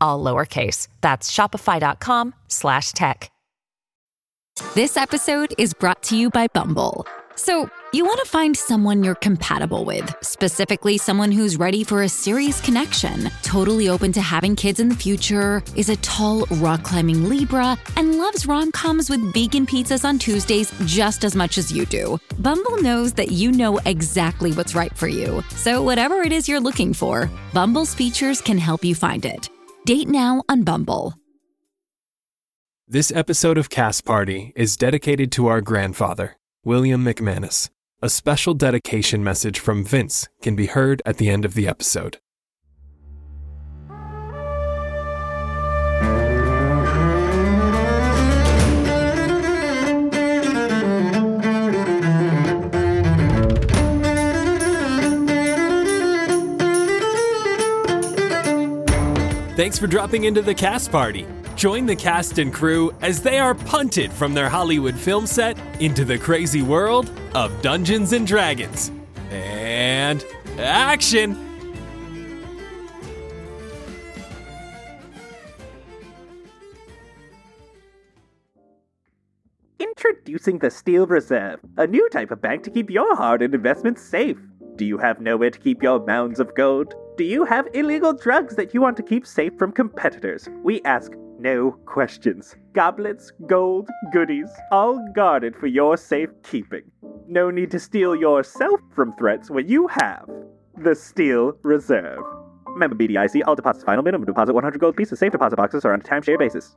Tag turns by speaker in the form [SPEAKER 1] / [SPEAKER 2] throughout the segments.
[SPEAKER 1] all lowercase. That's shopify.com slash tech.
[SPEAKER 2] This episode is brought to you by Bumble. So, you want to find someone you're compatible with, specifically someone who's ready for a serious connection, totally open to having kids in the future, is a tall, rock climbing Libra, and loves rom coms with vegan pizzas on Tuesdays just as much as you do. Bumble knows that you know exactly what's right for you. So, whatever it is you're looking for, Bumble's features can help you find it. Date now on Bumble.
[SPEAKER 3] This episode of Cast Party is dedicated to our grandfather, William McManus. A special dedication message from Vince can be heard at the end of the episode. Thanks for dropping into the cast party. Join the cast and crew as they are punted from their Hollywood film set into the crazy world of Dungeons and Dragons. And action!
[SPEAKER 4] Introducing the Steel Reserve, a new type of bank to keep your hard-earned investments safe. Do you have nowhere to keep your mounds of gold? Do you have illegal drugs that you want to keep safe from competitors? We ask no questions. Goblets, gold, goodies, all guarded for your safe keeping. No need to steal yourself from threats when you have the Steel Reserve. Member BDIC, all deposits final, minimum deposit 100 gold pieces, safe deposit boxes are on a timeshare basis.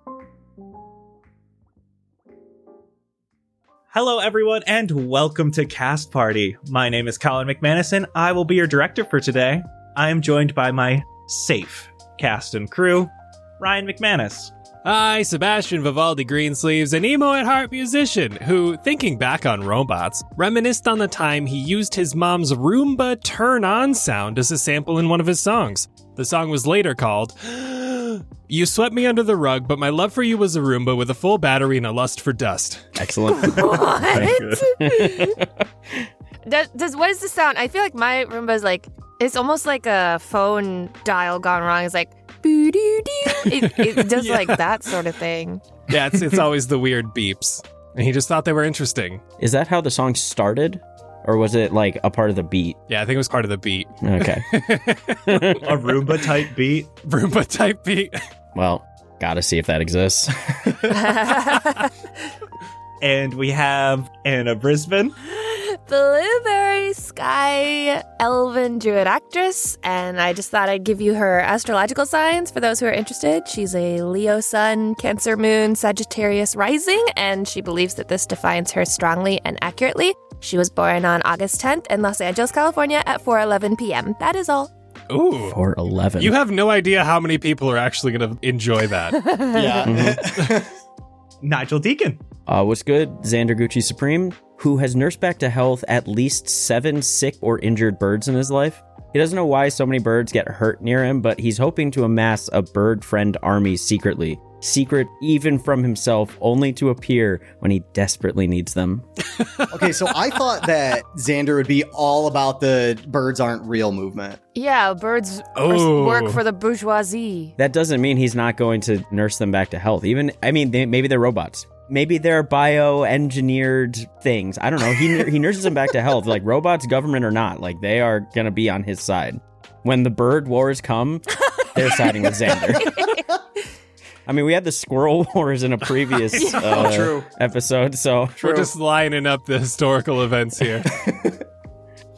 [SPEAKER 5] Hello, everyone, and welcome to Cast Party. My name is Colin McManus, and I will be your director for today. I am joined by my safe cast and crew, Ryan McManus.
[SPEAKER 3] Hi, Sebastian Vivaldi Greensleeves, an emo at heart musician who, thinking back on robots, reminisced on the time he used his mom's Roomba turn on sound as a sample in one of his songs. The song was later called You Swept Me Under the Rug, but my love for you was a Roomba with a full battery and a lust for dust.
[SPEAKER 6] Excellent.
[SPEAKER 7] What?
[SPEAKER 6] Thank
[SPEAKER 7] does, does what is the sound? I feel like my Roomba is like it's almost like a phone dial gone wrong. It's like boo doo doo. It, it does like that sort of thing.
[SPEAKER 3] Yeah, it's, it's always the weird beeps. And he just thought they were interesting.
[SPEAKER 6] Is that how the song started? Or was it like a part of the beat?
[SPEAKER 3] Yeah, I think it was part of the beat.
[SPEAKER 6] Okay.
[SPEAKER 5] A Roomba type beat.
[SPEAKER 3] Roomba type beat.
[SPEAKER 6] well, gotta see if that exists.
[SPEAKER 5] And we have Anna Brisbane.
[SPEAKER 7] Blueberry Sky, elven druid actress, and I just thought I'd give you her astrological signs for those who are interested. She's a Leo sun, Cancer moon, Sagittarius rising, and she believes that this defines her strongly and accurately. She was born on August 10th in Los Angeles, California at 4:11 p.m. That is all.
[SPEAKER 3] Ooh.
[SPEAKER 6] Or 11.
[SPEAKER 3] You have no idea how many people are actually going to enjoy that.
[SPEAKER 8] Mm-hmm.
[SPEAKER 5] Nigel Deacon.
[SPEAKER 6] uh, what's good? Xander Gucci Supreme, who has nursed back to health at least seven sick or injured birds in his life. He doesn't know why so many birds get hurt near him, but he's hoping to amass a bird friend army secretly. Secret even from himself, only to appear when he desperately needs them.
[SPEAKER 8] okay, so I thought that Xander would be all about the birds aren't real movement.
[SPEAKER 7] Yeah, birds
[SPEAKER 3] Oh.
[SPEAKER 7] work for the bourgeoisie.
[SPEAKER 6] That doesn't mean he's not going to nurse them back to health. Even, I mean, they, maybe they're robots. Maybe they're bio-engineered things. I don't know. He he nurses them back to health, like robots, government or not. Like they are gonna be on his side. When the bird wars come, they're siding with Xander. I mean, we had the squirrel wars in a previous uh,
[SPEAKER 8] true.
[SPEAKER 6] episode, so
[SPEAKER 3] We're just lining up the historical events here.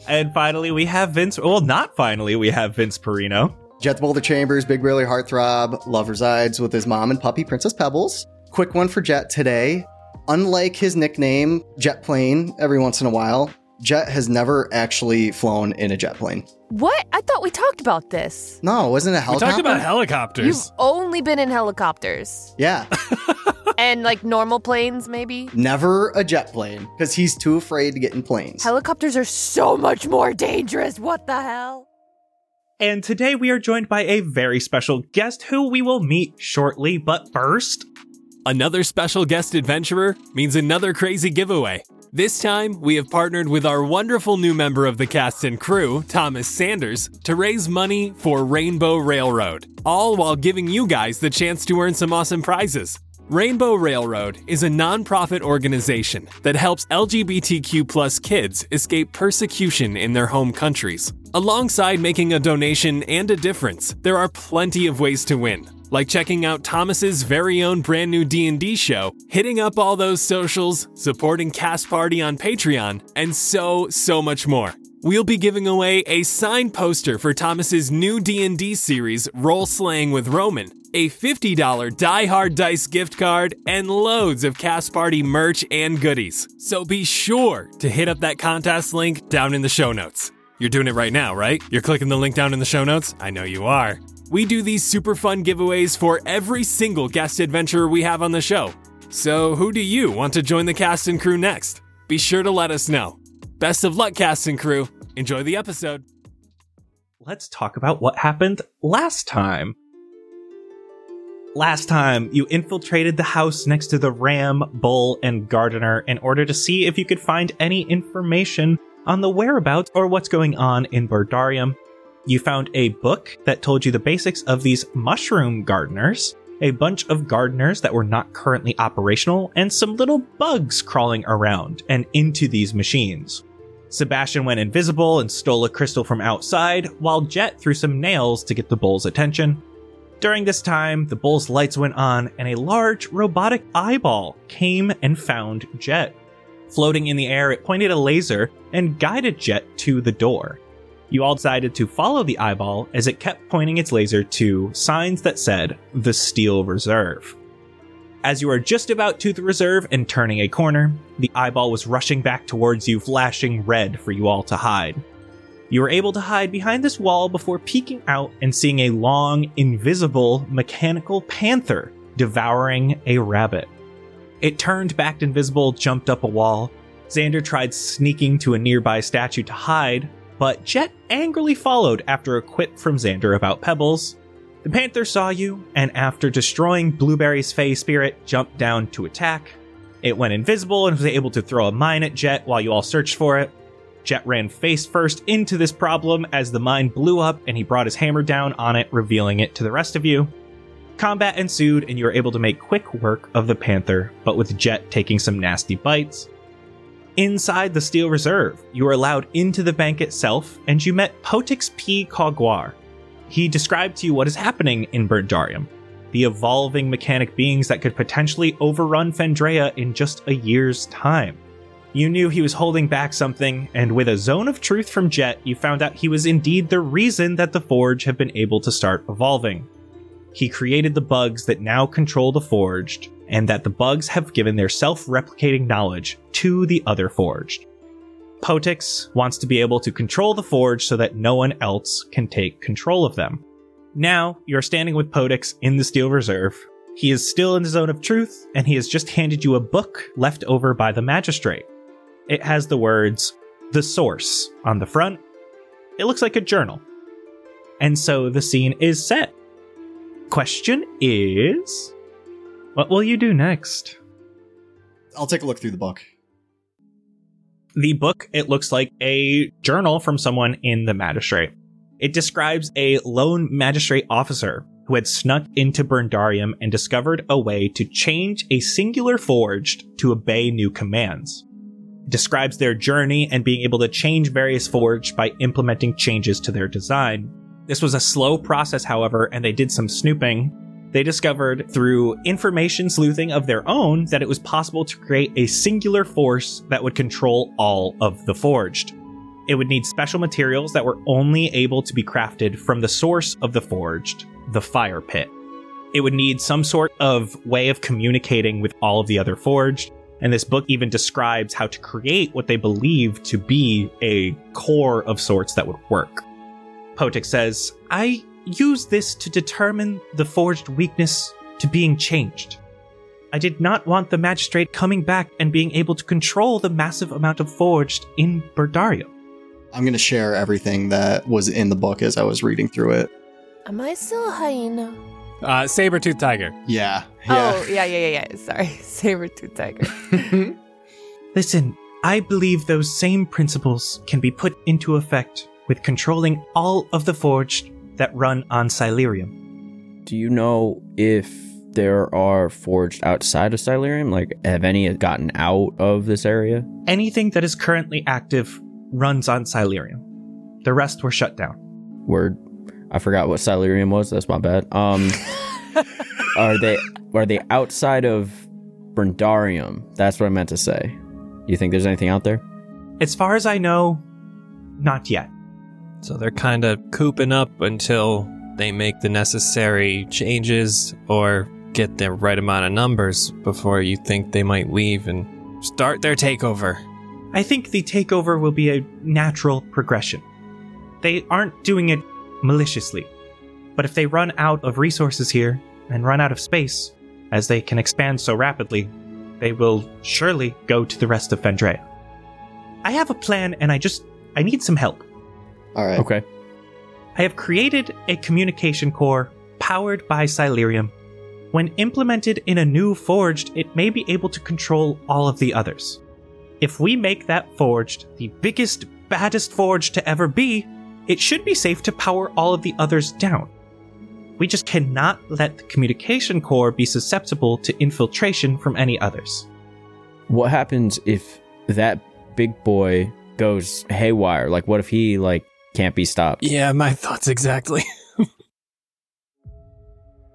[SPEAKER 5] And finally, we have Vince. Well, not finally, we have Vince Perino.
[SPEAKER 8] Jet the Boulder Chambers, Big Burly Heartthrob, love resides with his mom and puppy, Princess Pebbles. Quick one for Jet today. Unlike his nickname, Jet Plane, every once in a while, Jet has never actually flown in a jet plane.
[SPEAKER 7] What? I thought we talked about this.
[SPEAKER 8] No, wasn't it a
[SPEAKER 3] We
[SPEAKER 8] helicopter?
[SPEAKER 3] talked about
[SPEAKER 8] helicopter.
[SPEAKER 3] helicopters.
[SPEAKER 7] You've only been in helicopters.
[SPEAKER 8] yeah.
[SPEAKER 7] And like normal planes, maybe?
[SPEAKER 8] Never a jet plane because he's too afraid to get in planes.
[SPEAKER 7] Helicopters are so much more dangerous. What the hell?
[SPEAKER 5] And today we are joined by a very special guest who we will meet shortly, but first,
[SPEAKER 3] Another special guest adventurer means another crazy giveaway. This time, we have partnered with our wonderful new member of the cast and crew, Thomas Sanders, to raise money for Rainbow Railroad, all while giving you guys the chance to earn some awesome prizes. Rainbow Railroad is a nonprofit organization that helps LGBTQ plus kids escape persecution in their home countries. Alongside making a donation and a difference, there are plenty of ways to win like checking out Thomas's very own brand new D&D show, hitting up all those socials, supporting Cast Party on Patreon, and so so much more. We'll be giving away a signed poster for Thomas's new D&D series Role Slaying with Roman, a $50 Die Hard Dice gift card, and loads of Cast Party merch and goodies. So be sure to hit up that contest link down in the show notes. You're doing it right now, right? You're clicking the link down in the show notes? I know you are. We do these super fun giveaways for every single guest adventurer we have on the show. So, who do you want to join the cast and crew next? Be sure to let us know. Best of luck, cast and crew. Enjoy the episode.
[SPEAKER 5] let's talk about what happened last time. Last time, you infiltrated the house next to the ram, bull, and gardener in order to see if you could find any information on the whereabouts or what's going on in Bardarium. You found a book that told you the basics of these mushroom gardeners, a bunch of gardeners that were not currently operational, and some little bugs crawling around and into these machines. Sebastian went invisible and stole a crystal from outside, while Jet threw some nails to get the bull's attention. During this time, the bull's lights went on, and a large robotic eyeball came and found Jet. Floating in the air, it pointed a laser and guided Jet to the door. You all decided to follow the eyeball as it kept pointing its laser to signs that said, The Steel Reserve. As you are just about to the reserve and turning a corner, the eyeball was rushing back towards you, flashing red for you all to hide. You were able to hide behind this wall before peeking out and seeing a long, invisible, mechanical panther devouring a rabbit. It turned back invisible, jumped up a wall. Xander tried sneaking to a nearby statue to hide, but Jet angrily followed after a quip from Xander about pebbles. The panther saw you, and after destroying Blueberry's Fey spirit, jumped down to attack. It went invisible and was able to throw a mine at Jet while you all searched for it. Jet ran face first into this problem as the mine blew up and he brought his hammer down on it, revealing it to the rest of you. Combat ensued, and you were able to make quick work of the panther, but with Jet taking some nasty bites. Inside the Steel Reserve, you were allowed into the bank itself, and you met Potix P. Cogwar, he described to you what is happening in Birdarium the evolving mechanic beings that could potentially overrun Fendrea in just a year's time. You knew he was holding back something, and with a zone of truth from Jet, you found out he was indeed the reason that the Forge have been able to start evolving. He created the bugs that now control the Forged, and that the bugs have given their self replicating knowledge to the other Forged. Potix wants to be able to control the forge so that no one else can take control of them. Now, you're standing with Potix in the Steel Reserve. He is still in the zone of truth, and he has just handed you a book left over by the magistrate. It has the words, The Source, on the front. It looks like a journal. And so the scene is set. Question is What will you do next?
[SPEAKER 8] I'll take a look through the book.
[SPEAKER 5] the book it looks like a journal from someone in the magistrate it describes a lone magistrate officer who had snuck into Burndarium and discovered a way to change a singular forged to obey new commands. It describes their journey and being able to change various forged by implementing changes to their design. This was a slow process, however, and they did some snooping they discovered through information sleuthing of their own that it was possible to create a singular force that would control all of the forged. It would need special materials that were only able to be crafted from the source of the forged, the fire pit. It would need some sort of way of communicating with all of the other forged, and this book even describes how to create what they believe to be a core of sorts that would work. Potik says, I use this to determine the forged weakness to being changed. I did not want the magistrate coming back and being able to control the massive amount of forged in Berdarium.
[SPEAKER 8] I'm going to share everything that was in the book as I was reading through it.
[SPEAKER 7] Am I still a hyena?
[SPEAKER 3] Uh, Saber-tooth tiger.
[SPEAKER 8] Yeah.
[SPEAKER 7] Oh, yeah, yeah, yeah, yeah. Sorry. Saber-tooth tiger.
[SPEAKER 8] Yeah.
[SPEAKER 5] Listen, I believe those same principles can be put into effect with controlling all of the forged that run on Silurium.
[SPEAKER 6] Do you know if there are forged outside of Silurium? Like, have any gotten out of this area?
[SPEAKER 5] Anything that is currently active runs on Silurium. The rest were shut down.
[SPEAKER 6] Word, I forgot what Silurium was. That's my bad. Um, are they are they outside of Brindarium? That's what I meant to say. You think there's anything out there?
[SPEAKER 5] As far as I know, not yet.
[SPEAKER 3] So they're kind of cooping up until they make the necessary changes or get the right amount of numbers before you think they might leave and start their takeover.
[SPEAKER 5] I think the takeover will be a natural progression. They aren't doing it maliciously, but if they run out of resources here and run out of space, as they can expand so rapidly, they will surely go to the rest of Vendrea. I have a plan and I just I need some help.
[SPEAKER 8] All right.
[SPEAKER 6] Okay.
[SPEAKER 5] I have created a communication core powered by Silurium. When implemented in a new forged, it may be able to control all of the others. If we make that forged the biggest, baddest forge to ever be, it should be safe to power all of the others down. We just cannot let the communication core be susceptible to infiltration from any others.
[SPEAKER 6] What happens if that big boy goes haywire? Like, what if he like can't be stopped?
[SPEAKER 3] Yeah, my thoughts exactly.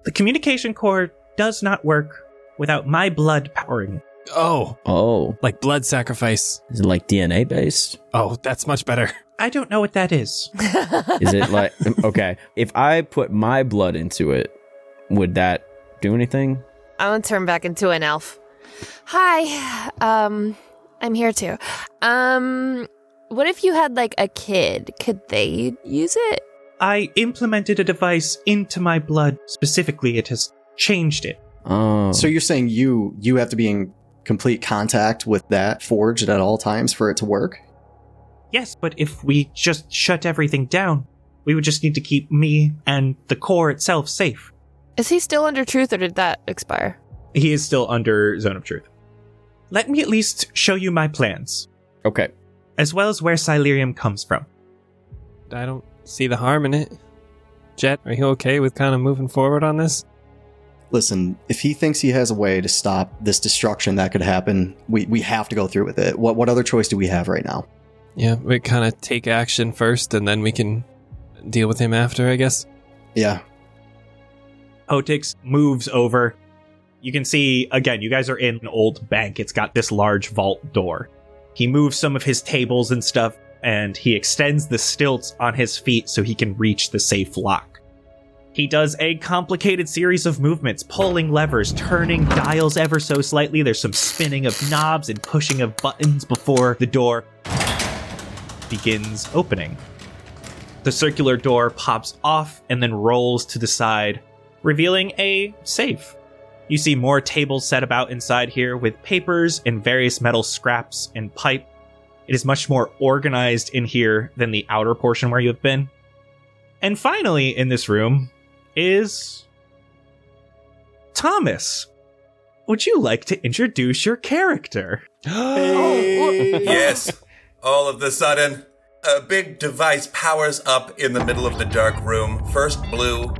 [SPEAKER 5] The communication core does not work without my blood powering it.
[SPEAKER 3] Oh,
[SPEAKER 6] Oh,
[SPEAKER 3] like blood sacrifice.
[SPEAKER 6] is it like DNA based?
[SPEAKER 3] Oh, that's much better.
[SPEAKER 5] I don't know what that is.
[SPEAKER 6] Is it like okay? If I put my blood into it, would that do anything?
[SPEAKER 7] I want to turn back into an elf. Hi. Um, I'm here too. Um, what if you had like a kid? Could they use it?
[SPEAKER 5] I implemented a device into my blood specifically. It has changed it.
[SPEAKER 6] Oh,
[SPEAKER 8] So you're saying you you have to be in complete contact with that forged at all times for it to work?
[SPEAKER 5] Yes, but if we just shut everything down, we would just need to keep me and the core itself safe.
[SPEAKER 7] Is he still under truth or did that expire?
[SPEAKER 5] He is still under Zone of Truth. Let me at least show you my plans,
[SPEAKER 6] okay.
[SPEAKER 5] as well as where Silurium comes from.
[SPEAKER 3] I don't see the harm in it. Jet, are you okay with kind of moving forward on this?
[SPEAKER 8] Listen, if he thinks he has a way to stop this destruction that could happen, we, we have to go through with it. What what other choice do we have right now?
[SPEAKER 3] Yeah, we kind of take action first and then we can deal with him after, I guess.
[SPEAKER 8] Yeah.
[SPEAKER 5] Hotix moves over. You can see, again, you guys are in an old bank. It's got this large vault door. He moves some of his tables and stuff, and he extends the stilts on his feet so he can reach the safe lock. He does a complicated series of movements, pulling levers, turning dials ever so slightly. There's some spinning of knobs and pushing of buttons before the door begins opening. The circular door pops off and then rolls to the side, revealing a safe. You see more tables set about inside here with papers and various metal scraps and pipe. It is much more organized in here than the outer portion where you have been. And finally, in this room is. Thomas. Would you like to introduce your character?
[SPEAKER 9] Oh,
[SPEAKER 10] yes. All of the sudden, a big device powers up in the middle of the dark room. First blue,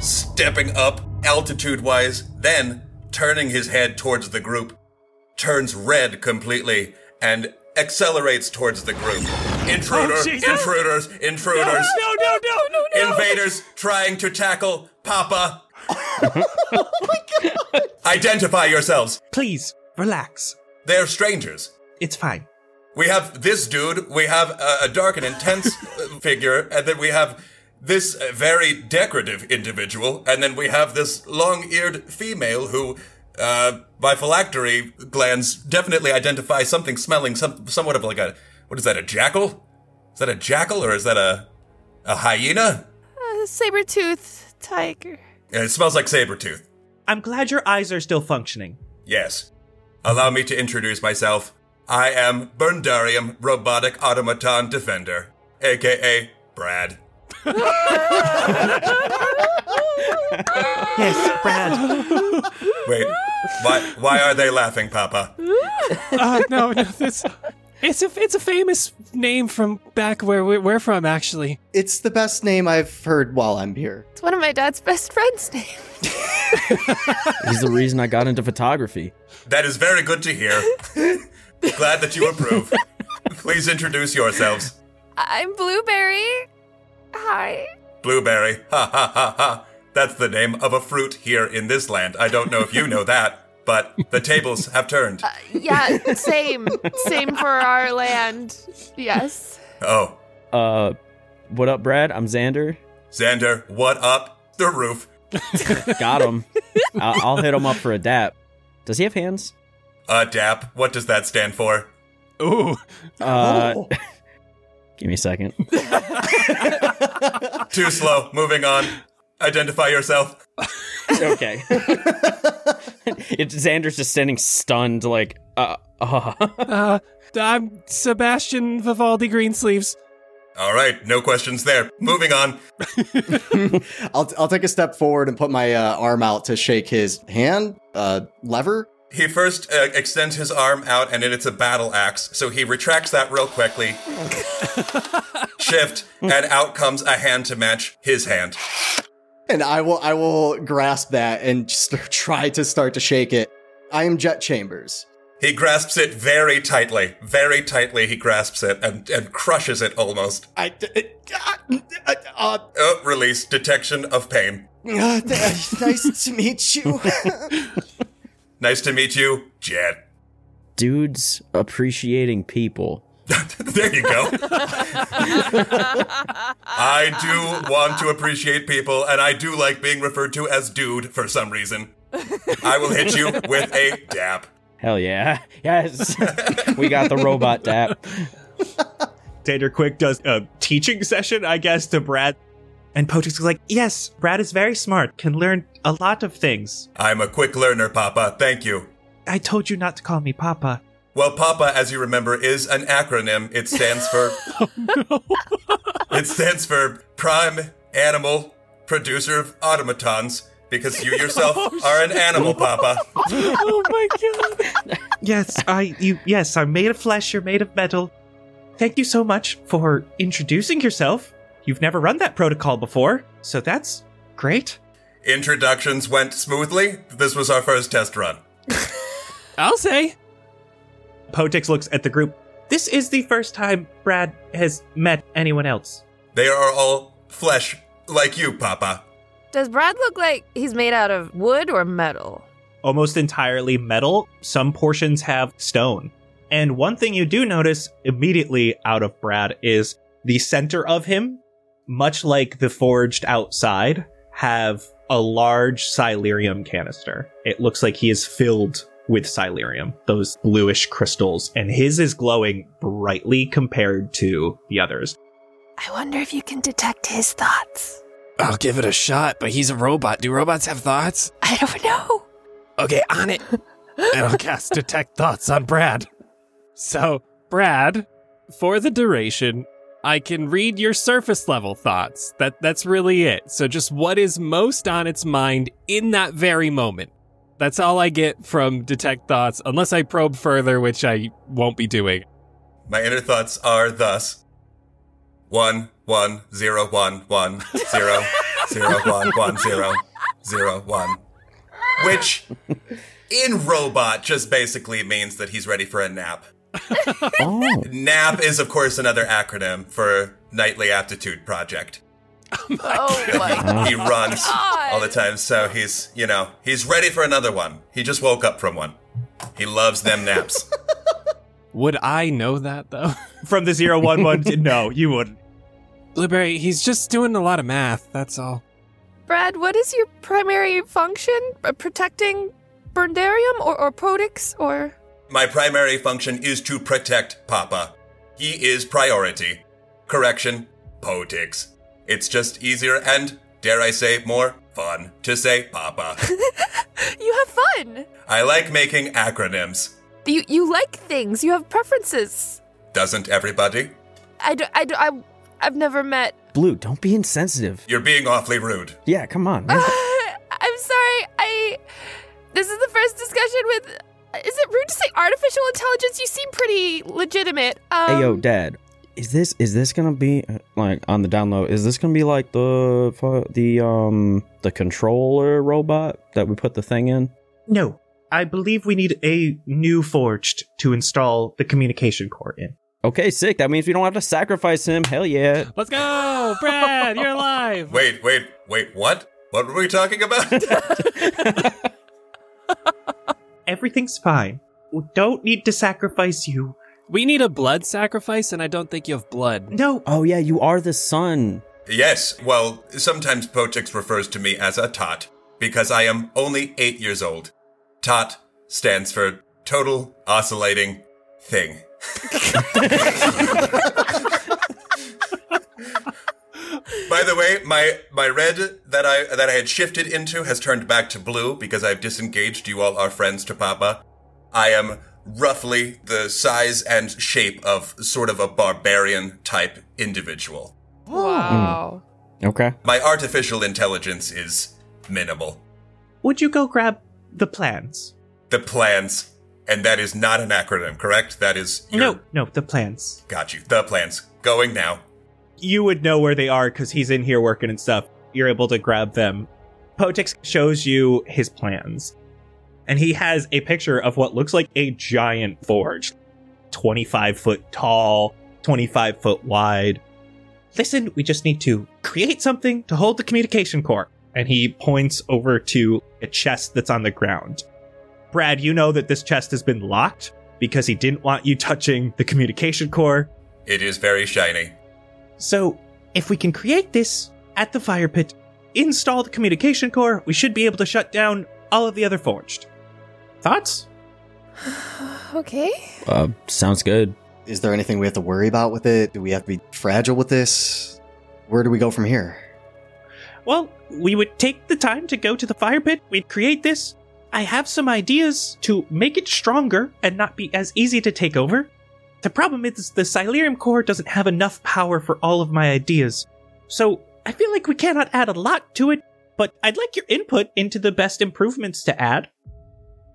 [SPEAKER 10] stepping up altitude wise, then turning his head towards the group, turns red completely, and accelerates towards the group. Intruder,
[SPEAKER 3] Oh, Jesus.
[SPEAKER 10] intruders, intruders,
[SPEAKER 3] no, no, no, no,
[SPEAKER 10] invaders trying to tackle Papa.
[SPEAKER 3] Oh
[SPEAKER 10] Identify yourselves.
[SPEAKER 5] Please, relax.
[SPEAKER 10] They're strangers.
[SPEAKER 5] It's fine.
[SPEAKER 10] We have this dude, we have a, a dark and intense uh, figure, and then we have this uh, very decorative individual, and then we have this long eared female who, uh, by phylactery glands, definitely identify something smelling some, somewhat of like a. What is that, a jackal? Is that a jackal or is that a, a hyena?
[SPEAKER 7] Uh, saber-tooth tiger.
[SPEAKER 10] Yeah, It smells like saber tooth.
[SPEAKER 5] I'm glad your eyes are still functioning.
[SPEAKER 10] Yes. Allow me to introduce myself. I am Burndarium Robotic Automaton Defender, aka Brad.
[SPEAKER 5] Yes, Brad.
[SPEAKER 10] Wait, why why are they laughing, Papa?
[SPEAKER 3] Uh, no, no, this. It's a it's a famous name from back where we- we're from, actually.
[SPEAKER 8] It's the best name I've heard while I'm here.
[SPEAKER 7] It's one of my dad's best friends' names.
[SPEAKER 6] He's the reason I got into photography.
[SPEAKER 10] That is very good to hear. Glad that you approve. Please introduce yourselves.
[SPEAKER 7] I'm Blueberry. Hi.
[SPEAKER 10] Blueberry. Ha ha ha ha. That's the name of a fruit here in this land. I don't know if you know that, but the tables have turned.
[SPEAKER 7] Yeah, same. same for our land. Yes.
[SPEAKER 10] Oh,
[SPEAKER 6] Uh, what up, Brad? I'm Xander.
[SPEAKER 10] Xander, what up? The roof.
[SPEAKER 6] Got him. I- I'll hit him up for a dap. Does he have hands?
[SPEAKER 10] A dap. What does that stand for?
[SPEAKER 3] Ooh,
[SPEAKER 6] Uh,
[SPEAKER 8] Oh.
[SPEAKER 6] give me a second.
[SPEAKER 10] Too slow. Moving on. Identify yourself.
[SPEAKER 6] Okay. it's Xander's just standing stunned, like, uh, uh.
[SPEAKER 3] uh, I'm Sebastian Vivaldi Greensleeves.
[SPEAKER 10] All right, no questions there. Moving on.
[SPEAKER 8] I'll, I'll take a step forward and put my uh, arm out to shake his hand, uh, lever.
[SPEAKER 10] He first uh, extends his arm out, and it's a battle axe, so he retracts that real quickly. Shift, and out comes a hand to match his hand.
[SPEAKER 8] And I will I will grasp that and just try to start to shake it. I am Jet Chambers.
[SPEAKER 10] He grasps it very tightly, very tightly. He grasps it and, and crushes it almost.
[SPEAKER 8] I uh,
[SPEAKER 10] Oh, release detection of pain.
[SPEAKER 8] nice to meet you.
[SPEAKER 10] Nice to meet you, Jed.
[SPEAKER 6] Dudes appreciating people.
[SPEAKER 10] there you go. I do want to appreciate people, and I do like being referred to as dude for some reason. I will hit you with a dap.
[SPEAKER 6] Hell yeah. Yes. we got the robot dap.
[SPEAKER 5] Xander Quick does a teaching session, I guess, to Brad. And Potex is like, yes, Brad is very smart, can learn a lot of things.
[SPEAKER 10] I'm a quick learner, Papa. Thank you.
[SPEAKER 5] I told you not to call me Papa.
[SPEAKER 10] Well, Papa, as you remember, is an acronym. It stands for. it stands for Prime Animal Producer of Automatons, because you yourself are an animal, Papa.
[SPEAKER 3] Oh my god!
[SPEAKER 5] Yes, I you yes, I'm made of flesh, you're made of metal. Thank you so much for introducing yourself. You've never run that protocol before, so that's great.
[SPEAKER 10] Introductions went smoothly. This was our first test run.
[SPEAKER 3] I'll say.
[SPEAKER 5] Potix looks at the group. This is the first time Brad has met anyone else.
[SPEAKER 10] They are all flesh, like you, Papa.
[SPEAKER 7] Does Brad look like he's made out of wood or metal?
[SPEAKER 5] Almost entirely metal, some portions have stone. And one thing you do notice immediately out of Brad is the center of him, much like the forged outside, have a large silurium canister. It looks like he is filled with silurium, those bluish crystals, and his is glowing brightly compared to the others.
[SPEAKER 7] I wonder if you can detect his thoughts.
[SPEAKER 9] I'll give it a shot, but he's a robot. Do robots have thoughts?
[SPEAKER 7] I don't know.
[SPEAKER 9] Okay, on it.
[SPEAKER 3] And I'll cast detect thoughts on Brad. So, Brad, for the duration, I can read your surface level thoughts. That that's really it. So just what is most on its mind in that very moment. That's all I get from detect thoughts unless I probe further, which I won't be doing.
[SPEAKER 10] My inner thoughts are thus one, one, zero, one, one, zero, zero, one, one, zero, zero, one. Which in robot just basically means that he's ready for a nap.
[SPEAKER 6] Oh.
[SPEAKER 10] NAP is, of course, another acronym for Nightly Aptitude Project.
[SPEAKER 7] Oh my
[SPEAKER 10] He runs
[SPEAKER 7] God.
[SPEAKER 10] all the time, so he's, you know, he's ready for another one. He just woke up from one. He loves them naps.
[SPEAKER 3] Would I know that though?
[SPEAKER 5] From the 011, to- no, you wouldn't.
[SPEAKER 3] Blueberry, he's just doing a lot of math, that's all.
[SPEAKER 7] Brad, what is your primary function? Uh, protecting Burndarium or, or Podix or.
[SPEAKER 10] My primary function is to protect Papa. He is priority. Correction, Potix. It's just easier and, dare I say, more fun to say Papa.
[SPEAKER 7] You have fun.
[SPEAKER 10] I like making acronyms.
[SPEAKER 7] You you like things. You have preferences.
[SPEAKER 10] Doesn't everybody?
[SPEAKER 7] I do, I do, I I've never met.
[SPEAKER 6] Blue, don't be insensitive.
[SPEAKER 10] You're being awfully rude.
[SPEAKER 6] Yeah, come on. man.
[SPEAKER 7] I'm sorry. I this is the first discussion with. Is it rude to say artificial intelligence? You seem pretty legitimate. Um,
[SPEAKER 6] hey yo, Dad. Is this is this gonna be uh, like on the download? Is this gonna be like the fu- the um the controller robot that we put the thing in?
[SPEAKER 5] No, I believe we need a new forged to install the communication core in.
[SPEAKER 6] Okay, sick. That means we don't have to sacrifice him. Hell yeah.
[SPEAKER 3] Let's go, Brad. You're alive.
[SPEAKER 10] Wait, wait, wait, what? What were we talking about?
[SPEAKER 5] Everything's fine. We don't need to sacrifice you.
[SPEAKER 3] We need a blood sacrifice, and I don't think you have blood.
[SPEAKER 5] No,
[SPEAKER 6] Oh yeah, you are the sun.
[SPEAKER 10] yes, well, sometimes Potix refers to me as a tot because I am only eight years old. Tot stands for total oscillating thing. By the way, my my red that I that I had shifted into has turned back to blue because I've disengaged you all are friends to Papa. I am roughly the size and shape of sort of a barbarian type individual.
[SPEAKER 7] wow.
[SPEAKER 6] Okay.
[SPEAKER 10] My artificial intelligence is minimal.
[SPEAKER 5] would you go grab the plans?
[SPEAKER 10] The plans, and that is not an acronym, correct? That is your-
[SPEAKER 5] No, no, the plans.
[SPEAKER 10] Got you. The plans going now.
[SPEAKER 5] You would know where they are because he's in here working and stuff. You're able to grab them. Potix shows you his plans. And he has a picture of what looks like a giant forge 25 foot tall, 25 foot wide. Listen, we just need to create something to hold the communication core. And he points over to a chest that's on the ground. Brad, you know that this chest has been locked because he didn't want you touching the communication core.
[SPEAKER 10] It is very shiny.
[SPEAKER 5] So, if we can create this at the fire pit, install the communication core, we should be able to shut down all of the other forged. Thoughts?
[SPEAKER 7] Okay.
[SPEAKER 6] Uh, sounds good.
[SPEAKER 8] Is there anything we have to worry about with it? Do we have to be fragile with this? Where do we go from here?
[SPEAKER 5] Well, we would take the time to go to the fire pit, we'd create this. I have some ideas to make it stronger and not be as easy to take over. The problem is the Silurium core doesn't have enough power for all of my ideas. So, I feel like we cannot add a lot to it, but I'd like your input into the best improvements to add.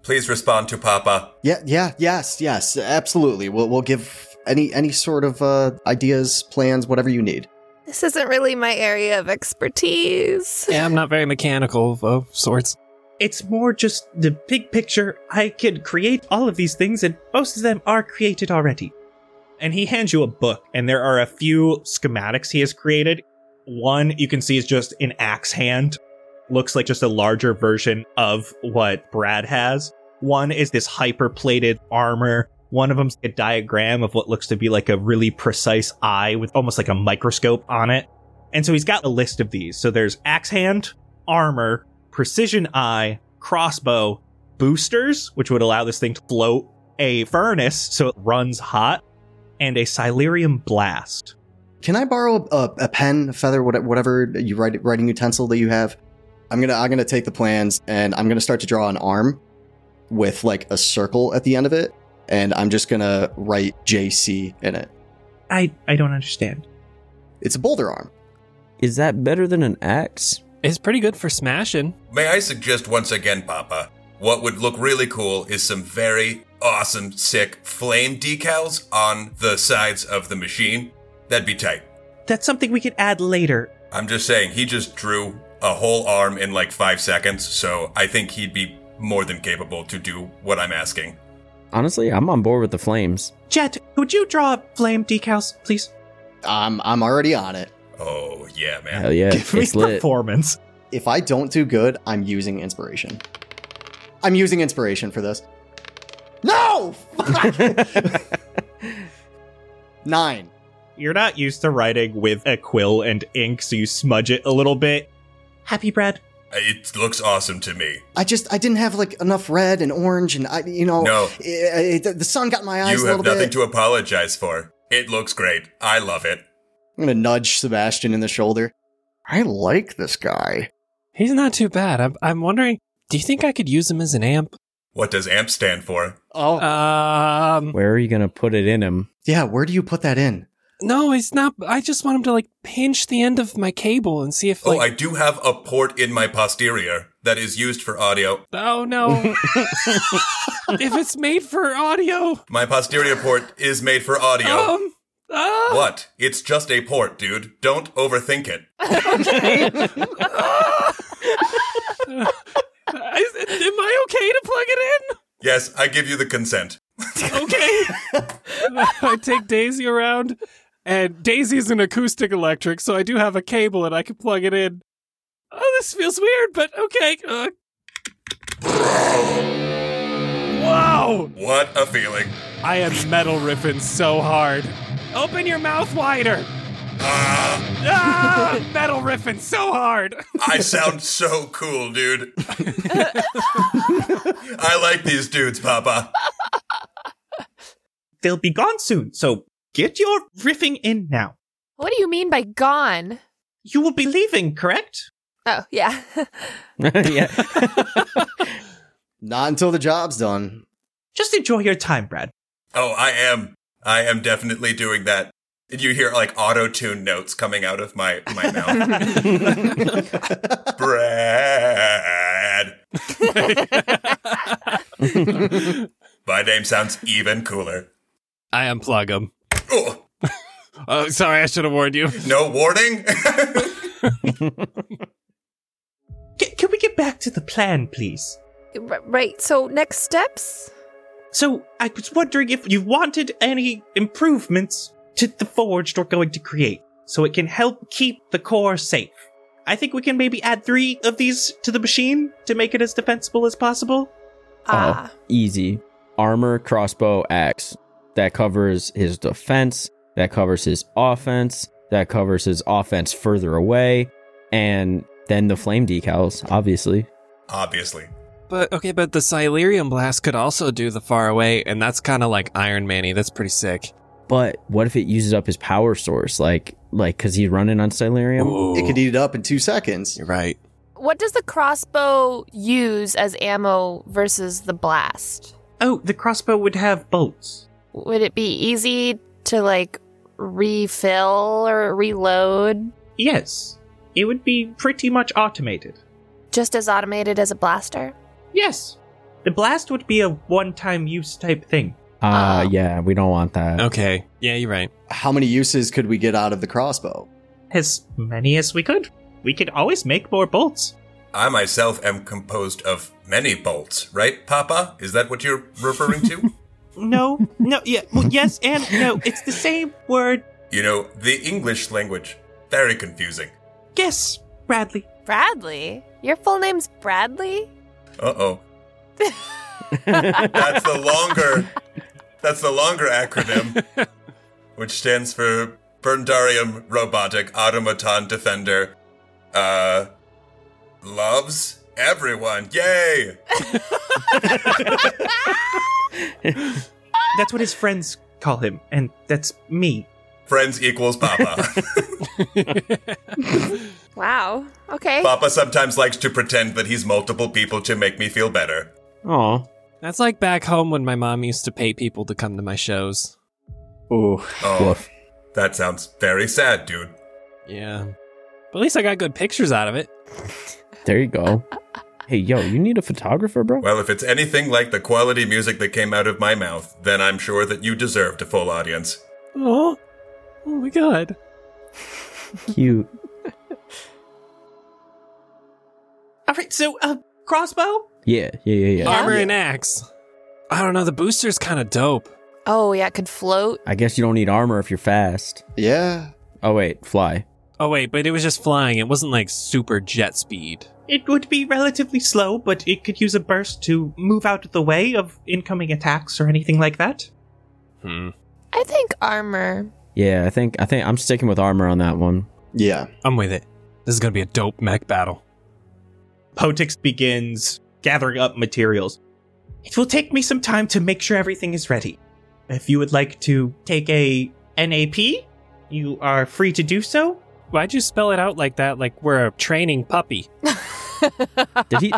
[SPEAKER 10] Please respond to Papa.
[SPEAKER 8] Yeah, yeah, yes, yes, absolutely. We'll we'll give any any sort of uh, ideas, plans, whatever you need.
[SPEAKER 7] This isn't really my area of expertise.
[SPEAKER 3] Yeah, I'm not very mechanical of sorts.
[SPEAKER 5] It's more just the big picture. I can create all of these things, and most of them are created already. And he hands you a book, and there are a few schematics he has created. One you can see is just an axe hand, looks like just a larger version of what Brad has. One is this hyper plated armor. One of them's a diagram of what looks to be like a really precise eye with almost like a microscope on it. And so he's got a list of these. So there's axe hand, armor, precision eye, crossbow, boosters, which would allow this thing to float, a furnace so it runs hot, and a Silurium blast.
[SPEAKER 8] Can I borrow a, a pen, a feather, what- whatever you write, writing utensil that you have? I'm gonna I'm gonna take the plans and I'm gonna start to draw an arm with like a circle at the end of it, and I'm just gonna write JC in it.
[SPEAKER 5] I, I don't understand.
[SPEAKER 8] It's a boulder arm.
[SPEAKER 6] Is that better than an axe?
[SPEAKER 3] It's pretty good for smashing.
[SPEAKER 10] May I suggest once again, Papa, what would look really cool is some very awesome, sick flame decals on the sides of the machine. That'd be tight.
[SPEAKER 5] That's something we could add later.
[SPEAKER 10] I'm just saying, he just drew a whole arm in like five seconds, so I think he'd be more than capable to do what I'm asking.
[SPEAKER 6] Honestly, I'm on board with the flames.
[SPEAKER 5] Jet, could you draw up flame decals, please?
[SPEAKER 8] I'm I'm already on it.
[SPEAKER 10] Oh, yeah, man.
[SPEAKER 6] Hell yeah,
[SPEAKER 5] Give me
[SPEAKER 6] it's lit.
[SPEAKER 5] performance.
[SPEAKER 8] If I don't do good, I'm using inspiration. I'm using inspiration for this. No, Fuck! nine.
[SPEAKER 5] You're not used to writing with a quill and ink, so you smudge it a little bit. Happy Brad?
[SPEAKER 10] It looks awesome to me.
[SPEAKER 8] I just I didn't have like enough red and orange and I you know
[SPEAKER 10] No.
[SPEAKER 8] i- i- the sun got in my eyes
[SPEAKER 10] you
[SPEAKER 8] Oh, a
[SPEAKER 10] have
[SPEAKER 8] little
[SPEAKER 10] nothing
[SPEAKER 8] bit.
[SPEAKER 10] to apologize for. It looks great. I love it.
[SPEAKER 8] I'm gonna nudge Sebastian in the shoulder. I like this guy.
[SPEAKER 3] He's not too bad. I'm, I'm wondering Do you think I could use him as an amp?
[SPEAKER 10] What does AMP stand for?
[SPEAKER 8] Oh,
[SPEAKER 3] Uh, Um,
[SPEAKER 6] Where are you going to put it in him?
[SPEAKER 8] yeah. Where do you put that in?
[SPEAKER 3] no, it's not. I just want him to like pinch the end of my cable and see if
[SPEAKER 10] Oh,
[SPEAKER 3] like.
[SPEAKER 10] I do have a port in my posterior that is used for audio.
[SPEAKER 3] Oh no. if it's made for audio.
[SPEAKER 10] My posterior port is made for audio.
[SPEAKER 8] Oh.
[SPEAKER 3] Um ah,
[SPEAKER 10] What? It's just a port, dude. Don't overthink it.
[SPEAKER 3] is- am I okay to plug it
[SPEAKER 10] Yes, I give you the consent.
[SPEAKER 3] in? Okay. I take Daisy around and Daisy's an acoustic electric, so I do have a cable and I can plug it in. Oh, this feels weird, but okay. Uh. Wow!
[SPEAKER 10] What a feeling.
[SPEAKER 3] I am metal riffing so hard. Open your mouth wider. Ah, metal riffing so hard.
[SPEAKER 10] I sound so cool, dude. I like these dudes, Papa.
[SPEAKER 5] They'll be gone soon, so get your riffing in now.
[SPEAKER 7] What do you mean by gone?
[SPEAKER 5] You will be leaving, correct?
[SPEAKER 7] Oh, yeah.
[SPEAKER 6] yeah.
[SPEAKER 8] Not until the job's done.
[SPEAKER 5] Just enjoy your time, Brad.
[SPEAKER 10] Oh, I am. I am definitely doing that. You hear like auto tune notes coming out of my, my mouth. Brad. My name sounds even cooler.
[SPEAKER 3] I unplug him.
[SPEAKER 10] Oh,
[SPEAKER 3] Oh, sorry, I should have warned you.
[SPEAKER 10] no warning?
[SPEAKER 5] C- can we get back to the plan, please?
[SPEAKER 7] R- right. So, next steps?
[SPEAKER 5] So, I was wondering if you wanted any improvements to the forge we're going to create, so it can help keep the core safe. I think we can maybe add three of these to the machine to make it as defensible as possible.
[SPEAKER 7] Ah.
[SPEAKER 6] Oh, easy. Armor, crossbow, axe. That covers his defense. That covers his offense. That covers his offense further away. And then the flame decals, obviously.
[SPEAKER 10] Obviously.
[SPEAKER 3] But okay, but the Silurium blast could also do the far away, and that's kind of like Iron Manny. That's pretty sick.
[SPEAKER 6] But what if it uses up his power source? Like, like, cause he's running on Silurium?
[SPEAKER 8] It could eat it up in two seconds.
[SPEAKER 3] You're right.
[SPEAKER 7] What does the crossbow use as ammo versus the blast?
[SPEAKER 5] Oh, the crossbow would have bolts.
[SPEAKER 7] Would it be easy to like refill or reload?
[SPEAKER 5] Yes, it would be pretty much automated.
[SPEAKER 7] Just as automated as a blaster?
[SPEAKER 5] Yes. The blast would be a one time use type thing.
[SPEAKER 6] Ah,
[SPEAKER 7] Oh.
[SPEAKER 6] yeah, we don't want that.
[SPEAKER 3] Okay. Yeah, you're right.
[SPEAKER 8] How many uses could we get out of the crossbow?
[SPEAKER 5] As many as we could. We could always make more bolts.
[SPEAKER 10] I myself am composed of many bolts, right, Papa? Is that what you're referring to?
[SPEAKER 5] No, no, yeah, well, yes and no. It's the same word.
[SPEAKER 10] you know, the English language, very confusing.
[SPEAKER 5] Yes, Bradley.
[SPEAKER 7] Bradley? Your full name's Bradley?
[SPEAKER 10] Uh oh. that's the longer. That's the longer acronym, which stands for Burndarium Robotic Automaton Defender. Uh, loves everyone. Yay!
[SPEAKER 5] That's what his friends call him, and that's me.
[SPEAKER 10] Friends equals Papa.
[SPEAKER 7] Wow. Okay.
[SPEAKER 10] Papa sometimes likes to pretend that he's multiple people to make me feel better.
[SPEAKER 6] Aw.
[SPEAKER 3] That's like back home when my mom used to pay people to come to my shows.
[SPEAKER 6] Ooh.
[SPEAKER 10] Oh.
[SPEAKER 6] Woof.
[SPEAKER 10] That sounds very sad, dude.
[SPEAKER 3] Yeah. But at least I got good pictures out of it.
[SPEAKER 6] There you go. Hey, yo, you need a photographer, bro?
[SPEAKER 10] Well, if it's anything like the quality music that came out of my mouth, then I'm sure that you deserved a full audience.
[SPEAKER 3] Oh. Oh my god.
[SPEAKER 6] Cute.
[SPEAKER 5] All right, so, uh, crossbow?
[SPEAKER 6] Yeah, yeah, yeah, yeah.
[SPEAKER 3] Armor and axe. I don't know, the booster's kind of dope.
[SPEAKER 7] Oh, yeah, it could float.
[SPEAKER 6] I guess you don't need armor if you're fast.
[SPEAKER 8] Yeah.
[SPEAKER 6] Oh, wait, fly.
[SPEAKER 3] Oh wait, but it was just flying. It wasn't like super jet speed.
[SPEAKER 5] It would be relatively slow, but it could use a burst to move out of the way of incoming attacks or anything like that.
[SPEAKER 3] Hmm.
[SPEAKER 7] I think armor.
[SPEAKER 6] Yeah, I think I think I'm sticking with armor on that one.
[SPEAKER 8] Yeah.
[SPEAKER 3] I'm with it. This is going to be a dope mech battle.
[SPEAKER 5] Potix begins gathering up materials. It will take me some time to make sure everything is ready. If you would like to take a NAP, you are free to do so.
[SPEAKER 3] Why'd you spell it out like that? Like we're a training puppy.
[SPEAKER 6] Did he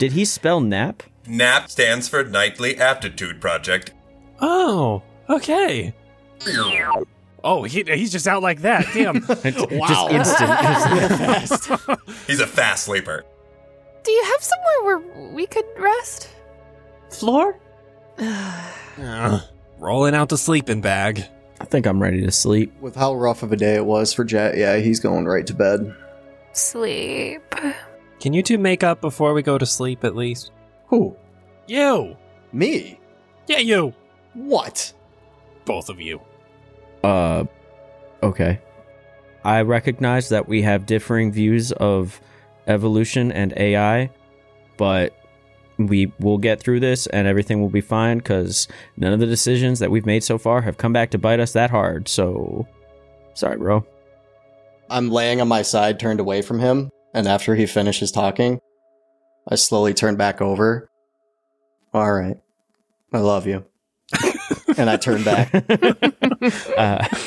[SPEAKER 6] did he spell nap?
[SPEAKER 10] NAP stands for Nightly Aptitude Project.
[SPEAKER 3] Oh, okay. Oh, he, he's just out like that. Damn. wow.
[SPEAKER 6] Just instant.
[SPEAKER 10] He's a fast sleeper.
[SPEAKER 7] Do you have somewhere where we could rest?
[SPEAKER 5] Floor?
[SPEAKER 3] Ugh. rolling out the sleeping bag.
[SPEAKER 6] I think I'm ready to sleep.
[SPEAKER 8] With how rough of a day it was for Jet, yeah, he's going right to bed.
[SPEAKER 7] Sleep.
[SPEAKER 3] Can you two make up before we go to sleep at least?
[SPEAKER 8] Who?
[SPEAKER 3] You.
[SPEAKER 8] Me?
[SPEAKER 3] Yeah, you.
[SPEAKER 8] What?
[SPEAKER 3] Both of you.
[SPEAKER 6] Uh, okay. I recognize that we have differing views of evolution and AI, but we will get through this and everything will be fine because none of the decisions that we've made so far have come back to bite us that hard. So, sorry, bro.
[SPEAKER 8] I'm laying on my side, turned away from him, and after he finishes talking, I slowly turn back over. All right. I love you. and I turn back.
[SPEAKER 6] uh, I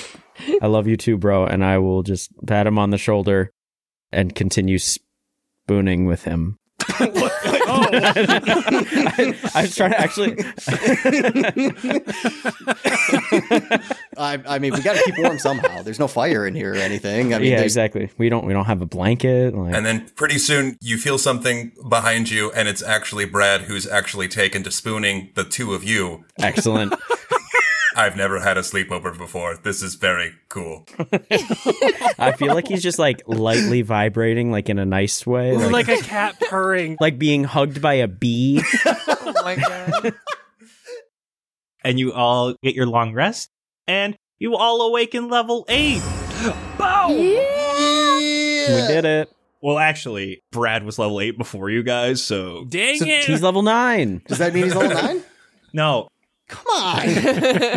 [SPEAKER 6] love you too, bro. And I will just pat him on the shoulder and continue spooning with him. I, I was trying to actually.
[SPEAKER 8] I, I mean, we got to keep warm somehow. There's no fire in here or anything. I mean,
[SPEAKER 6] yeah,
[SPEAKER 8] there's
[SPEAKER 6] exactly. We don't. We don't have a blanket. Like,
[SPEAKER 10] And then pretty soon you feel something behind you, and it's actually Brad who's actually taken to spooning the two of you.
[SPEAKER 6] excellent.
[SPEAKER 10] I've never had a sleepover before. This is very cool.
[SPEAKER 6] I feel like he's just like lightly vibrating, like in a nice way, like like,
[SPEAKER 3] Like a cat purring.
[SPEAKER 6] being hugged by a bee.
[SPEAKER 7] Oh my god.
[SPEAKER 5] And you all get your long rest, and you all awaken level 8.
[SPEAKER 6] We did it.
[SPEAKER 11] Well, actually, Brad was level eight before you guys, so
[SPEAKER 3] Dang it.
[SPEAKER 6] He's level nine.
[SPEAKER 8] Does that mean he's level nine?
[SPEAKER 11] no,
[SPEAKER 8] Come on.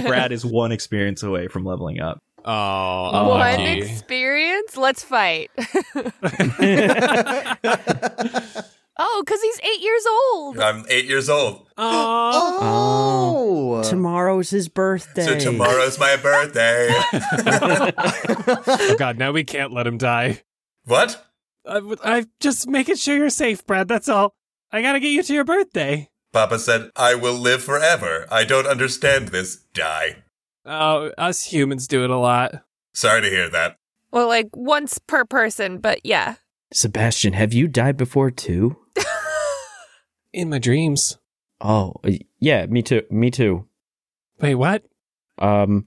[SPEAKER 11] Brad is one experience away from leveling up.
[SPEAKER 3] oh,
[SPEAKER 7] One
[SPEAKER 3] unlucky.
[SPEAKER 7] experience? Let's fight. oh, because he's eight years old.
[SPEAKER 10] I'm eight years old,
[SPEAKER 3] Aw.
[SPEAKER 8] Oh.
[SPEAKER 6] Tomorrow's his birthday.
[SPEAKER 10] so tomorrow's my birthday.
[SPEAKER 3] oh god, now we can't let him die.
[SPEAKER 10] what?
[SPEAKER 3] I, I just making sure you're safe, Brad. That's all. I gotta get you to your birthday.
[SPEAKER 10] Papa said, I will live forever. I don't understand this. Die.
[SPEAKER 3] Oh, us humans do it a lot.
[SPEAKER 10] Sorry to hear that.
[SPEAKER 7] Well, like once per person, but yeah.
[SPEAKER 6] Sebastian, have you died before too?
[SPEAKER 3] In my dreams.
[SPEAKER 6] Oh, yeah, me too. Me too.
[SPEAKER 3] Wait, what?
[SPEAKER 6] Um,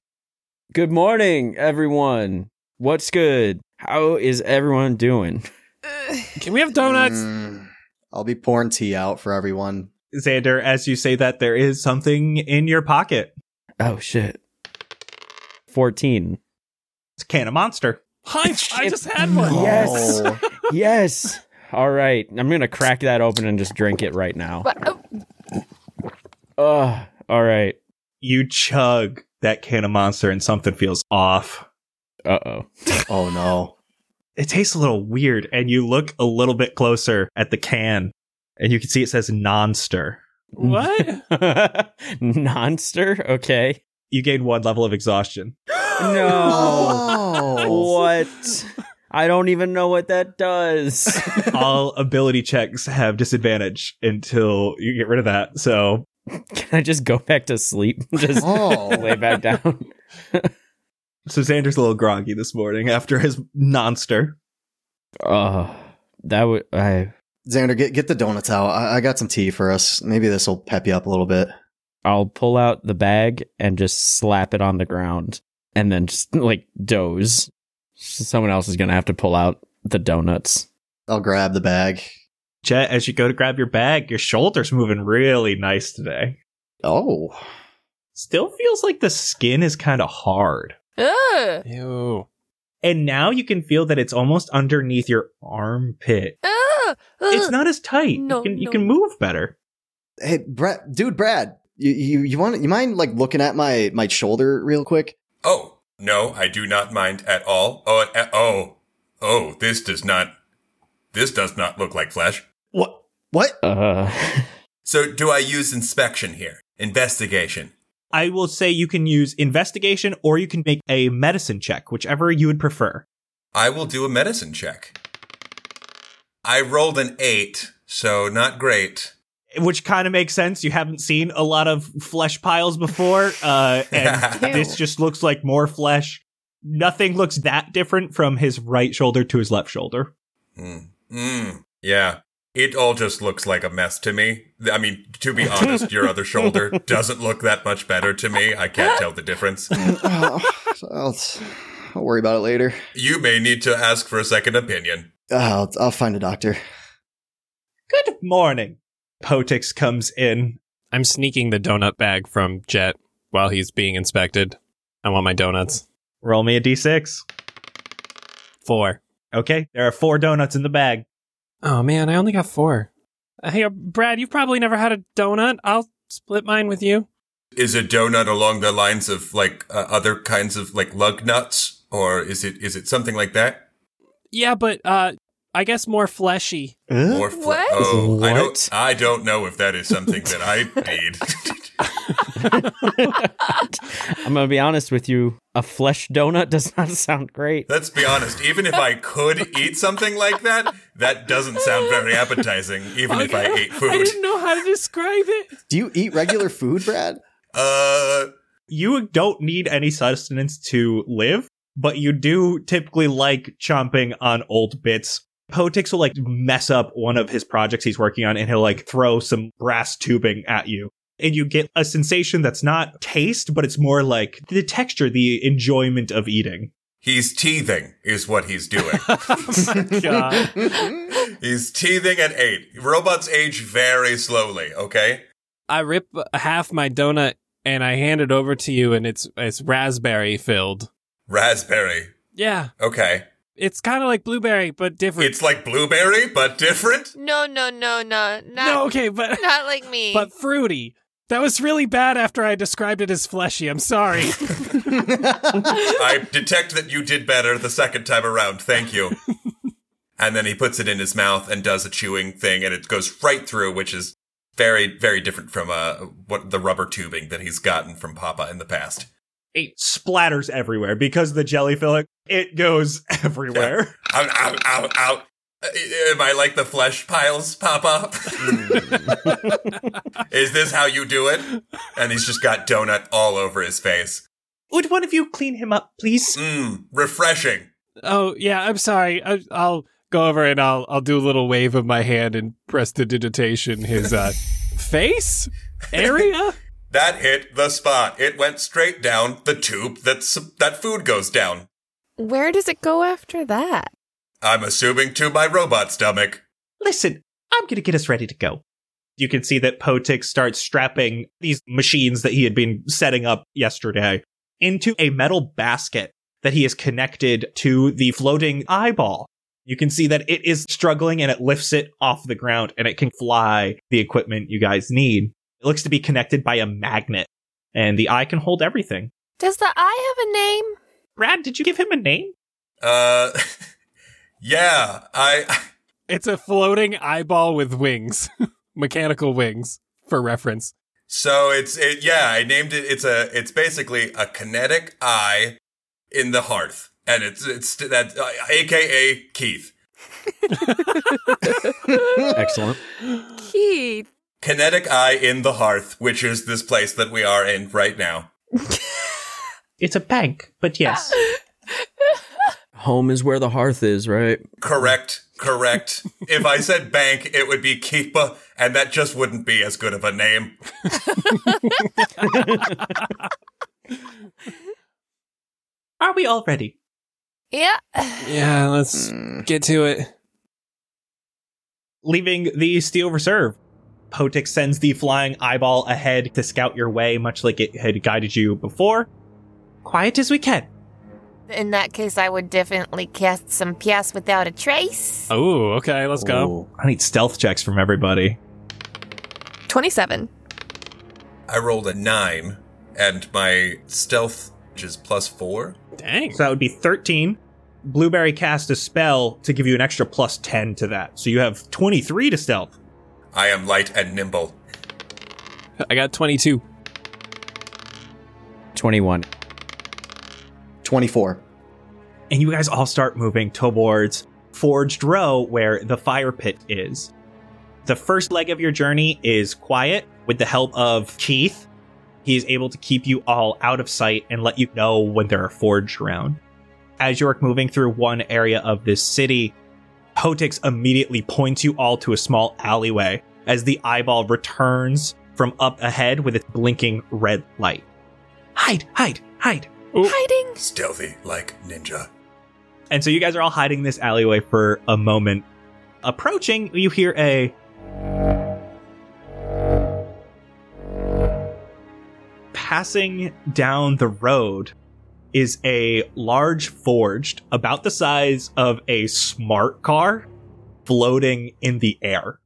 [SPEAKER 6] good morning, everyone. What's good? How is everyone doing?
[SPEAKER 3] Can we have donuts?
[SPEAKER 8] Mm. I'll be pouring tea out for everyone.
[SPEAKER 5] Xander, as you say that, there is something in your pocket.
[SPEAKER 6] Oh shit. Fourteen.
[SPEAKER 5] It's a can of monster.
[SPEAKER 3] Hi, I just had one.
[SPEAKER 6] Yes.
[SPEAKER 8] Oh.
[SPEAKER 6] yes. All right. I'm gonna crack that open and just drink it right now.
[SPEAKER 7] But oh,
[SPEAKER 6] Ugh. All right.
[SPEAKER 5] You chug that can of monster, and something feels off.
[SPEAKER 6] Uh oh.
[SPEAKER 8] Oh, no.
[SPEAKER 5] it tastes a little weird and you look a little bit closer at the can and you can see it says nonster
[SPEAKER 3] What?
[SPEAKER 6] Nonster. Okay.
[SPEAKER 5] you gain one level of exhaustion
[SPEAKER 6] No.
[SPEAKER 8] Oh.
[SPEAKER 6] what? I don't even know what that does.
[SPEAKER 5] all ability checks have disadvantage until you get rid of that so
[SPEAKER 6] Can I just go back to sleep? Just
[SPEAKER 8] oh.
[SPEAKER 6] lay back down.
[SPEAKER 5] so xander's a little groggy this morning after his nonster
[SPEAKER 6] Oh, that would I.
[SPEAKER 8] Xander, get, get the donuts out. I, I got some tea for us. Maybe this will pep you up a little bit.
[SPEAKER 6] I'll pull out the bag and just slap it on the ground, and then just like doze. Someone else is gonna have to pull out the donuts.
[SPEAKER 8] I'll grab the bag.
[SPEAKER 5] jet as you go to grab your bag your shoulder's moving really nice today
[SPEAKER 8] Oh.
[SPEAKER 5] still feels like the skin is kind of hard
[SPEAKER 7] ugh,
[SPEAKER 3] Ew.
[SPEAKER 5] and now you can feel that it's almost underneath your armpit
[SPEAKER 7] ugh,
[SPEAKER 5] it's
[SPEAKER 7] ugh.
[SPEAKER 5] not as tight
[SPEAKER 7] Uh, No,
[SPEAKER 5] you can you
[SPEAKER 7] no.
[SPEAKER 5] can move better
[SPEAKER 8] Hey, Brad, dude, Brad, you, you, you want you mind like looking at my my shoulder real quick?
[SPEAKER 10] Oh, no, I do not mind at all. Oh, uh, oh, oh, this does not, this does not look like flesh.
[SPEAKER 8] What? What?
[SPEAKER 6] Uh,
[SPEAKER 10] So do I use inspection here? Investigation.
[SPEAKER 5] I will say you can use investigation or you can make a medicine check, whichever you would prefer.
[SPEAKER 10] I will do a medicine check. I rolled an eight, so not great.
[SPEAKER 5] which kind of makes sense. You haven't seen a lot of flesh piles before, uh, and
[SPEAKER 10] Ew.
[SPEAKER 5] this just looks like more flesh. Nothing looks that different from his right shoulder to his left shoulder.
[SPEAKER 10] Mm. Mm. Yeah. It all just looks like a mess to me. I mean, to be honest, your other shoulder doesn't look that much better to me. I can't tell the difference.
[SPEAKER 8] oh, I'll, I'll worry about it later.
[SPEAKER 10] You may need to ask for a second opinion.
[SPEAKER 8] Uh, I'll, I'll find a doctor.
[SPEAKER 5] Good morning. Potix comes in.
[SPEAKER 3] I'm sneaking the donut bag from Jet while he's being inspected. I want my donuts.
[SPEAKER 5] Roll me a d6.
[SPEAKER 3] Four.
[SPEAKER 5] Okay, there are four donuts in the bag.
[SPEAKER 3] Oh man, I only got four. Uh, Hey, uh, Brad, you've probably never had a donut. I'll split mine with you.
[SPEAKER 10] Is a donut along the lines of like uh, other kinds of like lug nuts, or is it is it something like that?
[SPEAKER 3] Yeah, but uh, I guess more fleshy.
[SPEAKER 10] Or fl-
[SPEAKER 7] What?
[SPEAKER 10] Oh, I
[SPEAKER 6] What?
[SPEAKER 10] don't. I don't know if that is something that I need.
[SPEAKER 6] I'm gonna be honest with you. A flesh donut does not sound great.
[SPEAKER 10] Let's be honest. Even if I could eat something like that, that doesn't sound very appetizing. Even if I ate food,
[SPEAKER 3] know how to describe it.
[SPEAKER 8] Do you eat regular food, Brad?
[SPEAKER 10] uh,
[SPEAKER 5] you don't need any sustenance to live, but you do typically like chomping on old bits. Potix will like mess up one of his projects he's working on and he'll like throw some brass tubing at you. And you get a sensation that's not taste, but it's more like the texture, the enjoyment of eating.
[SPEAKER 10] he's teething, is what he's doing.
[SPEAKER 5] Oh
[SPEAKER 3] God.
[SPEAKER 10] He's teething at eight. Robots age very slowly, okay?
[SPEAKER 3] I rip half my donut and I hand it over to you, and it's it's raspberry filled.
[SPEAKER 10] Raspberry.
[SPEAKER 3] Yeah,
[SPEAKER 10] Okay.
[SPEAKER 3] it's kind of like blueberry but different.
[SPEAKER 10] It's like blueberry, but different.
[SPEAKER 7] No, no, no, no, not,
[SPEAKER 3] no, okay, but
[SPEAKER 7] not like me.
[SPEAKER 3] but fruity. That was really bad after I described it as fleshy. I'm sorry.
[SPEAKER 10] I detect that you did better the second time around. Thank you. and then he puts it in his mouth and does a chewing thing, and it goes right through, which is very, very different from uh, what the rubber tubing that he's gotten from Papa in the past.
[SPEAKER 5] It splatters everywhere because of the jelly filling. It goes everywhere.
[SPEAKER 10] Out, out, out, out. Uh, Am I like the flesh piles, Papa? Is this how you do it? And he's just got donut all over his face.
[SPEAKER 5] Would one of you clean him up, please?
[SPEAKER 10] Mmm, refreshing.
[SPEAKER 3] oh yeah, I'm sorry. I, I'll go over and I'll I'll do a little wave of my hand and prestidigitation his uh, face area.
[SPEAKER 10] That hit the spot. It went straight down the tube that's that food goes down.
[SPEAKER 7] Where does it go after that?
[SPEAKER 10] I'm assuming to my robot stomach.
[SPEAKER 5] listen, I'm going to get us ready to go. You can see that Potix starts strapping these machines that he had been setting up yesterday into a metal basket that he has connected to the floating eyeball. You can see that it is struggling and it lifts it off the ground and it can fly the equipment you guys need. It looks to be connected by a magnet and the eye can hold everything.
[SPEAKER 7] Does the eye have a name?
[SPEAKER 5] Brad, did you give him a name?
[SPEAKER 10] Uh Yeah, I
[SPEAKER 3] It's a floating eyeball with wings, mechanical wings for reference.
[SPEAKER 10] so it's it yeah, I named it it's a it's basically a kinetic eye in the hearth. And it's it's that uh, aka Keith.
[SPEAKER 6] Excellent.
[SPEAKER 7] Keith.
[SPEAKER 10] Kinetic eye in the hearth, which is this place that we are in right now.
[SPEAKER 5] It's a bank, but yes.
[SPEAKER 6] Home is where the hearth is, right?
[SPEAKER 10] Correct. Correct. if I said bank, it would be Keepa, and that just wouldn't be as good of a name.
[SPEAKER 5] Are we all ready?
[SPEAKER 7] Yeah.
[SPEAKER 3] Yeah, let's get to it.
[SPEAKER 5] leaving the steel reserve. Potix sends the flying eyeball ahead to scout your way, much like it had guided you before. Quiet as we can.
[SPEAKER 7] In that case, I would definitely cast some Pias without a trace.
[SPEAKER 3] Oh, okay, let's go.
[SPEAKER 5] Ooh, I need stealth checks from everybody.
[SPEAKER 7] 27.
[SPEAKER 10] I rolled a nine, and my stealth, which is plus four.
[SPEAKER 3] Dang.
[SPEAKER 5] So that would be 13. Blueberry cast a spell to give you an extra plus 10 to that. So you have 23 to stealth.
[SPEAKER 10] I am light and nimble.
[SPEAKER 3] I got 22.
[SPEAKER 6] 21.
[SPEAKER 8] 24.
[SPEAKER 5] And you guys all start moving towards Forged Row, where the fire pit is. The first leg of your journey is quiet with the help of Keith. He is able to keep you all out of sight and let you know when there are forged around. As you're moving through one area of this city, Hotix immediately points you all to a small alleyway as the eyeball returns from up ahead with its blinking red light. Hide, hide, hide.
[SPEAKER 7] Hiding.
[SPEAKER 10] Stealthy like ninja.
[SPEAKER 5] And so you guys are all hiding in this alleyway for a moment. Approaching, you hear a. Passing down the road is a large forged, about the size of a smart car, floating in the air.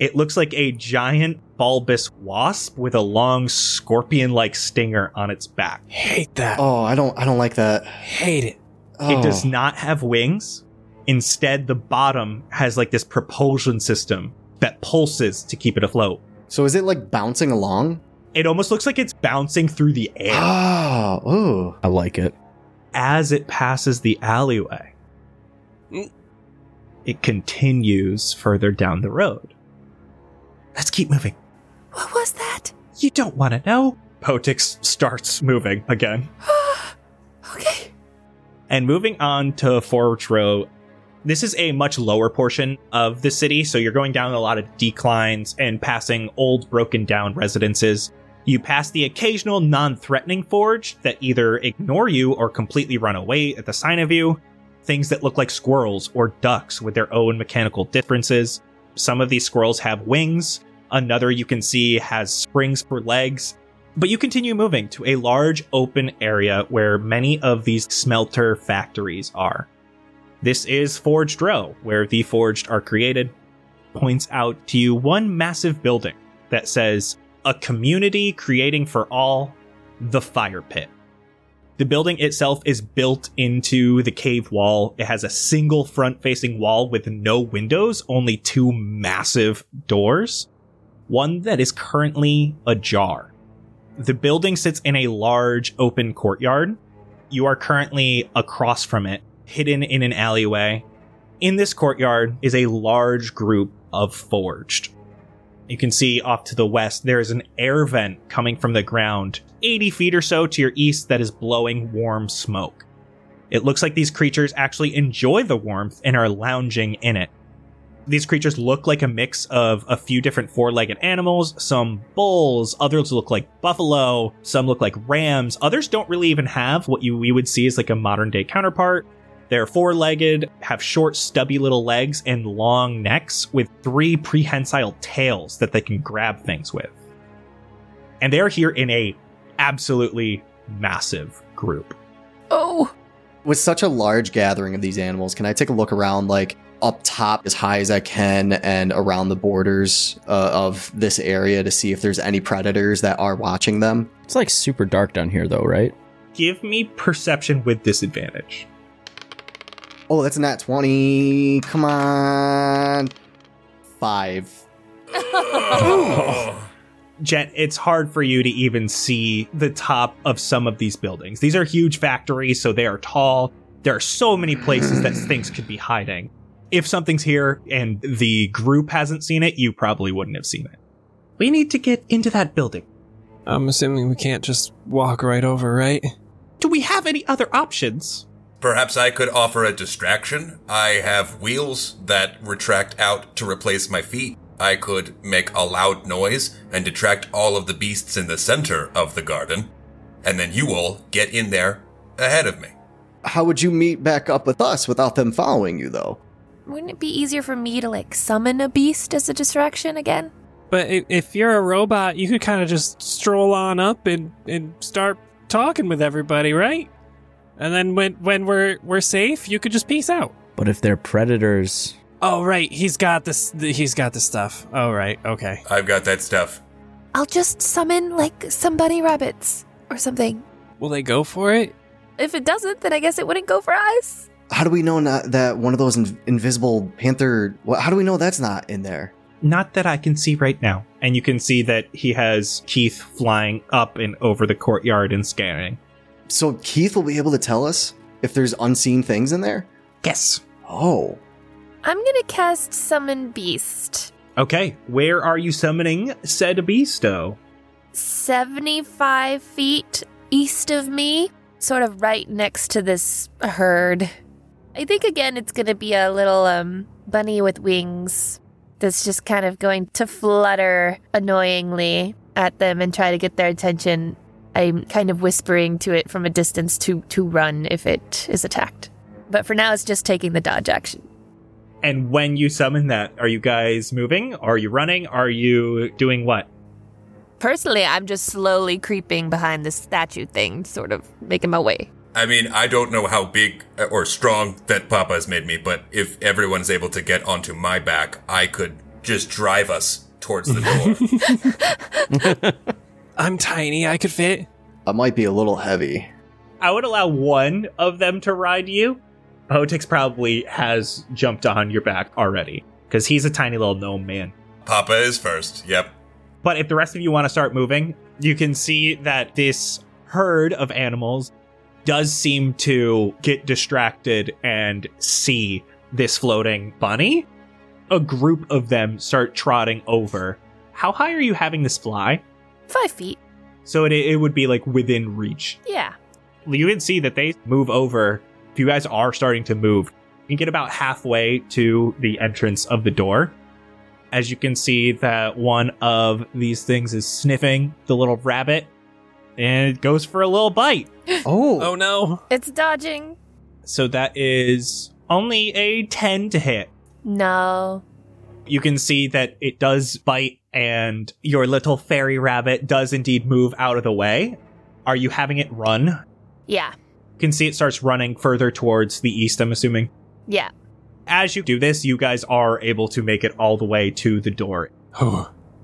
[SPEAKER 5] It looks like a giant bulbous wasp with a long scorpion like stinger on its back.
[SPEAKER 3] Hate that.
[SPEAKER 8] Oh, I don't I don't like that.
[SPEAKER 3] Hate it.
[SPEAKER 8] Oh.
[SPEAKER 5] It does not have wings. Instead, the bottom has like this propulsion system that pulses to keep it afloat.
[SPEAKER 8] So is it like bouncing along?
[SPEAKER 5] It almost looks like it's bouncing through the air
[SPEAKER 8] Oh, ooh.
[SPEAKER 6] I like it.
[SPEAKER 5] as it passes the alleyway.
[SPEAKER 3] Mm.
[SPEAKER 5] It continues further down the road. Let's keep moving.
[SPEAKER 7] What was that?
[SPEAKER 5] You don't want to know. Potix starts moving again.
[SPEAKER 7] okay.
[SPEAKER 5] And moving on to Forge Row, this is a much lower portion of the city, so you're going down a lot of declines and passing old, broken down residences. You pass the occasional non threatening forge that either ignore you or completely run away at the sign of you, things that look like squirrels or ducks with their own mechanical differences. Some of these squirrels have wings, another you can see has springs for legs, but you continue moving to a large open area where many of these smelter factories are. This is Forged Row, where the forged are created. Points out to you one massive building that says, A community creating for all, the fire pit. The building itself is built into the cave wall. It has a single front facing wall with no windows, only two massive doors, one that is currently ajar. The building sits in a large open courtyard. You are currently across from it, hidden in an alleyway. In this courtyard is a large group of forged. You can see off to the west, there is an air vent coming from the ground, 80 feet or so to your east, that is blowing warm smoke. It looks like these creatures actually enjoy the warmth and are lounging in it. These creatures look like a mix of a few different four legged animals, some bulls, others look like buffalo, some look like rams, others don't really even have what you, we would see as like a modern day counterpart. They're four legged, have short, stubby little legs, and long necks with three prehensile tails that they can grab things with. And they're here in a absolutely massive group.
[SPEAKER 7] Oh.
[SPEAKER 8] With such a large gathering of these animals, can I take a look around like up top as high as I can and around the borders uh, of this area to see if there's any predators that are watching them?
[SPEAKER 6] It's like super dark down here, though, right?
[SPEAKER 5] Give me perception with disadvantage.
[SPEAKER 8] Oh, that's not 20. Come on. 5.
[SPEAKER 10] Oh.
[SPEAKER 5] Jen, it's hard for you to even see the top of some of these buildings. These are huge factories, so they are tall. There are so many places that things could be hiding. If something's here and the group hasn't seen it, you probably wouldn't have seen it. We need to get into that building.
[SPEAKER 3] I'm assuming we can't just walk right over, right?
[SPEAKER 5] Do we have any other options?
[SPEAKER 10] Perhaps I could offer a distraction. I have wheels that retract out to replace my feet. I could make a loud noise and detract all of the beasts in the center of the garden, and then you all get in there ahead of me.
[SPEAKER 8] How would you meet back up with us without them following you, though?
[SPEAKER 7] Wouldn't it be easier for me to like summon a beast as a distraction again?
[SPEAKER 3] But i- if you're a robot, you could kind of just stroll on up and, and start talking with everybody, right? And then when when we're we're safe, you could just peace out.
[SPEAKER 6] But if they're predators,
[SPEAKER 3] Oh right, he's got this. He's got the stuff. Oh right, okay.
[SPEAKER 10] I've got that stuff.
[SPEAKER 7] I'll just summon like some bunny rabbits or something.
[SPEAKER 3] Will they go for it?
[SPEAKER 7] If it doesn't, then I guess it wouldn't go for us.
[SPEAKER 8] How do we know not, that one of those in- invisible panther? What, how do we know that's not in there?
[SPEAKER 5] Not that I can see right now. And you can see that he has Keith flying up and over the courtyard and scanning.
[SPEAKER 8] So Keith will be able to tell us if there's unseen things in there?
[SPEAKER 5] Yes.
[SPEAKER 8] Oh.
[SPEAKER 7] I'm gonna cast Summon Beast.
[SPEAKER 5] Okay, where are you summoning said beasto?
[SPEAKER 7] 75 feet east of me, sort of right next to this herd. I think again it's going to be a little um bunny with wings that's just kind of going to flutter annoyingly at them and try to get their attention. I'm kind of whispering to it from a distance to to run if it is attacked. But for now it's just taking the dodge action.
[SPEAKER 5] And when you summon that, are you guys moving? Are you running? Are you doing what?
[SPEAKER 7] Personally, I'm just slowly creeping behind this statue thing, sort of making my way.
[SPEAKER 10] I mean, I don't know how big uh, or strong that Papa has made me, but if everyone's able to get onto my back, I could just drive us towards the
[SPEAKER 3] I'm tiny. I could fit.
[SPEAKER 8] I might be a little heavy.
[SPEAKER 5] I would allow one of them to ride you. Hotix probably has jumped on your back already because he's a tiny little gnome man.
[SPEAKER 10] door. Papa is first. Yep.
[SPEAKER 5] But if the rest of you want to start moving, you can see that this herd of animals does seem to get distracted and see this floating bunny. A group of them start trotting over. How high are you having this fly?
[SPEAKER 7] Five feet.
[SPEAKER 5] So it, it would be like within reach.
[SPEAKER 7] Yeah.
[SPEAKER 5] you can see that they move over. If you guys are starting to move, you get about halfway to the entrance of the door. As you can see, that one of these things is sniffing the little rabbit, and it goes for a little bite.
[SPEAKER 8] Oh.
[SPEAKER 3] Oh no.
[SPEAKER 7] It's dodging.
[SPEAKER 5] So that is only a 10 to hit.
[SPEAKER 7] No.
[SPEAKER 5] You can see that it does bite, and your little fairy rabbit does indeed move out of the way. Are you having it run? You
[SPEAKER 7] Yeah.
[SPEAKER 5] can see it starts running further towards the east, I'm assuming.
[SPEAKER 7] Yeah.
[SPEAKER 5] as you do this, you guys are able to make it all the way to the door.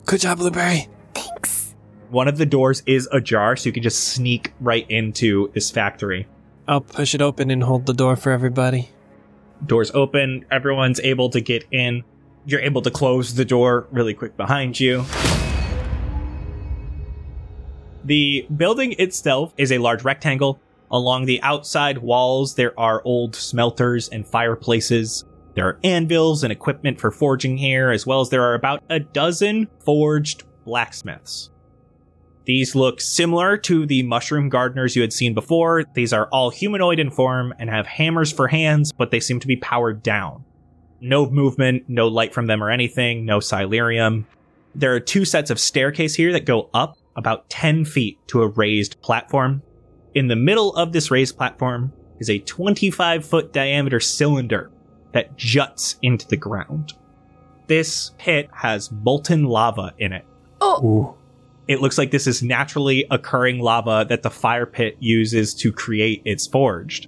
[SPEAKER 9] Good job, Blueberry.
[SPEAKER 7] Thanks.
[SPEAKER 5] One of the doors is ajar, so you can just sneak right into this factory.
[SPEAKER 3] I'll push it open and hold the door for everybody.
[SPEAKER 5] Doors open, everyone's able to get in. You're able to close the door really quick behind you. The building itself is a large rectangle. Along the outside walls, there are old smelters and fireplaces. There are anvils and equipment for forging here, as well as there are about a dozen forged blacksmiths. These look similar to the mushroom gardeners you had seen before. These are all humanoid in form and have hammers for hands, but they seem to be powered down. No movement, no light from them or anything, no silurium. There are two sets of staircase here that go up about 10 feet to a raised platform. In the middle of this raised platform is a 25 foot diameter cylinder that juts into the ground. This pit has molten lava in it.
[SPEAKER 7] Oh.
[SPEAKER 5] It looks like this is naturally occurring lava that the fire pit uses to create its forged.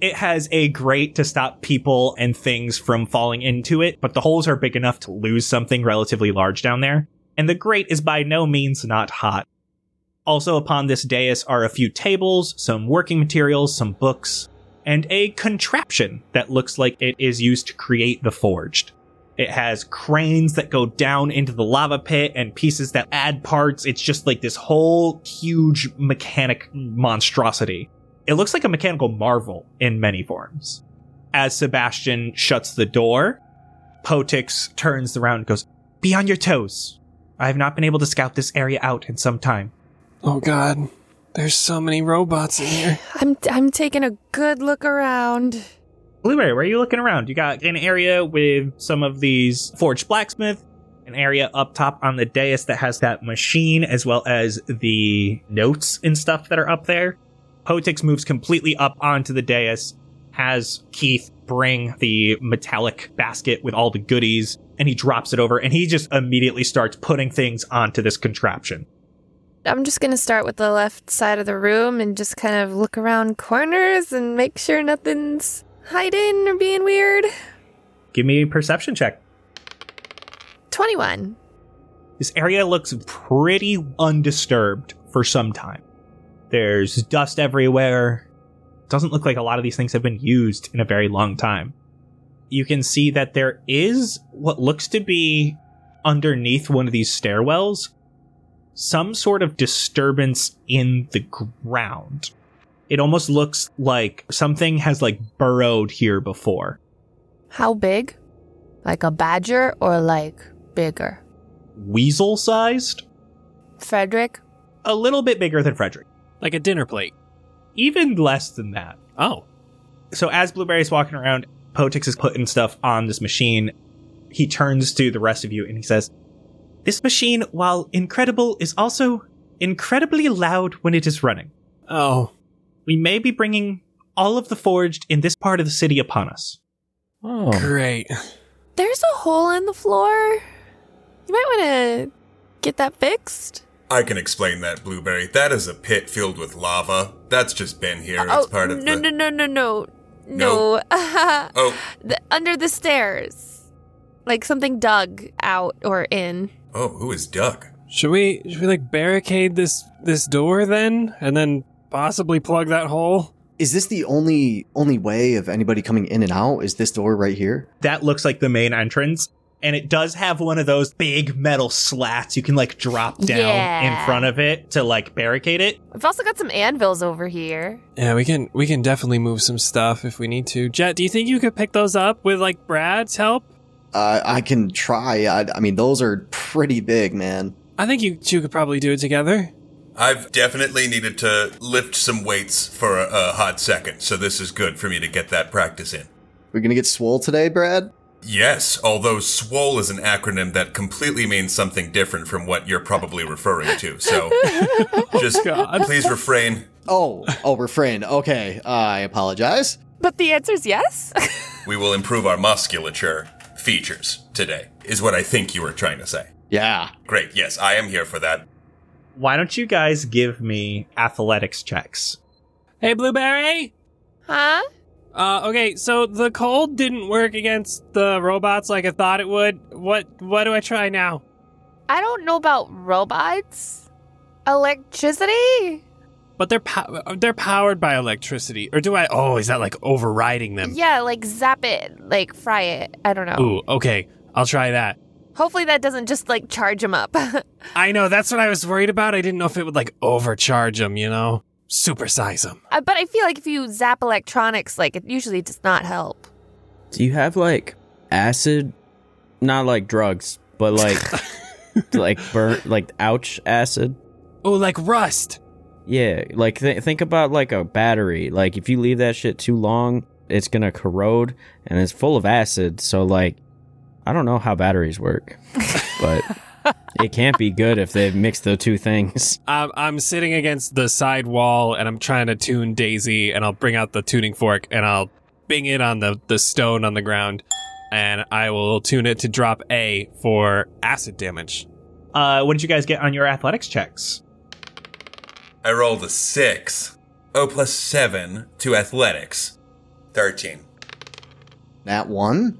[SPEAKER 5] It has a grate to stop people and things from falling into it, but the holes are big enough to lose something relatively large down there, and the grate is by no means not hot. Also upon this dais are a few tables, some working materials, some books, and a contraption that looks like it is used to create the forged. It has cranes that go down into the lava pit and pieces that add parts. It's just like this whole huge mechanic monstrosity. It looks like a mechanical marvel in many forms. As Sebastian shuts the door, Potix turns around and goes, Be on your toes. I have not been able to scout this area out in some time.
[SPEAKER 3] Oh god. There's so many robots in here.
[SPEAKER 7] I'm I'm taking a good look around.
[SPEAKER 5] Blueberry, where are you looking around? You got an area with some of these forged blacksmith, an area up top on the dais that has that machine, as well as the notes and stuff that are up there. Potix moves completely up onto the dais, has Keith bring the metallic basket with all the goodies, and he drops it over, and he just immediately starts putting things onto this contraption.
[SPEAKER 7] I'm just going to start with the left side of the room and just kind of look around corners and make sure nothing's hiding or being weird.
[SPEAKER 5] Give me a perception check.
[SPEAKER 7] 21.
[SPEAKER 5] This area looks pretty undisturbed for some time. There's dust everywhere. Doesn't look like a lot of these things have been used in a very long time. You can see that there is what looks to be underneath one of these stairwells some sort of disturbance in the ground. It almost looks like something has like burrowed here before.
[SPEAKER 7] How big? Like a badger or like bigger?
[SPEAKER 5] Weasel sized?
[SPEAKER 7] Frederick?
[SPEAKER 5] A little bit bigger than Frederick.
[SPEAKER 3] Like a dinner plate.
[SPEAKER 5] Even less than that.
[SPEAKER 3] Oh.
[SPEAKER 5] So as Blueberry's walking around, Potix is putting stuff on this machine. He turns to the rest of you and he says, This machine, while incredible, is also incredibly loud when it is running.
[SPEAKER 3] Oh.
[SPEAKER 5] We may be bringing all of the forged in this part of the city upon us.
[SPEAKER 6] Oh.
[SPEAKER 3] Great.
[SPEAKER 7] There's a hole in the floor. You might want to get that fixed.
[SPEAKER 10] I can explain that, Blueberry. That is a pit filled with lava. That's just been here. it's part of
[SPEAKER 7] Oh, no,
[SPEAKER 10] the.
[SPEAKER 7] no, no, no, no,
[SPEAKER 10] No.
[SPEAKER 7] no,
[SPEAKER 10] Oh,
[SPEAKER 7] The- under the stairs, like something dug out or in.
[SPEAKER 10] oh, who is Duck?
[SPEAKER 3] Should we should we like barricade this this door then and then possibly plug that hole?
[SPEAKER 8] Is this the only only way of anybody coming in and out? Is this door right here?
[SPEAKER 5] That looks like the main entrance. And it does have one of those big metal slats you can like drop down
[SPEAKER 7] Yeah.
[SPEAKER 5] in front of it to like barricade it.
[SPEAKER 7] We've also got some anvils over here.
[SPEAKER 3] Yeah, we can we can definitely move some stuff if we need to. Jet, do you think you could pick those up with like Brad's help?
[SPEAKER 8] Uh, I can try. I, I mean, those are pretty big, man.
[SPEAKER 3] I think you two could probably do it together.
[SPEAKER 10] I've definitely needed to lift some weights for a, a hot second, so this is good for me to get that practice in.
[SPEAKER 8] We're gonna get swole today, Brad.
[SPEAKER 10] Yes, although SWOL is an acronym that completely means something different from what you're probably referring to, so just
[SPEAKER 3] God.
[SPEAKER 10] please refrain.
[SPEAKER 8] Oh, oh, refrain. Okay, I apologize.
[SPEAKER 7] But the answer's yes.
[SPEAKER 10] We will improve our musculature features today, is what I think you were trying to say.
[SPEAKER 8] Yeah,
[SPEAKER 10] Great, yes, I am here for that.
[SPEAKER 5] Why don't you guys give me athletics checks?
[SPEAKER 3] Hey Blueberry!
[SPEAKER 7] huh?
[SPEAKER 3] Uh okay, so the cold didn't work against the robots like I thought it would. What what do I try now?
[SPEAKER 7] I don't know about robots. Electricity?
[SPEAKER 3] But they're pow- they're powered by electricity. Or do I Oh, is that like overriding them?
[SPEAKER 7] Yeah, like zap it, like fry it. I don't know.
[SPEAKER 3] Ooh, okay. I'll try that.
[SPEAKER 7] Hopefully that doesn't just like charge them up. Uh,
[SPEAKER 3] I know, that's what I was worried about. I didn't know if it would like overcharge them, you know? Supersize them.
[SPEAKER 7] Uh, but I feel like if you zap electronics, like it usually does not help.
[SPEAKER 6] Do you have like acid? Not like drugs, but like like burn like ouch acid.
[SPEAKER 3] Oh, like rust.
[SPEAKER 6] Yeah, like th- think about like a battery. Like if you leave that shit too long, it's gonna corrode and it's full of acid. So like, I don't know how batteries work, but it can't be good if they've mixed the two things.
[SPEAKER 3] I'm, Um, I'm sitting against the side wall and I'm trying to tune Daisy, and I'll bring out the tuning fork and I'll bing it on the, the stone on the ground, and I will tune it to drop A for acid damage.
[SPEAKER 5] Uh, what did you guys get on your athletics checks?
[SPEAKER 10] I rolled a 6. Oh, plus 7 to athletics. 13.
[SPEAKER 8] that one.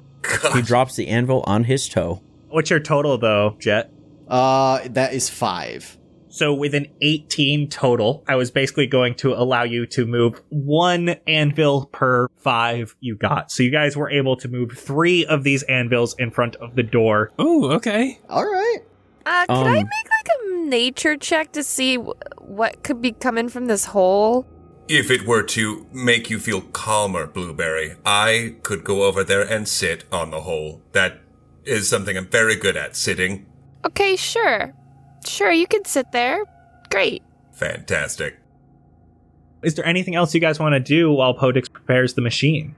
[SPEAKER 6] He drops the anvil on his toe.
[SPEAKER 5] What's your total though, Jet?
[SPEAKER 8] Uh, that is five.
[SPEAKER 5] So with an 18 total, I was basically going to allow you to move one anvil per five you got. So you guys were able to move three of these anvils in front of the door.
[SPEAKER 3] Oh, okay.
[SPEAKER 8] All right.
[SPEAKER 7] Uh, could I make
[SPEAKER 6] Um.
[SPEAKER 7] like a nature check to see w- what could be coming from this hole?
[SPEAKER 10] If it were to make you feel calmer, Blueberry, I could go over there and sit on the hole. That is something I'm very good at sitting.
[SPEAKER 7] Okay, sure. Sure, you can sit there. Great.
[SPEAKER 10] Fantastic.
[SPEAKER 5] Is there anything else you guys want to do while Podix prepares the machine?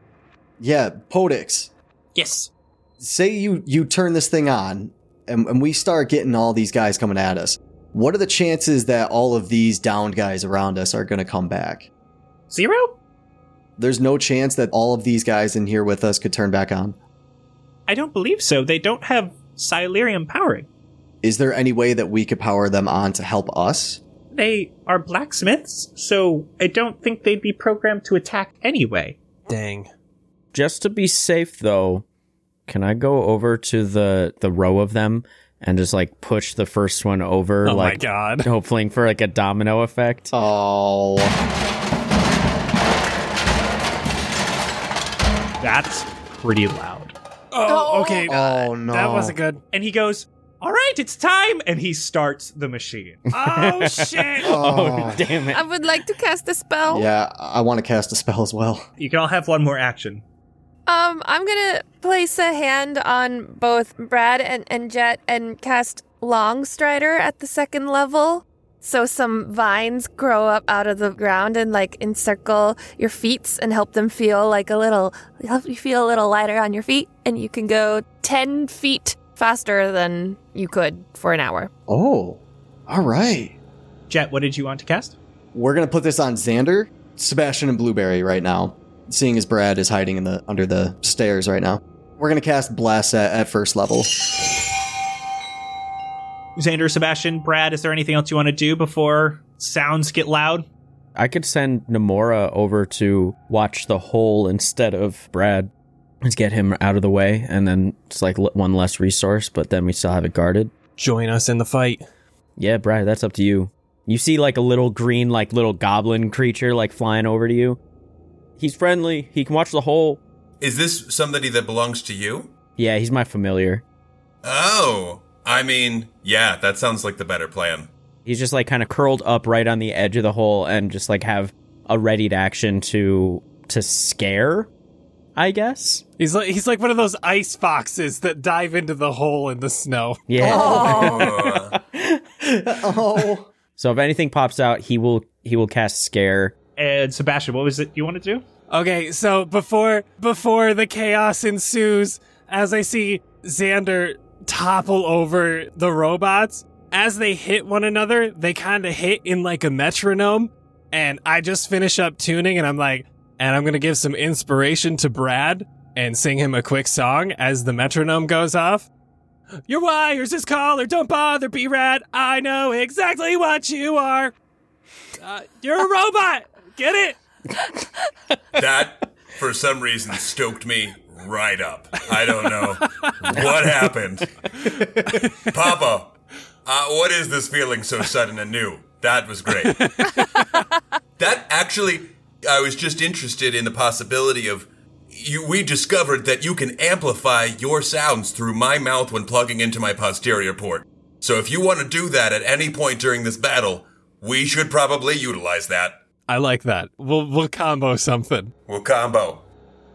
[SPEAKER 8] Yeah, Podix.
[SPEAKER 5] Yes.
[SPEAKER 8] Say you you turn this thing on, and, and we start getting all these guys coming at us. What are the chances that all of these downed guys around us are gonna come back?
[SPEAKER 5] Zero?
[SPEAKER 8] There's no chance that all of these guys in here with us could turn back on.
[SPEAKER 5] I don't believe so. They don't have Silurium powering.
[SPEAKER 8] Is there any way that we could power them on to help us?
[SPEAKER 5] They are blacksmiths, so I don't think they'd be programmed to attack anyway.
[SPEAKER 3] Dang.
[SPEAKER 6] Just to be safe though, can I go over to the the row of them and just like push the first one over?
[SPEAKER 3] oh my
[SPEAKER 6] like,
[SPEAKER 3] god.
[SPEAKER 6] Hopefully for like a domino effect.
[SPEAKER 8] Oh,
[SPEAKER 5] That's pretty loud.
[SPEAKER 3] Oh, okay.
[SPEAKER 8] oh no!
[SPEAKER 3] That wasn't good.
[SPEAKER 5] And he goes, All right, it's time. And he starts the machine.
[SPEAKER 3] Oh shit.
[SPEAKER 8] Oh.
[SPEAKER 6] damn it.
[SPEAKER 7] I would like to cast a spell.
[SPEAKER 8] Yeah, I want to cast a spell as well.
[SPEAKER 5] You can all have one more action.
[SPEAKER 7] Um, I'm gonna place a hand on both Brad and, and Jet and cast Long Strider at the second level. So some vines grow up out of the ground and like encircle your feet and help them feel like a little help you feel a little lighter on your feet and you can go ten feet faster than you could for an hour.
[SPEAKER 8] Oh, all right.
[SPEAKER 5] Jet, what did you want to cast?
[SPEAKER 8] We're gonna put this on Xander, Sebastian, and Blueberry right now. Seeing as Brad is hiding in the under the stairs right now, we're gonna cast Blast at, at first level.
[SPEAKER 5] Xander, Sebastian, Brad, is there anything else you want to do before sounds get loud?
[SPEAKER 6] I could send Namora over to watch the hole instead of Brad. Let's get him out of the way, and then it's like l- one less resource, but then we still have it guarded.
[SPEAKER 3] Join us in the fight.
[SPEAKER 6] Yeah, Brad, that's up to you. You see like a little green, like little goblin creature like flying over to you. He's friendly. He can watch the hole.
[SPEAKER 10] Is this somebody that belongs to you?
[SPEAKER 6] Yeah, he's my familiar.
[SPEAKER 10] Oh, I mean, yeah, that sounds like the better plan.
[SPEAKER 6] He's just like kind of curled up right on the edge of the hole and just like have a readied action to to scare, I guess.
[SPEAKER 3] He's like he's like one of those ice foxes that dive into the hole in the snow.
[SPEAKER 6] Yeah.
[SPEAKER 10] Oh.
[SPEAKER 8] oh,
[SPEAKER 6] So if anything pops out, he will he will cast scare.
[SPEAKER 5] And Sebastian, what was it you want to do?
[SPEAKER 3] Okay, so before before the chaos ensues, as I see Xander topple over the robots, as they hit one another, they kind of hit in like a metronome, and I just finish up tuning, and I'm like, and I'm gonna give some inspiration to Brad and sing him a quick song as the metronome goes off. Your wires is collar, don't bother, be rad. I know exactly what you are. Uh, you're a robot. Get it?
[SPEAKER 10] That, for some reason, stoked me right up. I don't know what happened. Papa, uh, what is this feeling so sudden and new? That was great. that actually, I was just interested in the possibility of. You, we discovered that you can amplify your sounds through my mouth when plugging into my posterior port. So if you want to do that at any point during this battle, we should probably utilize that.
[SPEAKER 3] I like that. We'll we'll combo something.
[SPEAKER 10] We'll combo.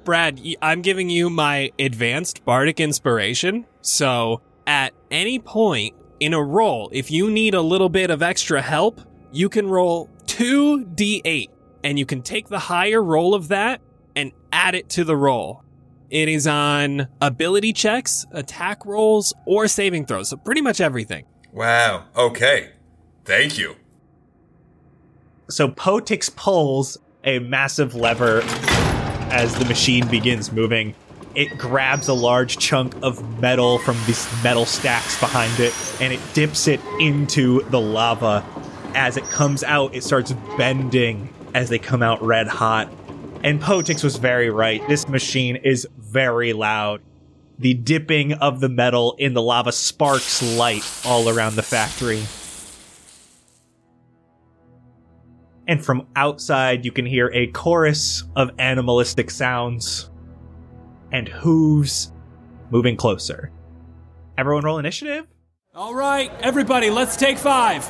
[SPEAKER 3] Brad, y- I'm giving you my advanced bardic inspiration. So, at any point in a roll, if you need a little bit of extra help, you can roll 2d8 and you can take the higher roll of that and add it to the roll. It is on ability checks, attack rolls, or saving throws. So, pretty much everything.
[SPEAKER 10] Wow. Okay. Thank you.
[SPEAKER 5] So Potix pulls a massive lever as the machine begins moving. It grabs a large chunk of metal from these metal stacks behind it and it dips it into the lava. As it comes out, it starts bending as they come out red hot. And Potix was very right. This machine is very loud. The dipping of the metal in the lava sparks light all around the factory. and from outside you can hear a chorus of animalistic sounds and hooves moving closer. Everyone roll initiative.
[SPEAKER 3] All right, everybody, let's take five.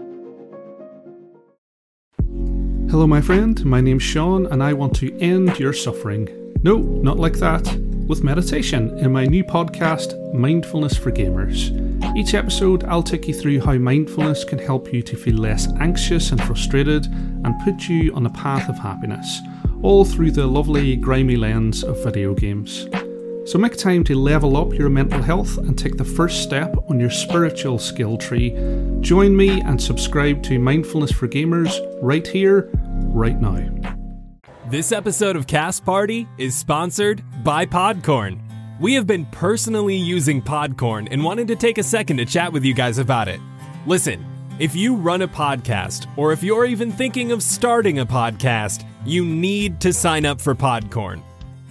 [SPEAKER 12] Hello, my friend. My name's Sean, and I want to end your suffering. No, not like that. With meditation in my new podcast, Mindfulness for Gamers. Each episode, I'll take you through how mindfulness can help you to feel less anxious and frustrated and put you on the path of happiness, all through the lovely, grimy lens of video games. So make time to level up your mental health and take the first step on your spiritual skill tree. Join me and subscribe to Mindfulness for Gamers right here, right now.
[SPEAKER 3] This episode of Cast Party is sponsored by Podcorn. We have been personally using Podcorn and wanted to take a second to chat with you guys about it. Listen, if you run a podcast, or if you're even thinking of starting a podcast, you need to sign up for Podcorn.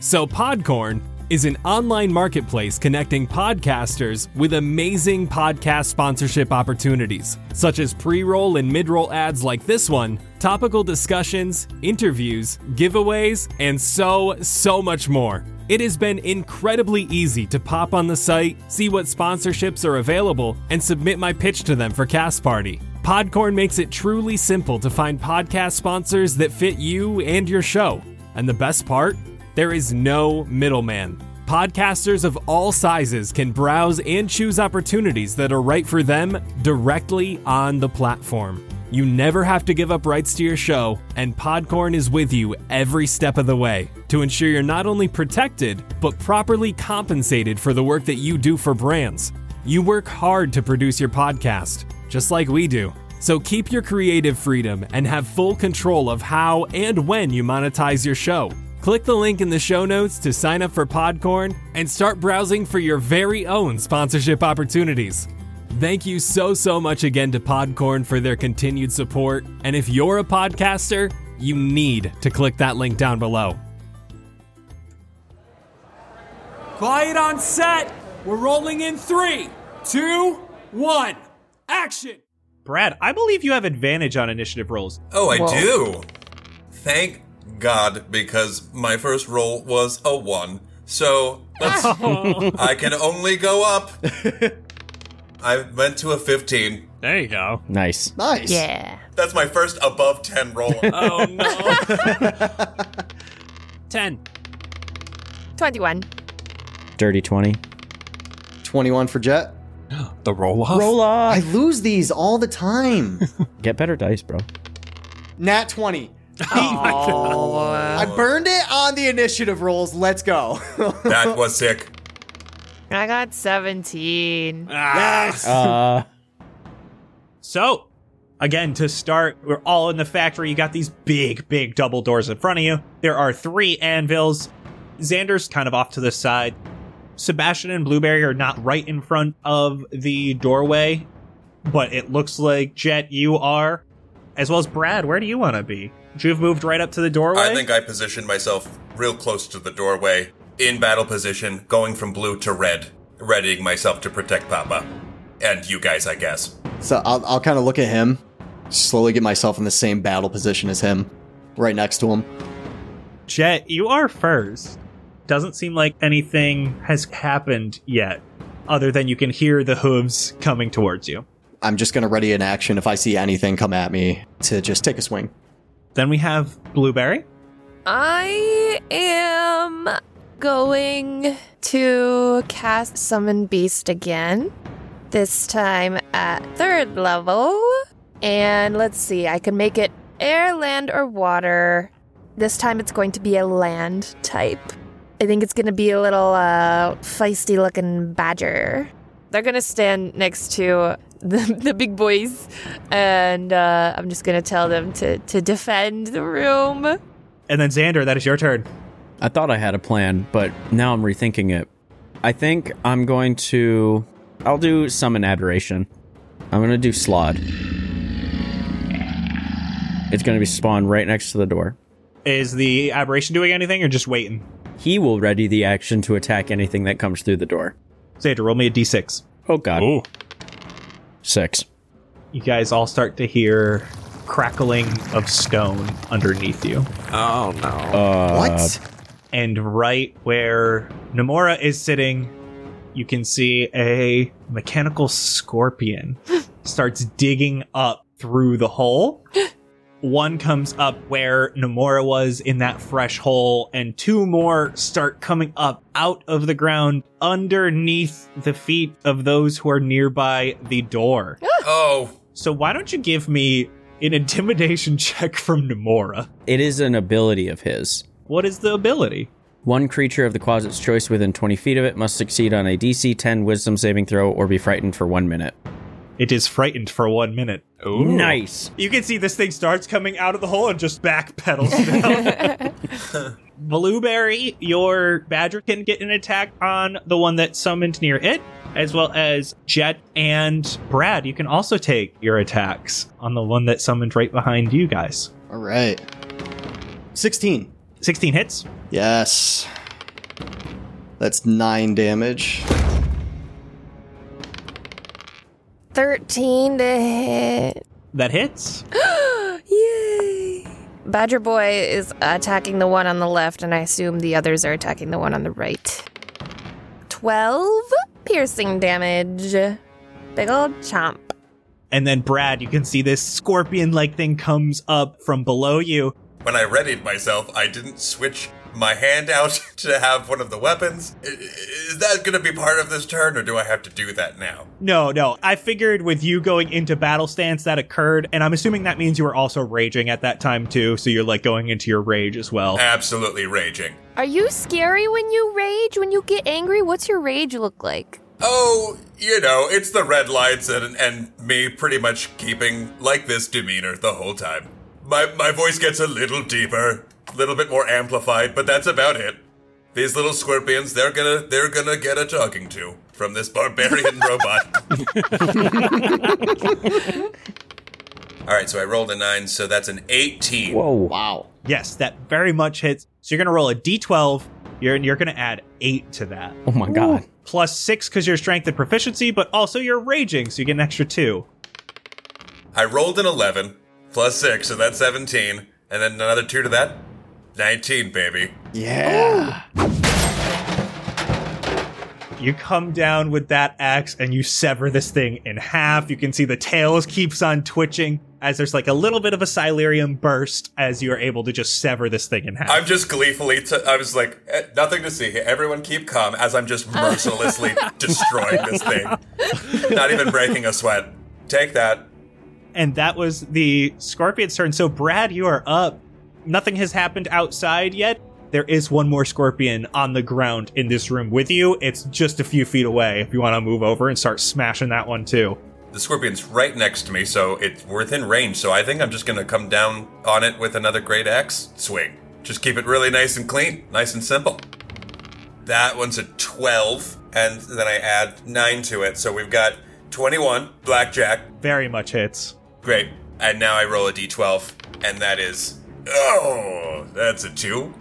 [SPEAKER 3] So, Podcorn is an online marketplace connecting podcasters with amazing podcast sponsorship opportunities, such as pre roll and mid roll ads like this one, topical discussions, interviews, giveaways, and so, so much more. It has been incredibly easy to pop on the site, see what sponsorships are available, and submit my pitch to them for Cast Party. Podcorn makes it truly simple to find podcast sponsors that fit you and your show. And the best part? There is no middleman. Podcasters of all sizes can browse and choose opportunities that are right for them directly on the platform. You never have to give up rights to your show, and Podcorn is with you every step of the way to ensure you're not only protected, but properly compensated for the work that you do for brands. You work hard to produce your podcast, just like we do. So keep your creative freedom and have full control of how and when you monetize your show. Click the link in the show notes to sign up for Podcorn and start browsing for your very own sponsorship opportunities. Thank you so, so much again to Podcorn for their continued support. And if you're a podcaster, you need to click that link down below. Quiet on set! We're rolling in three, two, one, action!
[SPEAKER 5] Brad, I believe you have advantage on initiative rolls.
[SPEAKER 10] Oh, I do. Thank God, because my first roll was a one. So let's, I can only go up. I went to a 15.
[SPEAKER 3] There you go.
[SPEAKER 6] Nice.
[SPEAKER 8] Nice.
[SPEAKER 7] Yeah.
[SPEAKER 10] That's my first above 10 roll.
[SPEAKER 3] oh, no. 10.
[SPEAKER 7] 21.
[SPEAKER 6] Dirty 20.
[SPEAKER 8] 21 for Jet.
[SPEAKER 3] The roll off?
[SPEAKER 6] Roll off.
[SPEAKER 8] I lose these all the time.
[SPEAKER 6] Get better dice, bro.
[SPEAKER 8] Nat 20. I burned it on the initiative rolls. Let's go.
[SPEAKER 10] That was sick.
[SPEAKER 7] I got 17.
[SPEAKER 8] yes.
[SPEAKER 6] Uh,
[SPEAKER 5] So, again, to start, we're all in the factory. You got these big, big double doors in front of you. There are three anvils. Xander's kind of off to the side. Sebastian and Blueberry are not right in front of the doorway, but it looks like Jet, you are. As well as Brad, where do you want to be? You've moved right up to the doorway.
[SPEAKER 10] I think I positioned myself real close to the doorway, in battle position, going from blue to red, readying myself to protect Papa. And you guys, I guess.
[SPEAKER 8] So I'll, I'll kind of look at him, slowly get myself in the same battle position as him, right next to him.
[SPEAKER 5] Jet, you are first. Doesn't seem like anything has happened yet, other than you can hear the hooves coming towards you.
[SPEAKER 8] I'm just going to ready an action if I see anything come at me to just take a swing.
[SPEAKER 5] Then we have Blueberry.
[SPEAKER 7] I am going to cast Summon Beast again, this time at third level. And let's see, I can make it air, land, or water. This time it's going to be a land type. I think it's going to be a little uh, feisty looking badger. They're going to stand next to the, the big boys, and uh, I'm just going to tell them to, to defend the room.
[SPEAKER 5] And then Xander, that is your turn.
[SPEAKER 6] I thought I had a plan, but now I'm rethinking it. I think I'm going to. I'll do summon adoration. I'm going to do slod. It's going to be spawned right next to the door.
[SPEAKER 5] Is the aberration doing anything or just waiting?
[SPEAKER 6] He will ready the action to attack anything that comes through the door.
[SPEAKER 5] Xander, roll me a d6.
[SPEAKER 6] Oh, God.
[SPEAKER 3] Ooh.
[SPEAKER 6] Six.
[SPEAKER 5] You guys all start to hear crackling of stone underneath you.
[SPEAKER 9] Oh no.
[SPEAKER 6] Uh,
[SPEAKER 8] what?
[SPEAKER 5] And right where Nomura is sitting, you can see a mechanical scorpion starts digging up through the hole. One comes up where Nomura was in that fresh hole, and two more start coming up out of the ground underneath the feet of those who are nearby the door.
[SPEAKER 10] Oh,
[SPEAKER 5] So, why don't you give me an intimidation check from Nomura?
[SPEAKER 6] It is an ability of his.
[SPEAKER 5] What is the ability?
[SPEAKER 6] One creature of the closet's choice within 20 feet of it must succeed on a DC 10 wisdom saving throw or be frightened for one minute.
[SPEAKER 5] It is frightened for one minute.
[SPEAKER 6] Nice.
[SPEAKER 5] You can see this thing starts coming out of the hole and just backpedals down. Blueberry, your badger can get an attack on the one that's summoned near it, as well as Jet and Brad. You can also take your attacks on the one that's summoned right behind you guys.
[SPEAKER 8] All right. 16.
[SPEAKER 5] 16 hits.
[SPEAKER 8] Yes. That's nine damage.
[SPEAKER 7] 13 to hit.
[SPEAKER 5] That hits.
[SPEAKER 7] Yay! Badger Boy is attacking the one on the left, and I assume the others are attacking the one on the right. 12 piercing damage. Big old chomp.
[SPEAKER 5] And then Brad, you can see this scorpion-like thing comes up from below you.
[SPEAKER 10] When I readied myself, I didn't switch my hand out to have one of the weapons. I- Is that going to be part of this turn, or do I have to do that now?
[SPEAKER 5] No, no. I figured with you going into battle stance that occurred, and I'm assuming that means you were also raging at that time too, so you're like going into your rage as well.
[SPEAKER 10] Absolutely raging.
[SPEAKER 7] Are you scary when you rage? When you get angry? What's your rage look like?
[SPEAKER 10] Oh, you know, it's the red lights and, and me pretty much keeping like this demeanor the whole time. My, my voice gets a little deeper, a little bit more amplified, but that's about it. These little scorpions, they're gonna they're gonna get a talking to from this barbarian robot. All right, so I rolled a 9, so that's an 18.
[SPEAKER 5] Whoa.
[SPEAKER 8] Wow.
[SPEAKER 5] Yes, that very much hits. So you're gonna roll a d12. You're you're gonna add eight to that.
[SPEAKER 6] Oh my god.
[SPEAKER 5] Plus six because your strength and proficiency, but also you're raging, so you get an extra two.
[SPEAKER 10] I rolled an 11 plus 6, so that's 17, and then another 2 to that. 19, baby.
[SPEAKER 8] Yeah.
[SPEAKER 5] You come down with that axe and you sever this thing in half. You can see the tails keeps on twitching as there's like a little bit of a silurium burst as you are able to just sever this thing in half.
[SPEAKER 10] I'm just gleefully. T- I was like, eh, nothing to see here. Everyone, keep calm. As I'm just mercilessly destroying this thing, not even breaking a sweat. Take that.
[SPEAKER 5] And that was the scorpion's turn. So, Brad, you are up. Nothing has happened outside yet. There is one more scorpion on the ground in this room with you. It's just a few feet away if you want to move over and start smashing that one too.
[SPEAKER 10] The scorpion's right next to me, so it's within range. So I think I'm just gonna come down on it with another great axe swing. Just keep it really nice and clean, nice and simple. That one's a 12, and then I add nine to it, so we've got 21 blackjack.
[SPEAKER 5] Very much hits.
[SPEAKER 10] Great. And now I roll a d12, and that is. Oh, that's a 2.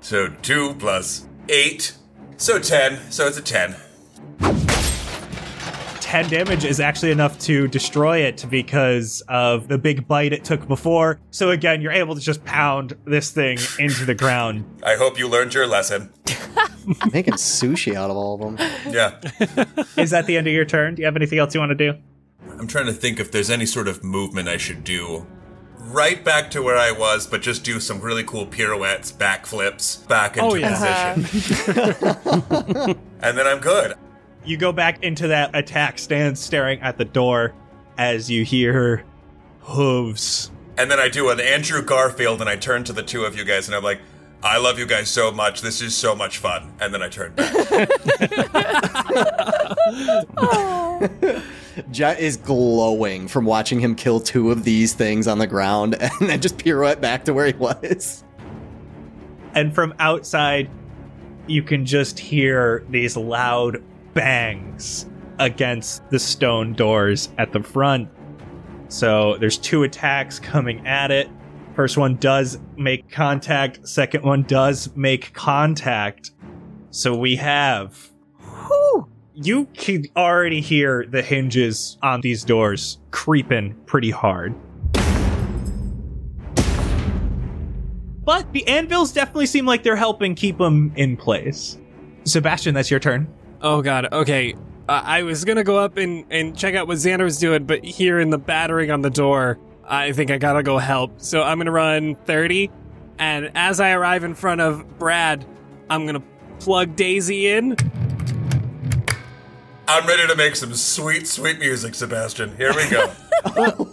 [SPEAKER 10] So 2 plus 8. So 10. So it's a 10.
[SPEAKER 5] 10 damage is actually enough to destroy it because of the big bite it took before. So, again, you're able to just pound this thing into the ground.
[SPEAKER 10] I hope you learned your lesson.
[SPEAKER 8] Making sushi out of all of them.
[SPEAKER 10] Yeah.
[SPEAKER 5] Is that the end of your turn? Do you have anything else you want to do?
[SPEAKER 10] I'm trying to think if there's any sort of movement I should do. Right back to where I was, but just do some really cool pirouettes, backflips, back into
[SPEAKER 5] Oh, yeah. Uh-huh.
[SPEAKER 10] position. and then I'm good.
[SPEAKER 5] You go back into that attack stance, staring at the door as you hear hooves.
[SPEAKER 10] And then I do an Andrew Garfield and I turn to the two of you guys and I'm like, I love you guys so much. This is so much fun. And then I turn back.
[SPEAKER 8] Jet is glowing from watching him kill two of these things on the ground and then just pirouette back to where he was.
[SPEAKER 5] And from outside, you can just hear these loud bangs against the stone doors at the front. So there's two attacks coming at it. First one does make contact, second one does make contact. So we have. Whew, you can already hear the hinges on these doors creeping pretty hard. But the anvils definitely seem like they're helping keep them in place. Sebastian, that's your turn.
[SPEAKER 3] Oh god. Okay. Uh, I was gonna go up and and check out what Xander was doing, but here in the battering on the door, I think I gotta go help. So I'm gonna run 30, and as I arrive in front of Brad, I'm gonna plug Daisy in.
[SPEAKER 10] I'm ready to make some sweet, sweet music, Sebastian. Here we go.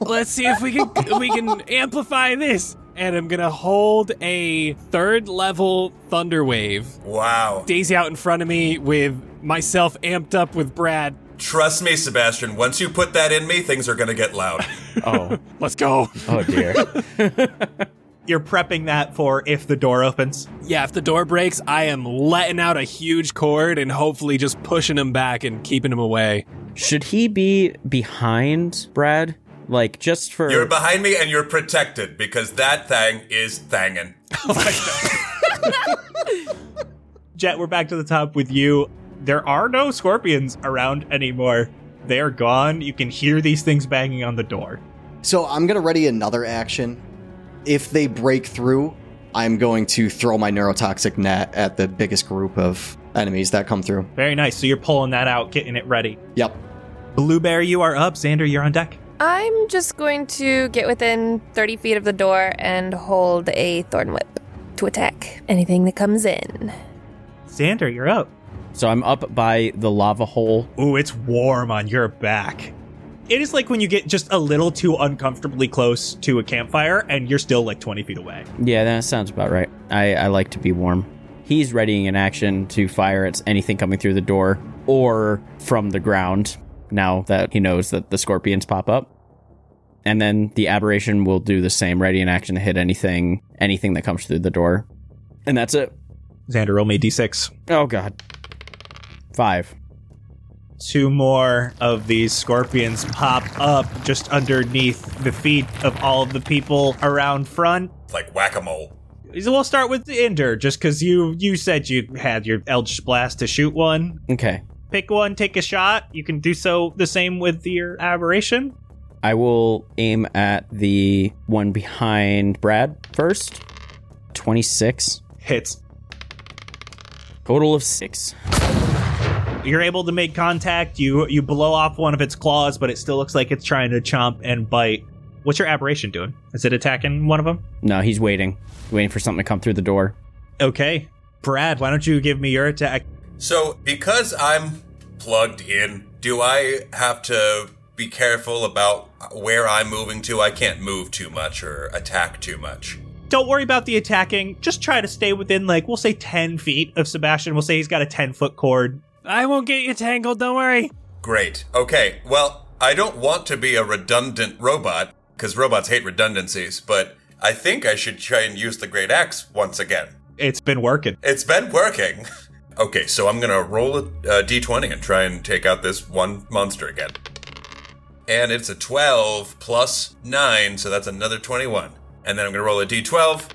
[SPEAKER 3] Let's see if we can if we can amplify this. And I'm gonna hold a third level thunder wave.
[SPEAKER 10] Wow.
[SPEAKER 3] Daisy out in front of me with myself amped up with Brad.
[SPEAKER 10] Trust me, Sebastian, once you put that in me, things are going to get loud.
[SPEAKER 6] Oh.
[SPEAKER 3] Let's go.
[SPEAKER 6] Oh dear.
[SPEAKER 5] You're prepping that for if the door opens.
[SPEAKER 3] Yeah, if the door breaks, I am letting out a huge cord and hopefully just pushing him back and keeping him away.
[SPEAKER 6] Should he be behind Brad? Like just for
[SPEAKER 10] You're behind me and you're protected because that thing is thangin'.
[SPEAKER 5] Jet, we're back to the top with you. There are no scorpions around anymore. They are gone. You can hear these things banging on the door.
[SPEAKER 8] So I'm going to ready another action. If they break through, I'm going to throw my neurotoxic net at the biggest group of enemies that come through.
[SPEAKER 5] Very nice. So you're pulling that out, getting it ready.
[SPEAKER 8] Yep.
[SPEAKER 5] Blueberry, you are up. Xander, you're on deck.
[SPEAKER 7] I'm just going to get within 30 feet of the door and hold a thorn whip to attack anything that comes in.
[SPEAKER 5] Xander, you're up.
[SPEAKER 6] So I'm up by the lava hole.
[SPEAKER 5] Ooh, it's warm on your back. It is like when you get just a little too uncomfortably close to a campfire and you're still like 20 feet away.
[SPEAKER 6] Yeah, that sounds about right. I, I like to be warm. He's readying an action to fire at anything coming through the door or from the ground now that he knows that the scorpions pop up. And then the aberration will do the same, ready in action to hit anything, anything that comes through the door. And that's it.
[SPEAKER 5] Xander, roll me a d6.
[SPEAKER 6] Oh god. Five.
[SPEAKER 5] Two more of these scorpions pop up just underneath the feet of all of the people around front.
[SPEAKER 10] It's like whack a mole.
[SPEAKER 5] We'll start with the Ender, just because you you said you had your Eldritch Blast to shoot one.
[SPEAKER 6] Okay.
[SPEAKER 5] Pick one, take a shot. You can do so the same with your aberration.
[SPEAKER 6] I will aim at the one behind Brad first. 26.
[SPEAKER 5] Hits.
[SPEAKER 6] Total of six.
[SPEAKER 5] You're able to make contact. You you blow off one of its claws, but it still looks like it's trying to chomp and bite. What's your aberration doing? Is it attacking one of them?
[SPEAKER 6] No, he's waiting. Waiting for something to come through the door.
[SPEAKER 5] Okay. Brad, why don't you give me your attack?
[SPEAKER 10] So, because I'm plugged in, do I have to be careful about where I'm moving to? I can't move too much or attack too much.
[SPEAKER 5] Don't worry about the attacking. Just try to stay within, like, we'll say 10 feet of Sebastian. We'll say he's got a 10 foot cord.
[SPEAKER 3] I won't get you tangled, don't worry.
[SPEAKER 10] Great. Okay, well, I don't want to be a redundant robot, because robots hate redundancies, but I think I should try and use the Great Axe once again.
[SPEAKER 5] It's been working.
[SPEAKER 10] It's been working. okay, so I'm going to roll a a d20 and try and take out this one monster again. And it's a 12 plus 9, so that's another 21. And then I'm going to roll a d12.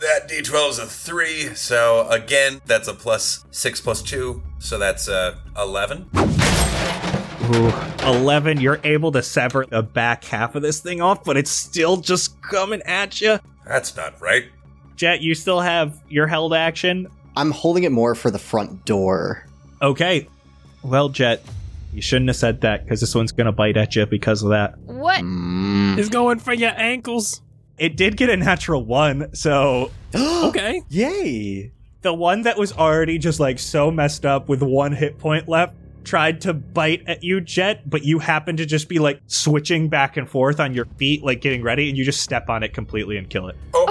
[SPEAKER 10] That d12 is a 3, so again, that's a plus 6 plus 2, so that's uh, 11.
[SPEAKER 5] Ooh, 11. You're able to sever the back half of this thing off, but it's still just coming at you.
[SPEAKER 10] That's not right.
[SPEAKER 5] Jet, you still have your held action.
[SPEAKER 8] I'm holding it more for the front door.
[SPEAKER 5] Okay. Well, Jet, you shouldn't have said that because this one's going to bite at you because of that.
[SPEAKER 7] What?
[SPEAKER 3] It's going for your ankles.
[SPEAKER 5] It did get a natural one, so
[SPEAKER 3] okay.
[SPEAKER 8] Yay.
[SPEAKER 5] the one that was already just like so messed up with one hit point left tried to bite at you, Jet, but you happen to just be like switching back and forth on your feet, like getting ready, and you just step on it completely and kill it.
[SPEAKER 8] Oh,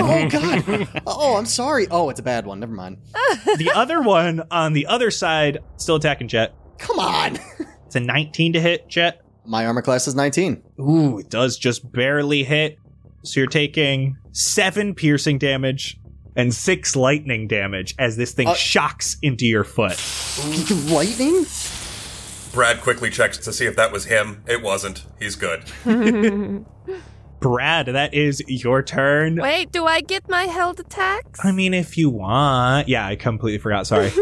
[SPEAKER 8] oh god. Oh, I'm sorry. Oh, it's a bad one. Never mind.
[SPEAKER 5] the other one on the other side, still attacking Jet.
[SPEAKER 8] Come on.
[SPEAKER 5] It's a 19 to hit, Jet.
[SPEAKER 8] My armor class is 19.
[SPEAKER 5] Ooh, it does just barely hit. So you're taking seven piercing damage and six lightning damage as this thing
[SPEAKER 8] Uh,
[SPEAKER 5] shocks into your foot.
[SPEAKER 8] Lightning?
[SPEAKER 10] Brad quickly checks to see if that was him. It wasn't. He's good.
[SPEAKER 5] Brad, that is your turn.
[SPEAKER 7] Wait, do I get my held attacks?
[SPEAKER 5] I mean, if you want. Yeah, I completely forgot. Sorry.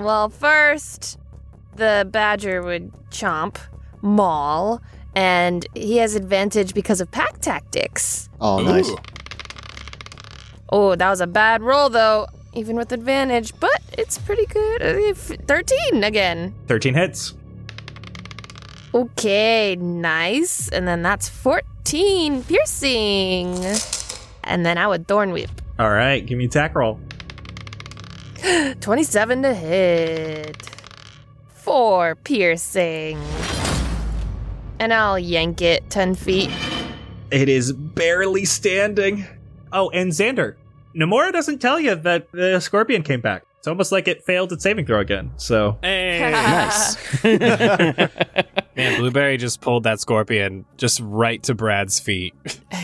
[SPEAKER 7] Well, first, the badger would chomp, maul, and he has advantage because of pack tactics.
[SPEAKER 8] Oh, nice.
[SPEAKER 7] Oh, that was a bad roll, though, even with advantage, but it's pretty good. Uh, f- 13 again.
[SPEAKER 5] 13 hits.
[SPEAKER 7] Okay, nice. And then that's 14 piercing. And then I would thorn whip.
[SPEAKER 5] All right, give me attack roll.
[SPEAKER 7] 27 to hit. 4 piercing. And I'll yank it 10 feet.
[SPEAKER 5] It is barely standing. Oh, and Xander, Nomura doesn't tell you that the scorpion came back. It's almost like it failed its saving throw again. So
[SPEAKER 3] Hey.
[SPEAKER 8] Nice.
[SPEAKER 3] Man, Blueberry just pulled that scorpion just right to Brad's feet.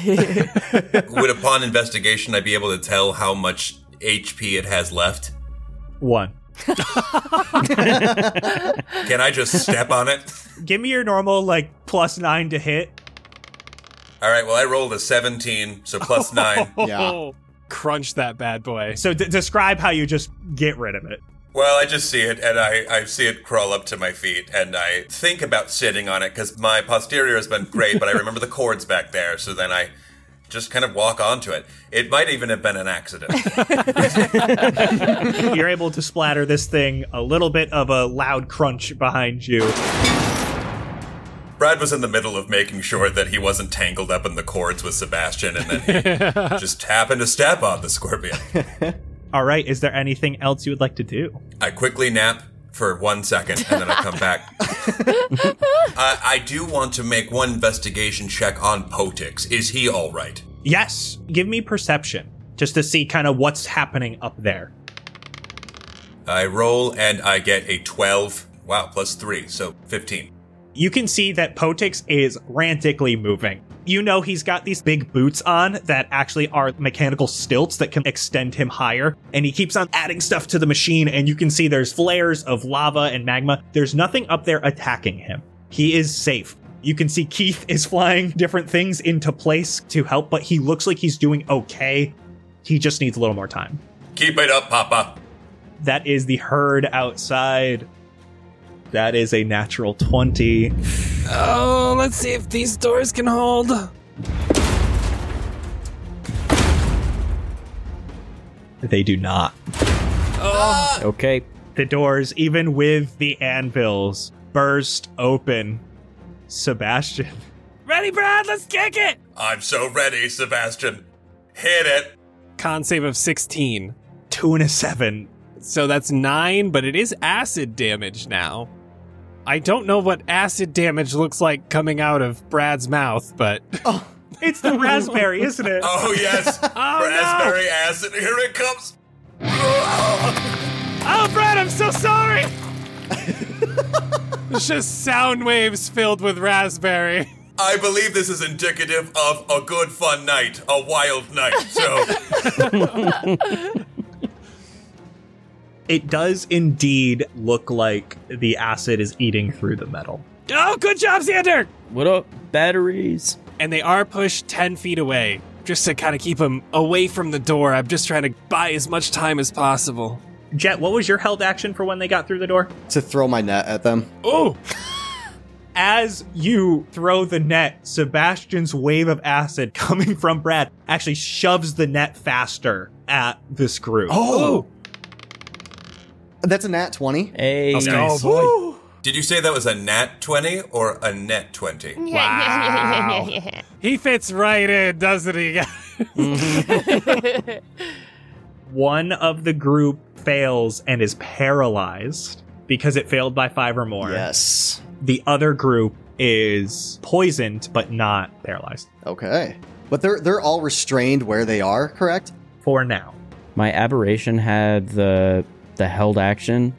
[SPEAKER 10] Would upon investigation I be able to tell how much HP it has left?
[SPEAKER 5] one.
[SPEAKER 10] Can I just step on it?
[SPEAKER 5] Give me your normal like plus nine to hit.
[SPEAKER 10] All right, well, I rolled a 17, so plus 9.
[SPEAKER 8] Yeah.
[SPEAKER 3] crunch that bad boy.
[SPEAKER 5] So d- describe how you just get rid of it.
[SPEAKER 10] Well, I just see it, and I, I see it crawl up to my feet, and I think about sitting on it because my posterior has been great, but I remember the cords back there, so then I just kind of walk onto it. It might even have been an accident.
[SPEAKER 5] You're able to splatter this thing a little bit of a loud crunch behind you.
[SPEAKER 10] Brad was in the middle of making sure that he wasn't tangled up in the cords with Sebastian, and then he just happened to step on the scorpion.
[SPEAKER 5] All right, is there anything else you would like to do?
[SPEAKER 10] I quickly nap for one second and then I come back. I, I do want to make one investigation check on Potix. Is he all right?
[SPEAKER 5] Yes, give me perception just to see kind of what's happening up there.
[SPEAKER 10] I roll and I get a 12. Wow, plus 3, so 15.
[SPEAKER 5] You can see that Potix is rantically moving. You know he's got these big boots on that actually are mechanical stilts that can extend him higher, and he keeps on adding stuff to the machine, and you can see there's flares of lava and magma. There's nothing up there attacking him. He is safe. You can see Keith is flying different things into place to help, but he looks like he's doing okay. He just needs a little more time.
[SPEAKER 10] Keep it up, Papa.
[SPEAKER 5] That is the herd outside. That is a natural 20.
[SPEAKER 9] Oh, let's see if these doors can hold.
[SPEAKER 5] They do not.
[SPEAKER 9] Oh.
[SPEAKER 6] Okay.
[SPEAKER 5] The doors, even with the anvils, burst open. Sebastian.
[SPEAKER 9] Ready, Brad? Let's kick it!
[SPEAKER 10] I'm so ready, Sebastian. Hit it.
[SPEAKER 3] Con save of 16.
[SPEAKER 5] Two and a seven.
[SPEAKER 3] So that's nine, but it is acid damage now. I don't know what acid damage looks like coming out of Brad's mouth, but.
[SPEAKER 5] Oh, it's the raspberry, isn't it?
[SPEAKER 10] Oh, yes.
[SPEAKER 3] oh,
[SPEAKER 10] raspberry acid. Here it comes.
[SPEAKER 3] Oh, Brad, I'm so sorry. it's just sound waves filled with raspberry.
[SPEAKER 10] I believe this is indicative of a good fun night, a wild night. So.
[SPEAKER 5] it does indeed look like the acid is eating through the metal.
[SPEAKER 9] Oh, good job, Xander!
[SPEAKER 6] What up? Batteries.
[SPEAKER 3] And they are pushed 10 feet away, just to kind of keep them away from the door. I'm just trying to buy as much time as possible.
[SPEAKER 5] Jet, what was your held action for when they got through the door?
[SPEAKER 8] To throw my net at them.
[SPEAKER 5] Oh! As you throw the net, Sebastian's wave of acid coming from Brad actually shoves the net faster at this group.
[SPEAKER 8] Oh! That's a nat 20.
[SPEAKER 6] Hey.
[SPEAKER 5] Nice. Oh,
[SPEAKER 10] Did you say that was a nat 20 or a net 20?
[SPEAKER 3] Wow. he fits right in, doesn't he?
[SPEAKER 5] One of the group fails and is paralyzed because it failed by five or more.
[SPEAKER 8] Yes.
[SPEAKER 5] The other group is poisoned but not paralyzed.
[SPEAKER 8] Okay. But they're they're all restrained where they are, correct?
[SPEAKER 5] For now.
[SPEAKER 6] My aberration had the the held action.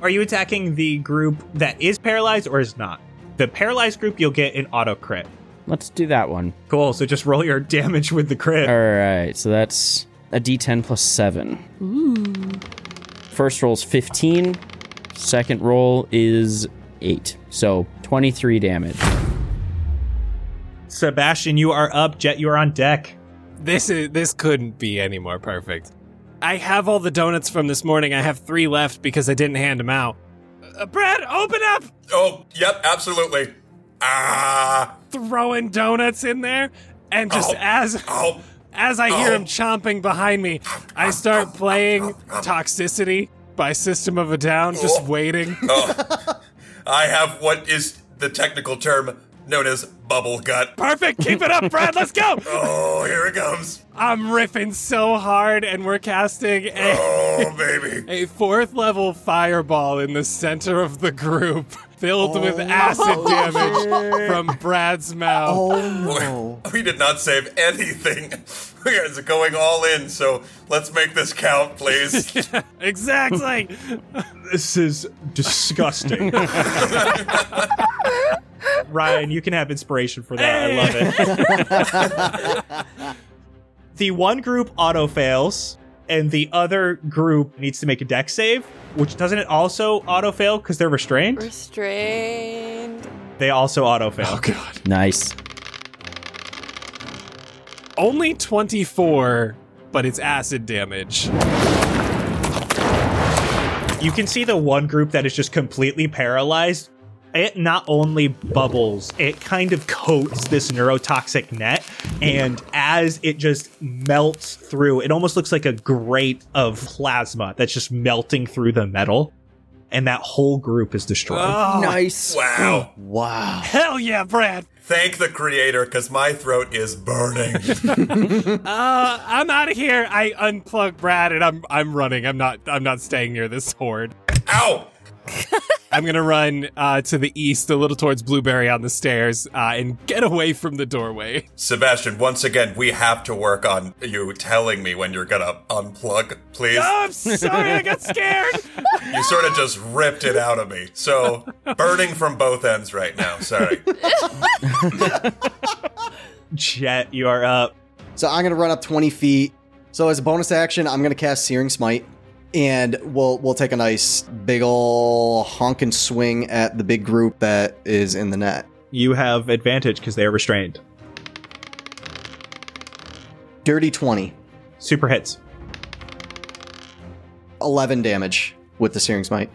[SPEAKER 5] Are you attacking the group that is paralyzed or is not? The paralyzed group, you'll get an auto crit.
[SPEAKER 6] Let's do that one.
[SPEAKER 5] Cool. So just roll your damage with the crit.
[SPEAKER 6] All right. So that's a d10 plus 7.
[SPEAKER 7] Ooh.
[SPEAKER 6] First roll is 15. Second roll is 8. So 23 damage.
[SPEAKER 5] Sebastian, you are up. Jet, you are on deck.
[SPEAKER 3] This is this couldn't be any more perfect. I have all the donuts from this morning. I have three left because I didn't hand them out. Uh, Brad, open up!
[SPEAKER 10] Oh, yep, absolutely. Ah!
[SPEAKER 3] Throwing donuts in there, and just
[SPEAKER 10] Ow.
[SPEAKER 3] as
[SPEAKER 10] Ow.
[SPEAKER 3] as I hear
[SPEAKER 10] Ow.
[SPEAKER 3] him chomping behind me, I start playing "Toxicity" by System of a Down, just
[SPEAKER 10] Oh.
[SPEAKER 3] waiting.
[SPEAKER 10] I have what is the technical term known as bubble gut.
[SPEAKER 3] Perfect, keep it up, Brad. Let's go.
[SPEAKER 10] Oh, here it comes.
[SPEAKER 3] I'm riffing so hard, and we're casting a,
[SPEAKER 10] Oh, baby.
[SPEAKER 3] a fourth level fireball in the center of the group, filled with acid damage from Brad's mouth.
[SPEAKER 8] Oh no.
[SPEAKER 10] We did not save anything. We are going all in, so let's make this count, please.
[SPEAKER 3] Exactly.
[SPEAKER 5] This is disgusting. Ryan, you can have inspiration for that. I love it. the one group auto fails, and the other group needs to make a deck save, which doesn't it also auto fail because they're restrained?
[SPEAKER 7] Restrained.
[SPEAKER 5] They also auto fail.
[SPEAKER 3] God.
[SPEAKER 6] Nice.
[SPEAKER 3] Only 24 but it's acid damage.
[SPEAKER 5] You can see the one group that is just completely paralyzed. It not only bubbles, it kind of coats this neurotoxic net. And as it just melts through, it almost looks like a grate of plasma that's just melting through the metal. And that whole group is destroyed.
[SPEAKER 6] Ah!
[SPEAKER 10] nice. Wow.
[SPEAKER 8] Wow.
[SPEAKER 3] Hell yeah, Brad.
[SPEAKER 10] Thank the creator, because my throat is burning.
[SPEAKER 3] uh, I'm out of here. I unplug Brad and I'm I'm running. I'm not I'm not staying near this horde.
[SPEAKER 10] Ow!
[SPEAKER 3] I'm gonna run uh, to the east, a little towards Blueberry on the stairs, uh, and get away from the doorway.
[SPEAKER 10] Sebastian, once again, we have to work on you telling me when you're gonna unplug, please.
[SPEAKER 3] Oh, I'm sorry, I got scared.
[SPEAKER 10] You sort of just ripped it out of me. So, burning from both ends right now. Sorry.
[SPEAKER 5] Jet, you are up.
[SPEAKER 8] So I'm gonna run up 20 feet. So as a bonus action, I'm gonna cast Searing Smite, and we'll we'll take a nice big ol' honk and swing at the big group that is in the net.
[SPEAKER 5] You have advantage because they are restrained.
[SPEAKER 8] Dirty 20,
[SPEAKER 5] super hits.
[SPEAKER 8] 11 damage with the Searing Smite.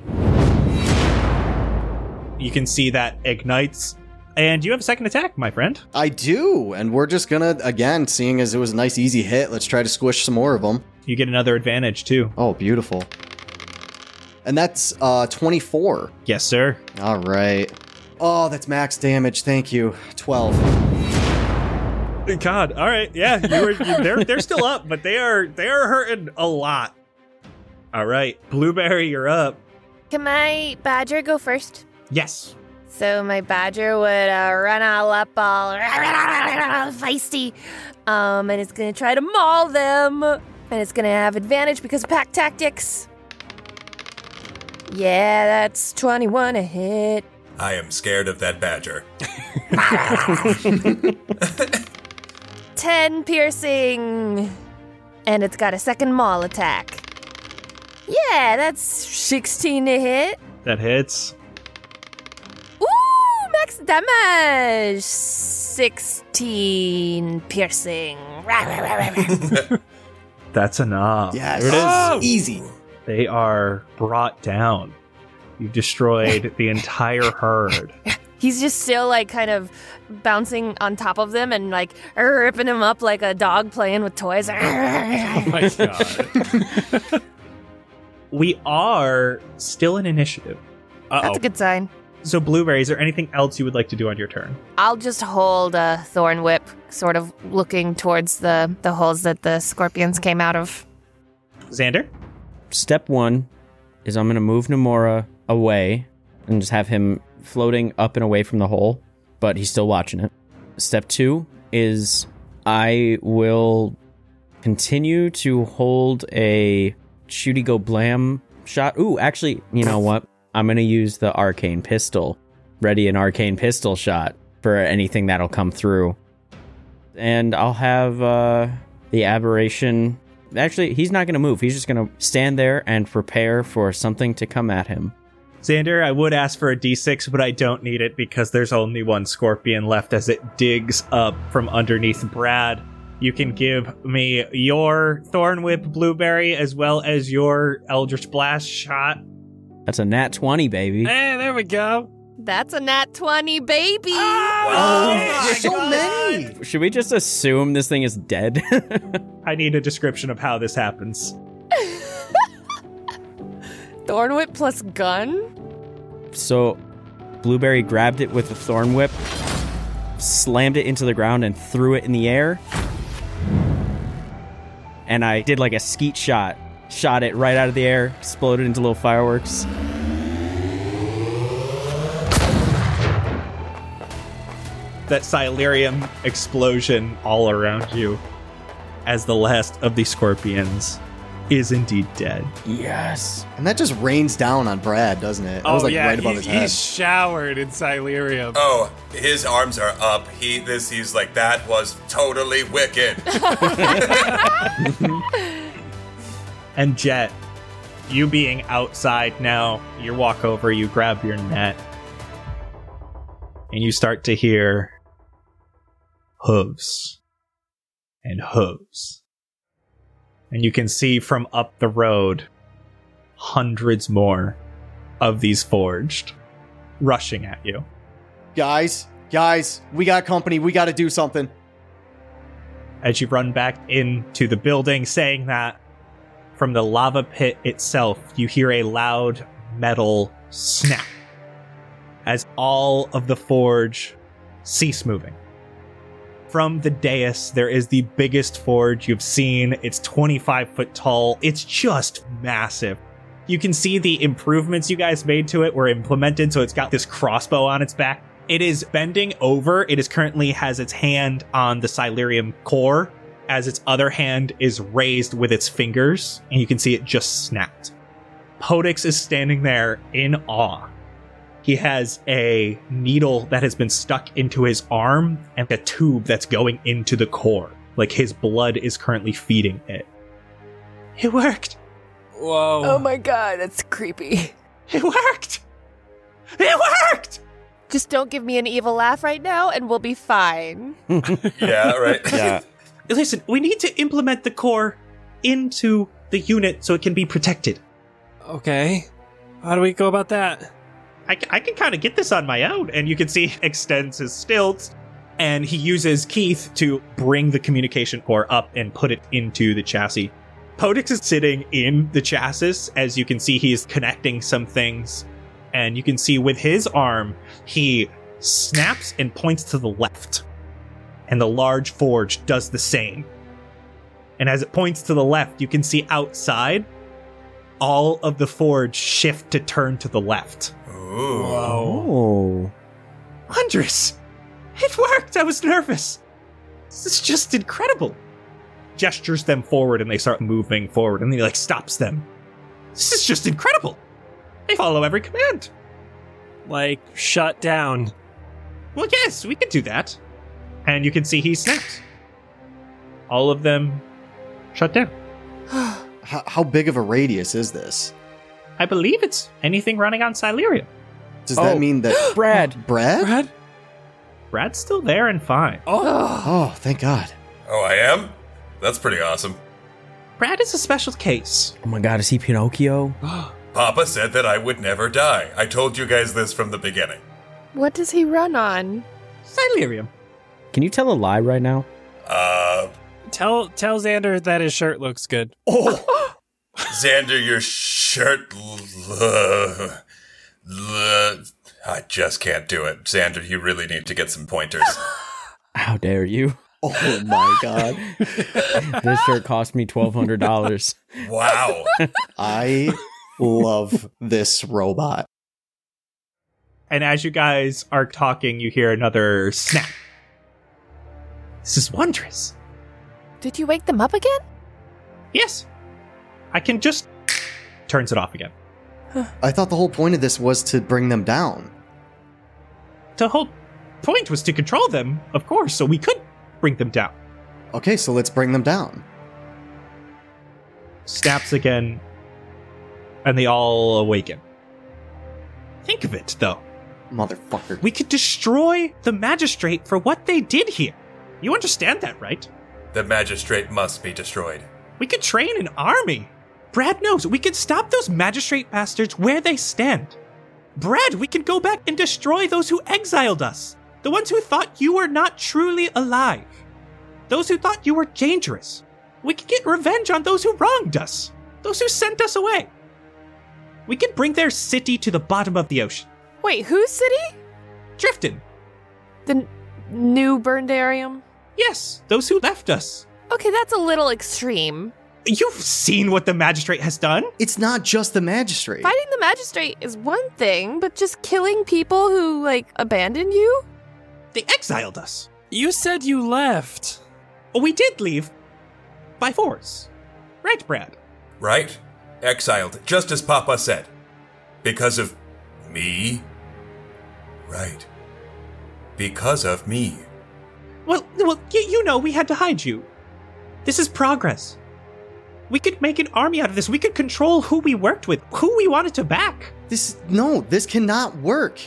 [SPEAKER 5] You can see that ignites. And you have a second attack, my friend.
[SPEAKER 8] I do, and we're just gonna again, seeing as it was a nice easy hit, let's try to squish some more of them.
[SPEAKER 5] You get another advantage too.
[SPEAKER 8] Oh, beautiful. And that's uh 24.
[SPEAKER 5] Yes, sir.
[SPEAKER 8] All right. Oh, that's max damage. Thank you. 12.
[SPEAKER 5] God, all right, yeah, you were, you, they're they're still up, but they are they are hurting a lot. All right, blueberry, you're up.
[SPEAKER 7] Can my badger go first?
[SPEAKER 5] Yes.
[SPEAKER 7] So my badger would uh, run all up, all feisty, um, and it's gonna try to maul them, and it's gonna have advantage because of pack tactics. Yeah, that's twenty-one a hit.
[SPEAKER 10] I am scared of that badger.
[SPEAKER 7] Ten piercing, and it's got a second maul attack. Yeah, that's sixteen to hit.
[SPEAKER 5] That hits.
[SPEAKER 7] Ooh, max damage 16 piercing. Rah, rah, rah, rah, rah.
[SPEAKER 5] That's enough.
[SPEAKER 8] Yes.
[SPEAKER 5] There it is.
[SPEAKER 3] Oh.
[SPEAKER 8] Easy.
[SPEAKER 5] They are brought down. You've destroyed the entire herd.
[SPEAKER 7] He's just still like kind of bouncing on top of them and like ripping them up like a dog playing with toys.
[SPEAKER 3] Oh my god.
[SPEAKER 5] We are still in initiative.
[SPEAKER 3] Oh.
[SPEAKER 7] That's a good sign.
[SPEAKER 5] So, Blueberry, is there anything else you would like to do on your turn?
[SPEAKER 7] I'll just hold a thorn whip, sort of looking towards the, the holes that the scorpions came out of.
[SPEAKER 5] Xander?
[SPEAKER 6] Step one is I'm gonna move Namora away and just have him floating up and away from the hole, but he's still watching it. Step two is I will continue to hold a shooty go blam shot. Ooh, actually, you know what? I'm gonna use the arcane pistol. Ready an arcane pistol shot for anything that'll come through and I'll have uh, the aberration. Actually, he's not going to move. He's just going to stand there and prepare for something to come at him.
[SPEAKER 5] Xander, I would ask for a d6, but I don't need it because there's only one scorpion left as it digs up from underneath Brad. You can give me your Thorn Whip Blueberry as well as your Eldritch Blast shot.
[SPEAKER 6] That's a nat 20, baby.
[SPEAKER 3] Hey, there we go.
[SPEAKER 7] That's a nat 20, baby! Ah!
[SPEAKER 8] Oh, so many.
[SPEAKER 6] Should we just assume this thing is dead?
[SPEAKER 5] I need a description of how this happens.
[SPEAKER 7] Thorn whip plus gun?
[SPEAKER 6] so, Blueberry grabbed it with a thorn whip, slammed it into the ground, and threw it in the air. And I did like a skeet shot, shot it right out of the air, exploded into little fireworks.
[SPEAKER 5] that Silurium explosion all around you as the last of the scorpions is indeed dead.
[SPEAKER 6] Yes.
[SPEAKER 8] And that just rains down on Brad, doesn't it? That was like right above
[SPEAKER 3] he's,
[SPEAKER 8] his head.
[SPEAKER 3] Oh, he's showered in Silurium.
[SPEAKER 10] Oh, his arms are up. He this he's like that was totally wicked.
[SPEAKER 5] And Jet, you being outside now, you walk over, you grab your net, and you start to hear hooves and hooves And you can see from up the road hundreds more of these forged rushing at you.
[SPEAKER 8] Guys, guys, we got company. We got to do something.
[SPEAKER 5] As you run back into the building, saying that from the lava pit itself, you hear a loud metal snap as all of the forge cease moving. From the dais, there is the biggest forge you've seen. It's 25 foot tall. It's just massive. You can see the improvements you guys made to it were implemented, so it's got this crossbow on its back. It is bending over. It is currently has its hand on the Silurium core, as its other hand is raised with its fingers, and you can see it just snapped. Podix is standing there in awe. He has a needle that has been stuck into his arm and a tube that's going into the core. Like his blood is currently feeding it. It worked.
[SPEAKER 9] Whoa.
[SPEAKER 7] Oh my god, that's creepy.
[SPEAKER 5] It worked. It worked.
[SPEAKER 7] Just don't give me an evil laugh right now and we'll be fine.
[SPEAKER 10] yeah, right.
[SPEAKER 6] Yeah.
[SPEAKER 5] Listen, we need to implement the core into the unit so it can be protected.
[SPEAKER 3] Okay. How do we go about that?
[SPEAKER 5] I, c- I can kind of get this on my own. And you can see he extends his stilts and he uses Keith to bring the communication core up and put it into the chassis. Podix is sitting in the chassis. As you can see, he is connecting some things. And you can see with his arm, he snaps and points to the left. And the large forge does the same. And as it points to the left, you can see outside, all of the forge shift to turn to the left.
[SPEAKER 10] Ooh.
[SPEAKER 6] Oh.
[SPEAKER 5] Wondrous! It worked! I was nervous! This is just incredible! Gestures them forward and they start moving forward and he like stops them. This is just incredible! They follow every command!
[SPEAKER 3] Like, shut down.
[SPEAKER 5] Well, yes, we can do that. And you can see he snaps. All of them shut down.
[SPEAKER 8] How, how big of a radius is this?
[SPEAKER 5] I believe it's anything running on Silurium.
[SPEAKER 8] Does that
[SPEAKER 6] Oh.
[SPEAKER 8] mean that
[SPEAKER 6] Brad.
[SPEAKER 8] Brad?
[SPEAKER 3] Brad?
[SPEAKER 5] Brad's still there and fine.
[SPEAKER 8] Oh, thank God.
[SPEAKER 10] Oh, I am? That's pretty awesome.
[SPEAKER 5] Brad is a special case.
[SPEAKER 6] Oh my god, is he Pinocchio?
[SPEAKER 10] Papa said that I would never die. I told you guys this from the beginning.
[SPEAKER 7] What does he run on?
[SPEAKER 5] Silurium.
[SPEAKER 6] Can you tell a lie right now?
[SPEAKER 10] Uh,
[SPEAKER 3] Tell tell Xander that his shirt looks good.
[SPEAKER 8] Oh,
[SPEAKER 10] Xander, your shirt. L- l- l- I just can't do it. Xander, you really need to get some pointers.
[SPEAKER 6] How dare you?
[SPEAKER 8] Oh my God.
[SPEAKER 6] This shirt cost me $1,200.
[SPEAKER 10] Wow.
[SPEAKER 8] I love this robot.
[SPEAKER 5] And as you guys are talking, you hear another snap. This is wondrous.
[SPEAKER 7] Did you wake them up again?
[SPEAKER 5] Yes. I can just. Turns it off again.
[SPEAKER 8] I thought the whole point of this was to bring them down.
[SPEAKER 5] The whole point was to control them, of course, so we could bring them down.
[SPEAKER 8] Okay, so let's bring them down.
[SPEAKER 5] Snaps again. And they all awaken. Think of it, though.
[SPEAKER 8] Motherfucker.
[SPEAKER 5] We could destroy the magistrate for what they did here. You understand that, right?
[SPEAKER 10] the magistrate must be destroyed.
[SPEAKER 5] We could train an army. Brad knows we could stop those magistrate bastards where they stand. Brad, we can go back and destroy those who exiled us. The ones who thought you were not truly alive. Those who thought you were dangerous. We could get revenge on those who wronged us. Those who sent us away. We could bring their city to the bottom of the ocean.
[SPEAKER 7] Wait, whose city?
[SPEAKER 5] Drifton.
[SPEAKER 7] The n- new Burndarium?
[SPEAKER 5] Yes, those who left us.
[SPEAKER 7] Okay, that's a little extreme.
[SPEAKER 5] You've seen what the magistrate has done.
[SPEAKER 8] It's not just the magistrate.
[SPEAKER 7] Fighting the magistrate is one thing, but just killing people who, like, abandoned you?
[SPEAKER 5] They exiled us.
[SPEAKER 3] You said you left.
[SPEAKER 5] We did leave by force. Right, Brad?
[SPEAKER 10] Right? Exiled, just as Papa said. Because of me? Right. Because of me.
[SPEAKER 5] Well, well, y- you know, we had to hide you. This is progress. We could make an army out of this. We could control who we worked with, who we wanted to back.
[SPEAKER 8] This no, this cannot work.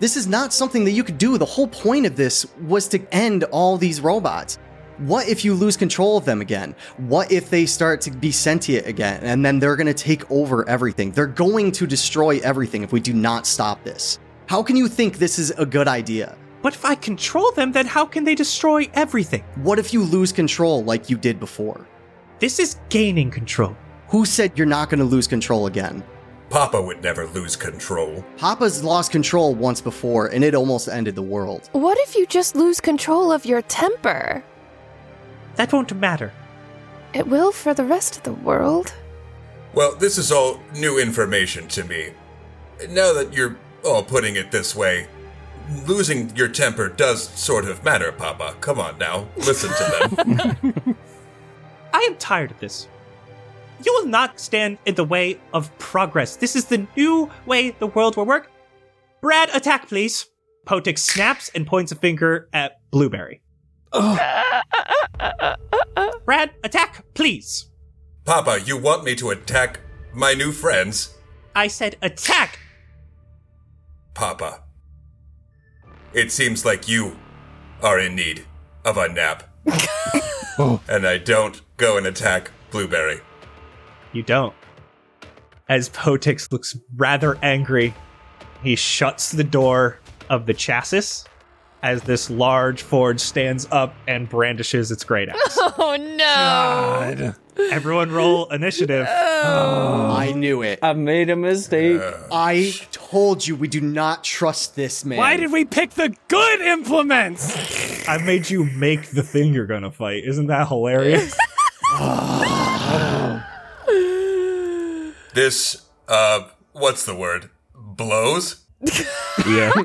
[SPEAKER 8] This is not something that you could do. The whole point of this was to end all these robots. What if you lose control of them again? What if they start to be sentient again and then they're going to take over everything? They're going to destroy everything if we do not stop this. How can you think this is a good idea?
[SPEAKER 5] But if I control them, then how can they destroy everything?
[SPEAKER 8] What if you lose control like you did before?
[SPEAKER 5] This is gaining control.
[SPEAKER 8] Who said you're not going to lose control again?
[SPEAKER 10] Papa would never lose control.
[SPEAKER 8] Papa's lost control once before and it almost ended the world.
[SPEAKER 7] What if you just lose control of your temper?
[SPEAKER 5] That won't matter.
[SPEAKER 7] It will for the rest of the world.
[SPEAKER 10] Well, this is all new information to me. Now that you're all putting it this way, losing your temper does sort of matter, Papa. Come on now, listen to them.
[SPEAKER 5] I am tired of this. You will not stand in the way of progress. This is the new way the world will work. Brad, attack, please. Potik snaps and points a finger at Blueberry. Brad, attack, please.
[SPEAKER 10] Papa, you want me to attack my new friends?
[SPEAKER 5] I said attack.
[SPEAKER 10] Papa, it seems like you are in need of a nap. And I don't go and attack Blueberry.
[SPEAKER 5] You don't. As Potix looks rather angry, he shuts the door of the chassis as this large forge stands up and brandishes its great axe.
[SPEAKER 7] Oh no!
[SPEAKER 5] Everyone roll initiative.
[SPEAKER 8] I knew it.
[SPEAKER 6] I made a mistake.
[SPEAKER 8] I told you we do not trust this man.
[SPEAKER 3] Why did we pick the good implements?
[SPEAKER 11] I made you make the thing you're gonna fight. Isn't that hilarious?
[SPEAKER 10] This, uh, what's the word? Blows?
[SPEAKER 6] yeah.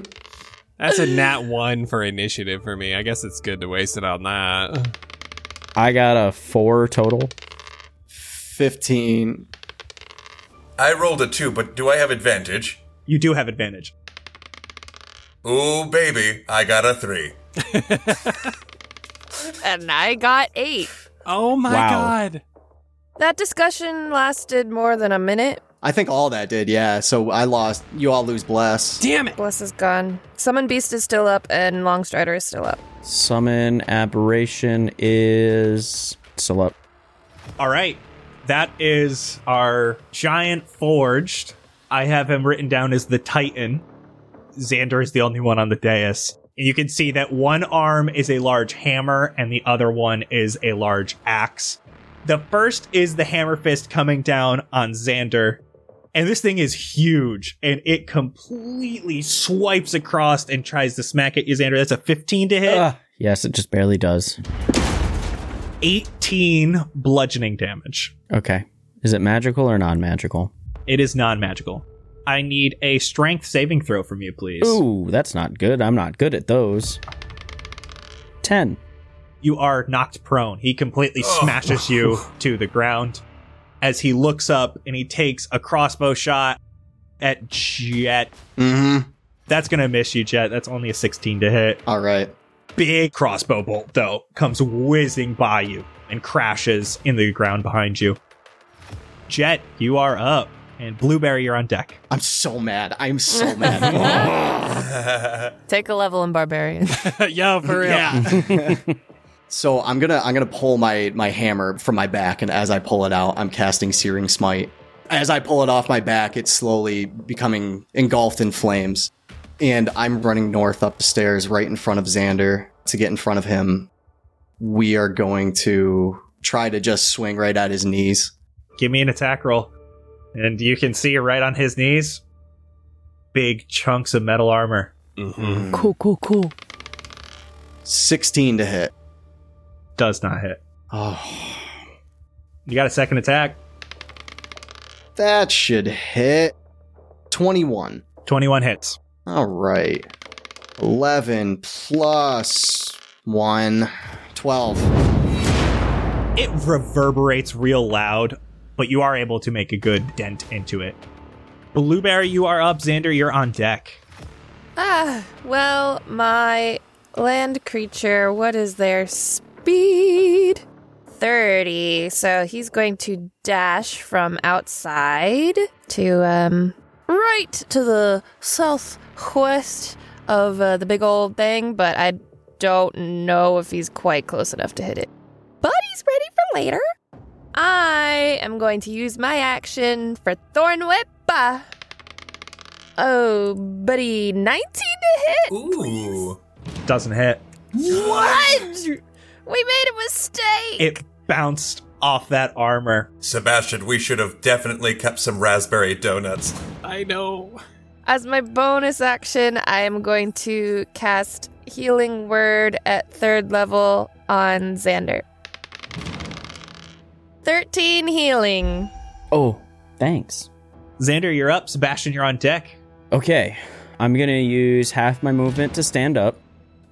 [SPEAKER 3] That's a nat one for initiative for me. I guess it's good to waste it on that.
[SPEAKER 6] I got a four total.
[SPEAKER 8] 15.
[SPEAKER 10] I rolled a two, but do I have advantage?
[SPEAKER 5] You do have advantage.
[SPEAKER 10] Ooh, baby, I got a three.
[SPEAKER 7] And I got eight.
[SPEAKER 3] Oh my
[SPEAKER 8] Wow.
[SPEAKER 3] god.
[SPEAKER 7] That discussion lasted more than a minute.
[SPEAKER 8] I think all that did, yeah. So I lost. You all lose bless.
[SPEAKER 3] Damn it.
[SPEAKER 7] Bless is gone. Summon Beast is still up, and Longstrider is still up.
[SPEAKER 6] Summon aberration is still up.
[SPEAKER 5] All right. That is our giant forged. I have him written down as the Titan. Xander is the only one on the dais. And you can see that one arm is a large hammer and the other one is a large axe. The first is the hammer fist coming down on Xander. And this thing is huge and it completely swipes across and tries to smack at you, Xander. That's a 15 to hit,
[SPEAKER 6] Ah, yes, it just barely does.
[SPEAKER 5] 18 bludgeoning damage.
[SPEAKER 6] Okay. Is it magical or non magical?
[SPEAKER 5] It is non magical. I need a strength saving throw from you, please.
[SPEAKER 6] Ooh, that's not good. I'm not good at those. 10.
[SPEAKER 5] You are knocked prone. He completely
[SPEAKER 10] Oh.
[SPEAKER 5] smashes you to the ground as he looks up and he takes a crossbow shot at Jet.
[SPEAKER 8] Mm-hmm.
[SPEAKER 5] That's going to miss you, Jet. That's only a 16 to hit.
[SPEAKER 8] All right.
[SPEAKER 5] Big crossbow bolt, though, comes whizzing by you and crashes in the ground behind you. Jet, you are up. And Blueberry, you're on deck.
[SPEAKER 8] I'm so mad. I'm so mad.
[SPEAKER 7] Take a level in Barbarian.
[SPEAKER 3] Yo, for real.
[SPEAKER 8] so I'm gonna I'm gonna pull my my hammer from my back, and as I pull it out, I'm casting Searing Smite. As I pull it off my back, it's slowly becoming engulfed in flames, and I'm running north up the stairs, right in front of Xander, to get in front of him. We are going to try to just swing right at his knees.
[SPEAKER 5] give me an attack roll. And you can see right on his knees, big chunks of metal armor.
[SPEAKER 13] Cool, cool, cool.
[SPEAKER 8] 16 to hit.
[SPEAKER 5] Does not hit.
[SPEAKER 8] Oh,
[SPEAKER 5] You got a second attack.
[SPEAKER 8] that should hit. 21.
[SPEAKER 5] 21 hits.
[SPEAKER 8] All right. 11 plus 1. 12.
[SPEAKER 5] It reverberates real loud, but you are able to make a good dent into it. Blueberry, you are up. Xander, you're on deck.
[SPEAKER 7] ah, well, my land creature, what is their speed? 30. So he's going to dash from outside to, um, right to the southwest of uh, the big old thing, but I don't know if he's quite close enough to hit it. But he's ready for later. I am going to use my action for Thorn Whip. Uh, Oh, buddy, 19 to hit?
[SPEAKER 10] Ooh.
[SPEAKER 5] Doesn't hit.
[SPEAKER 7] What? We made a mistake.
[SPEAKER 5] It bounced off that armor.
[SPEAKER 10] Sebastian, we should have definitely kept some raspberry donuts.
[SPEAKER 3] I know.
[SPEAKER 7] As my bonus action, I am going to cast Healing Word at third level on Xander. 13 healing.
[SPEAKER 6] Oh, thanks.
[SPEAKER 5] Xander, you're up. Sebastian, you're on deck.
[SPEAKER 6] Okay. I'm going to use half my movement to stand up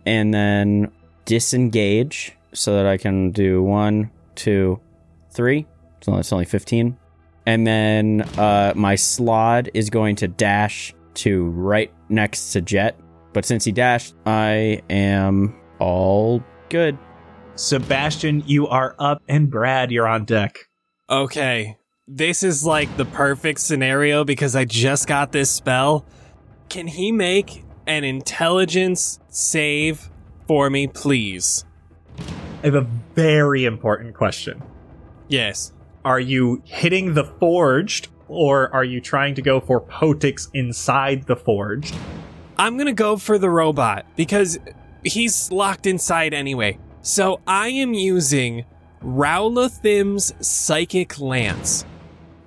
[SPEAKER 6] and then disengage so that I can do one, two, three. So that's only 15. And then uh, my slod is going to dash to right next to Jet. But since he dashed, I am all good.
[SPEAKER 5] Sebastian, you are up, and Brad, you're on deck.
[SPEAKER 3] Okay. This is like the perfect scenario because I just got this spell. Can he make an intelligence save for me, please?
[SPEAKER 5] I have a very important question.
[SPEAKER 3] Yes.
[SPEAKER 5] Are you hitting the forged, or are you trying to go for Potix inside the forged?
[SPEAKER 3] I'm going to go for the robot because he's locked inside anyway. So I am using Rowlathim's Psychic Lance.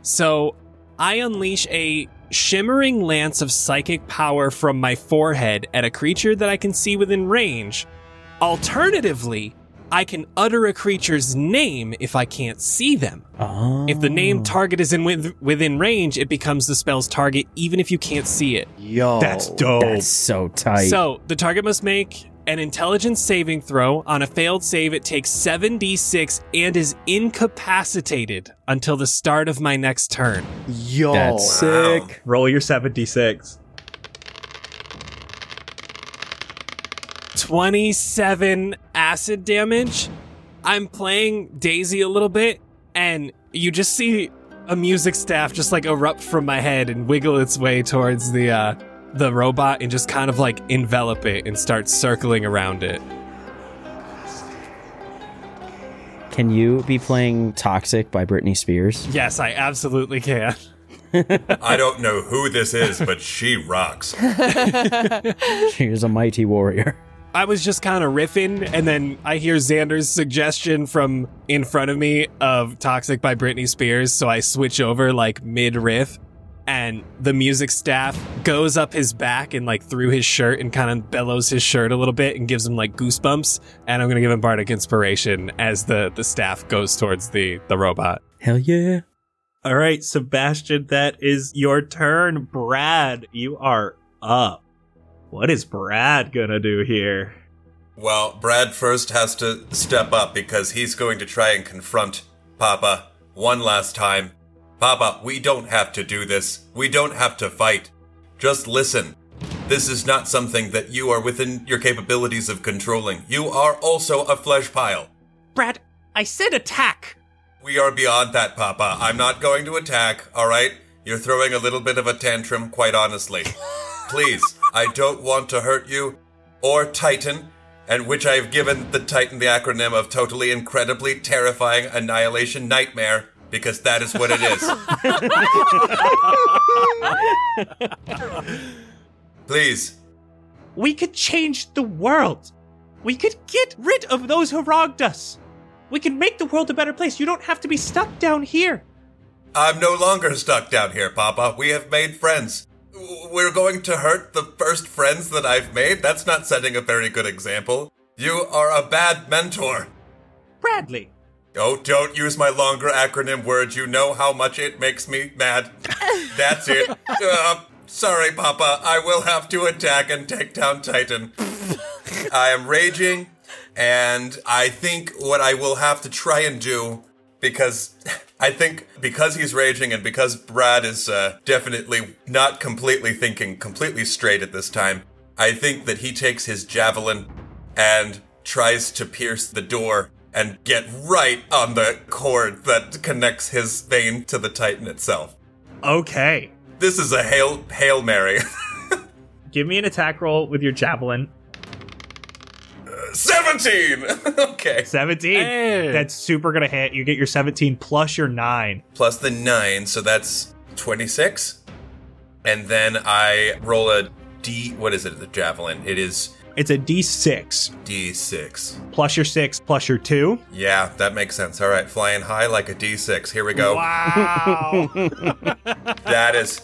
[SPEAKER 3] So I unleash a shimmering lance of psychic power from my forehead at a creature that I can see within range. Alternatively, I can utter a creature's name if I can't see them.
[SPEAKER 6] Oh.
[SPEAKER 3] If the name target is in with, within range, it becomes the spell's target even if you can't see it.
[SPEAKER 6] Yo.
[SPEAKER 8] Oh,
[SPEAKER 5] That's dope.
[SPEAKER 6] Oh. That's so tight.
[SPEAKER 3] So the target must make an intelligence saving throw. On a failed save, it takes 7d6 and is incapacitated until the start of my next turn.
[SPEAKER 8] Yo.
[SPEAKER 6] That's
[SPEAKER 10] Wow.
[SPEAKER 6] sick.
[SPEAKER 5] Roll your 76.
[SPEAKER 3] 27 acid damage. I'm playing Daisy a little bit, and you just see a music staff just like erupt from my head and wiggle its way towards the uh, the robot and just kind of like envelop it and start circling around it.
[SPEAKER 6] Can you be playing Toxic by Britney Spears?
[SPEAKER 3] Yes, I absolutely can.
[SPEAKER 10] I don't know who this is, but she rocks.
[SPEAKER 6] she is a mighty warrior.
[SPEAKER 3] I was just kind of riffing, and then I hear Xander's suggestion from in front of me of Toxic by Britney Spears. So I switch over like mid riff, and the music staff goes up his back and like through his shirt and kind of bellows his shirt a little bit and gives him like goosebumps. And I'm going to give him Bardic Inspiration as the, the staff goes towards the, the robot.
[SPEAKER 6] Hell yeah.
[SPEAKER 5] All right, Sebastian, that is your turn. Brad, you are up. What is Brad gonna do here?
[SPEAKER 10] Well, Brad first has to step up because he's going to try and confront Papa one last time. Papa, we don't have to do this. We don't have to fight. Just listen. This is not something that you are within your capabilities of controlling. You are also a flesh pile.
[SPEAKER 5] Brad, I said attack.
[SPEAKER 10] We are beyond that, Papa. I'm not going to attack, all right? You're throwing a little bit of a tantrum, quite honestly. Please, I don't want to hurt you or Titan, and which I've given the Titan the acronym of totally incredibly terrifying annihilation nightmare because that is what it is. Please,
[SPEAKER 5] We could change the world. We could get rid of those who wronged us. We can make the world a better place. You don't have to be stuck down here.
[SPEAKER 10] I'm no longer stuck down here, Papa. We have made friends. W- We're going to hurt the first friends that I've made? That's not setting a very good example. You are a bad mentor.
[SPEAKER 5] Bradley.
[SPEAKER 10] Oh, don't use my longer acronym word. You know how much it makes me mad. That's it. Uh, sorry, Papa. I will have to attack and take down Titan. I am raging, and I think what I will have to try and do, because I think because he's raging and because Brad is uh, definitely not completely thinking completely straight at this time, I think that he takes his javelin and tries to pierce the door and get right on the cord that connects his vein to the Titan itself.
[SPEAKER 5] Okay.
[SPEAKER 10] This is a hail hail mary.
[SPEAKER 5] Give me an attack roll with your javelin.
[SPEAKER 10] 17! okay.
[SPEAKER 5] 17. That's super going to hit. You get your 17 plus your 9.
[SPEAKER 10] Plus the 9, so that's 26. And then I roll a D. What is it, the javelin? It is
[SPEAKER 5] It's a d6
[SPEAKER 10] D6.
[SPEAKER 5] plus your 6 plus your 2.
[SPEAKER 10] Yeah, that makes sense. All right, flying high like a D6. Here we go. that is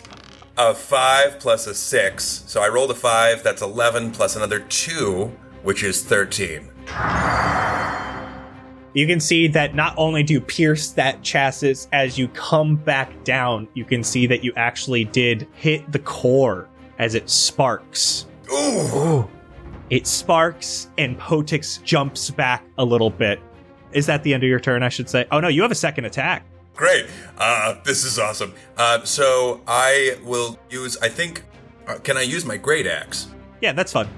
[SPEAKER 10] a five plus a six. So I rolled a five. That's 11 plus another two, which is 13.
[SPEAKER 5] You can see that not only do you pierce that chassis as you come back down, you can see that you actually did hit the core as it sparks.
[SPEAKER 10] Ooh.
[SPEAKER 5] It sparks and Potix jumps back a little bit. Is that the end of your turn, I should say? Oh no, you have a second attack.
[SPEAKER 10] Great. Uh, this is awesome. Uh, so I will use, I think, uh, can I use my great axe?
[SPEAKER 5] Yeah, that's fun.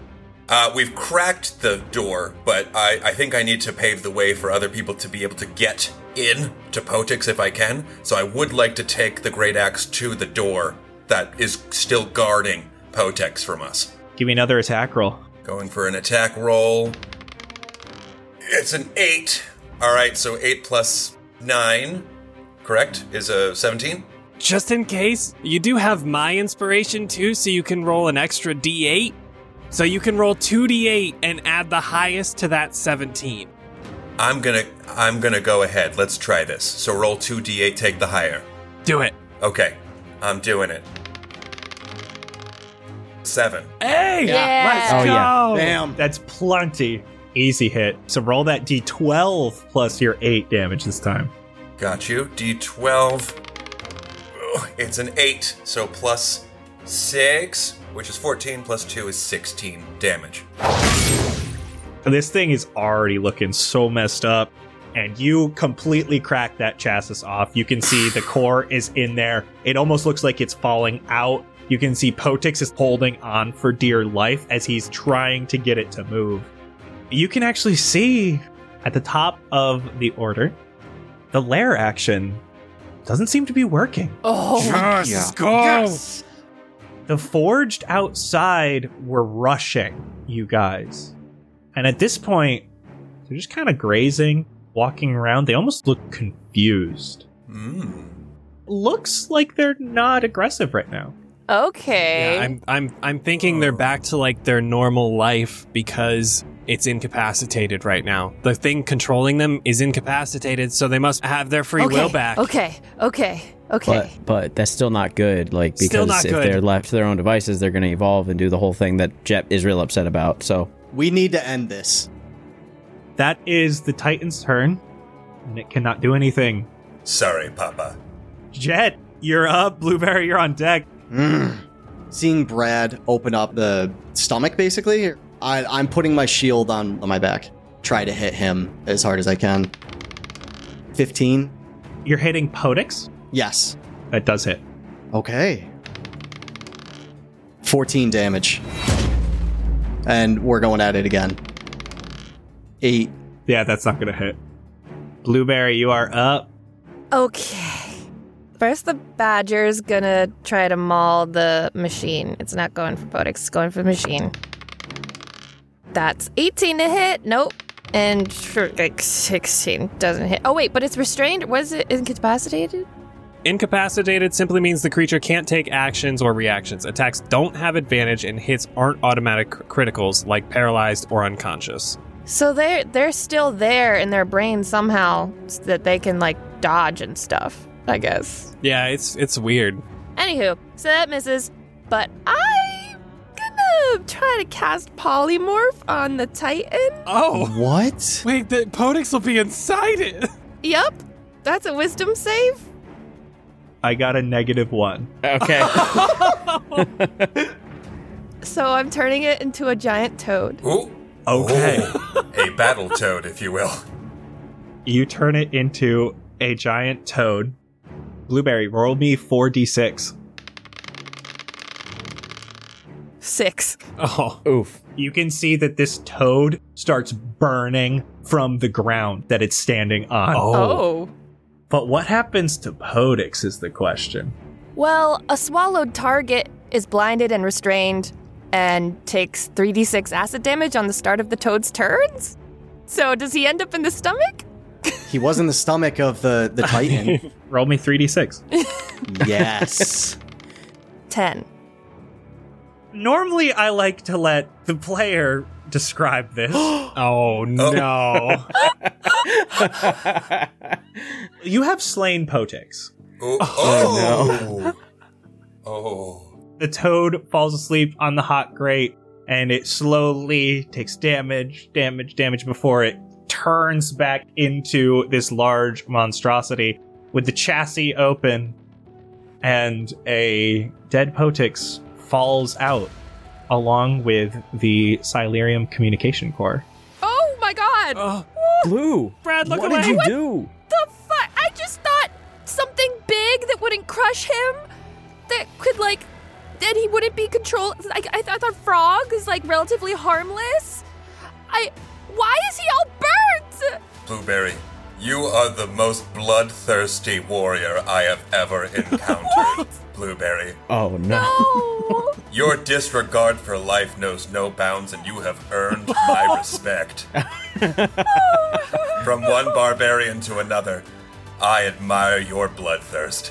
[SPEAKER 10] Uh, we've cracked the door, but I, I think I need to pave the way for other people to be able to get in to Potix if I can. So I would like to take the Great Axe to the door that is still guarding Potix from us.
[SPEAKER 5] Give me another attack roll.
[SPEAKER 10] Going for an attack roll. It's an 8. All right, so 8 plus 9, correct, is a 17?
[SPEAKER 3] Just in case, you do have my inspiration too, so you can roll an extra d8. So you can roll 2d8 and add the highest to that 17.
[SPEAKER 10] I'm gonna I'm gonna go ahead. Let's try this. So roll two d8, take the higher.
[SPEAKER 3] Do it.
[SPEAKER 10] Okay, I'm doing it. Seven.
[SPEAKER 3] Hey! Let's go!
[SPEAKER 5] That's plenty. Easy hit. So roll that d12 plus your 8 damage this time.
[SPEAKER 10] Got you. D12. Ugh, It's an eight, so plus six, which is fourteen. Plus two is sixteen damage.
[SPEAKER 5] This thing is already looking so messed up, and you completely crack that chassis off. You can see the core is in there. It almost looks like it's falling out. You can see Potix is holding on for dear life as he's trying to get it to move. You can actually see at the top of the order, the lair action doesn't seem to be working.
[SPEAKER 9] Oh,
[SPEAKER 5] Yes, yeah. go. Yes. The forged outside were rushing, you guys. And at this point, they're just kind of grazing, walking around. They almost look confused.
[SPEAKER 10] Hmm.
[SPEAKER 5] Looks like they're not aggressive right now.
[SPEAKER 7] Okay.
[SPEAKER 3] Yeah, I'm I'm I'm thinking they're back to like their normal life because it's incapacitated right now. The thing controlling them is incapacitated, so they must have their free
[SPEAKER 7] okay.
[SPEAKER 3] will back.
[SPEAKER 7] Okay. Okay. Okay.
[SPEAKER 6] But but that's still not good. Like
[SPEAKER 3] Still not
[SPEAKER 6] because if
[SPEAKER 3] good.
[SPEAKER 6] they're left to their own devices, they're going to evolve and do the whole thing that Jet is real upset about. So
[SPEAKER 8] We need to end this.
[SPEAKER 5] That is the Titan's turn, and it cannot do anything.
[SPEAKER 10] Sorry, Papa.
[SPEAKER 5] Jet, you're up. Blueberry, you're on deck.
[SPEAKER 8] Mm. Seeing Brad open up the stomach, basically, I, I'm putting my shield on, on my back. Try to hit him as hard as I can. 15?
[SPEAKER 5] You're hitting Podix.
[SPEAKER 8] Yes.
[SPEAKER 5] That does hit.
[SPEAKER 8] Okay. 14 damage. And we're going at it again. Eight.
[SPEAKER 5] Yeah, that's not going to hit. Blueberry, you are up.
[SPEAKER 7] Okay. First, the badger's gonna try to maul the machine. It's not going for Bodix, it's going for the machine. That's 18 to hit. Nope. And tr- like, 16 doesn't hit. Oh, wait, but it's restrained? Was it incapacitated?
[SPEAKER 3] Incapacitated simply means the creature can't take actions or reactions. Attacks don't have advantage and hits aren't automatic cr- criticals like paralyzed or unconscious.
[SPEAKER 7] So they're, they're still there in their brain somehow so that they can, like, dodge and stuff, I guess.
[SPEAKER 3] Yeah, it's it's weird.
[SPEAKER 7] Anywho, so that misses, but I'm gonna try to cast Polymorph on the Titan.
[SPEAKER 3] Oh,
[SPEAKER 8] What?
[SPEAKER 3] wait, the Podix will be inside it.
[SPEAKER 7] Yep. That's a wisdom save.
[SPEAKER 5] I got a negative one.
[SPEAKER 6] Okay.
[SPEAKER 7] So I'm turning it into a giant toad.
[SPEAKER 10] Ooh.
[SPEAKER 5] Okay.
[SPEAKER 10] Ooh. a battle toad, if you will.
[SPEAKER 5] You turn it into a giant toad. Blueberry, roll me 4d6.
[SPEAKER 7] Six.
[SPEAKER 3] Oh,
[SPEAKER 6] oof.
[SPEAKER 5] You can see that this toad starts burning from the ground that it's standing on.
[SPEAKER 7] Oh.
[SPEAKER 5] But what happens to Podix is the question.
[SPEAKER 7] Well, a swallowed target is blinded and restrained and takes 3d6 acid damage on the start of the toad's turns. So does he end up in the stomach?
[SPEAKER 8] He was in the stomach of the, the Titan.
[SPEAKER 5] Roll me 3d6.
[SPEAKER 8] yes.
[SPEAKER 7] 10.
[SPEAKER 5] Normally, I like to let the player describe this. oh, no. you have slain Potix.
[SPEAKER 10] Oh,
[SPEAKER 5] Oh,
[SPEAKER 10] no. Oh.
[SPEAKER 5] The toad falls asleep on the hot grate, and it slowly takes damage, damage, damage before it turns back into this large monstrosity with the chassis open, and a dead Potix falls out along with the Silurium communication core.
[SPEAKER 7] Oh my god!
[SPEAKER 6] Uh, Blue.
[SPEAKER 3] Brad, look
[SPEAKER 6] what
[SPEAKER 3] away.
[SPEAKER 6] did you
[SPEAKER 3] What?
[SPEAKER 6] do?
[SPEAKER 7] The fuck? I just thought something big that wouldn't crush him, that could like, that he wouldn't be controlled. I, I, I thought frog is like relatively harmless. I. Why is he all burnt?
[SPEAKER 10] Blueberry, you are the most bloodthirsty warrior I have ever encountered. Blueberry,
[SPEAKER 6] Oh no.
[SPEAKER 7] Oh,
[SPEAKER 10] your disregard for life knows no bounds, and you have earned my respect. From one barbarian to another, I admire your bloodthirst.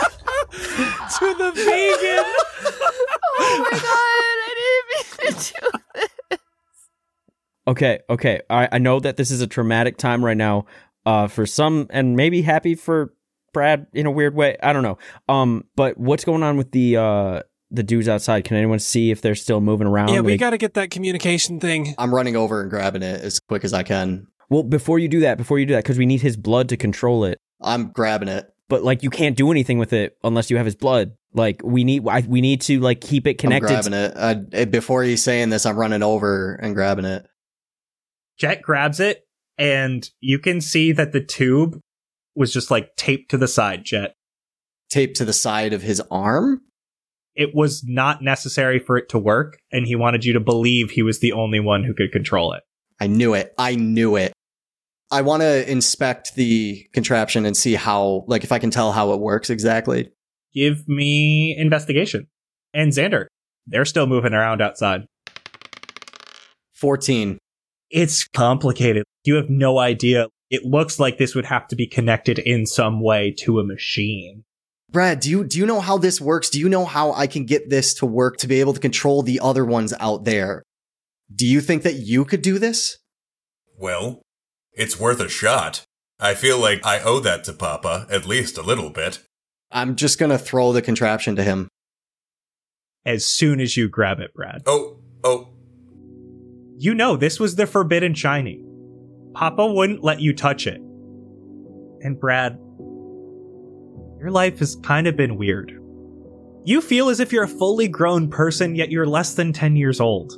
[SPEAKER 3] to the vegan.
[SPEAKER 7] oh my god! I didn't mean to do
[SPEAKER 6] Okay, okay. I, I know that this is a traumatic time right now uh, for some, and maybe happy for Brad in a weird way. I don't know. Um, but what's going on with the uh, the dudes outside? Can anyone see if they're still moving around?
[SPEAKER 3] Yeah, we
[SPEAKER 6] Like-
[SPEAKER 3] got to get that communication thing.
[SPEAKER 8] I'm running over and grabbing it as quick as I can.
[SPEAKER 6] Well, before you do that, before you do that, because we need his blood to control it.
[SPEAKER 8] I'm grabbing it.
[SPEAKER 6] But like, you can't do anything with it unless you have his blood. Like, we need I, we need to like keep it connected.
[SPEAKER 8] I'm grabbing it. I, eh, before he's saying this, I'm running over and grabbing it.
[SPEAKER 5] Jet grabs it, and you can see that the tube was just like taped to the side, Jet.
[SPEAKER 8] Taped to the side of his arm?
[SPEAKER 5] It was not necessary for it to work, and he wanted you to believe he was the only one who could control it.
[SPEAKER 8] I knew it. I knew it. I want to inspect the contraption and see how, like, if I can tell how it works exactly.
[SPEAKER 5] Give me investigation. And Xander, they're still moving around outside.
[SPEAKER 8] 14.
[SPEAKER 5] It's complicated. You have no idea. It looks like this would have to be connected in some way to a machine.
[SPEAKER 8] Brad, do you do you know how this works? Do you know how I can get this to work to be able to control the other ones out there? Do you think that you could do this?
[SPEAKER 10] Well, it's worth a shot. I feel like I owe that to Papa, at least a little bit.
[SPEAKER 8] I'm just gonna throw the contraption to him.
[SPEAKER 5] As soon as you grab it, Brad.
[SPEAKER 10] Oh, oh.
[SPEAKER 5] You know, this was the forbidden shiny. Papa wouldn't let you touch it. And Brad, your life has kind of been weird. You feel as if you're a fully grown person, yet you're less than 10 years old.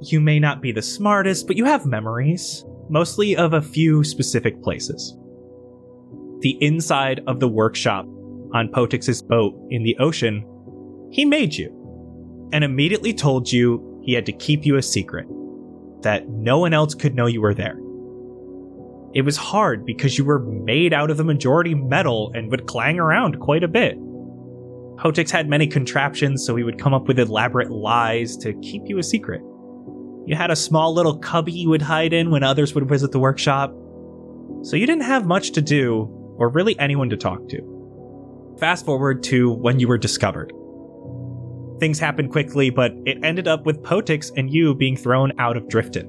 [SPEAKER 5] You may not be the smartest, but you have memories, mostly of a few specific places. The inside of the workshop on Potix's boat in the ocean, he made you and immediately told you he had to keep you a secret, that no one else could know you were there. It was hard because you were made out of the majority metal and would clang around quite a bit. Potix had many contraptions, so he would come up with elaborate lies to keep you a secret. You had a small little cubby you would hide in when others would visit the workshop, so you didn't have much to do or really anyone to talk to. Fast forward to when you were discovered things happened quickly, but it ended up with Potix and you being thrown out of Drifton.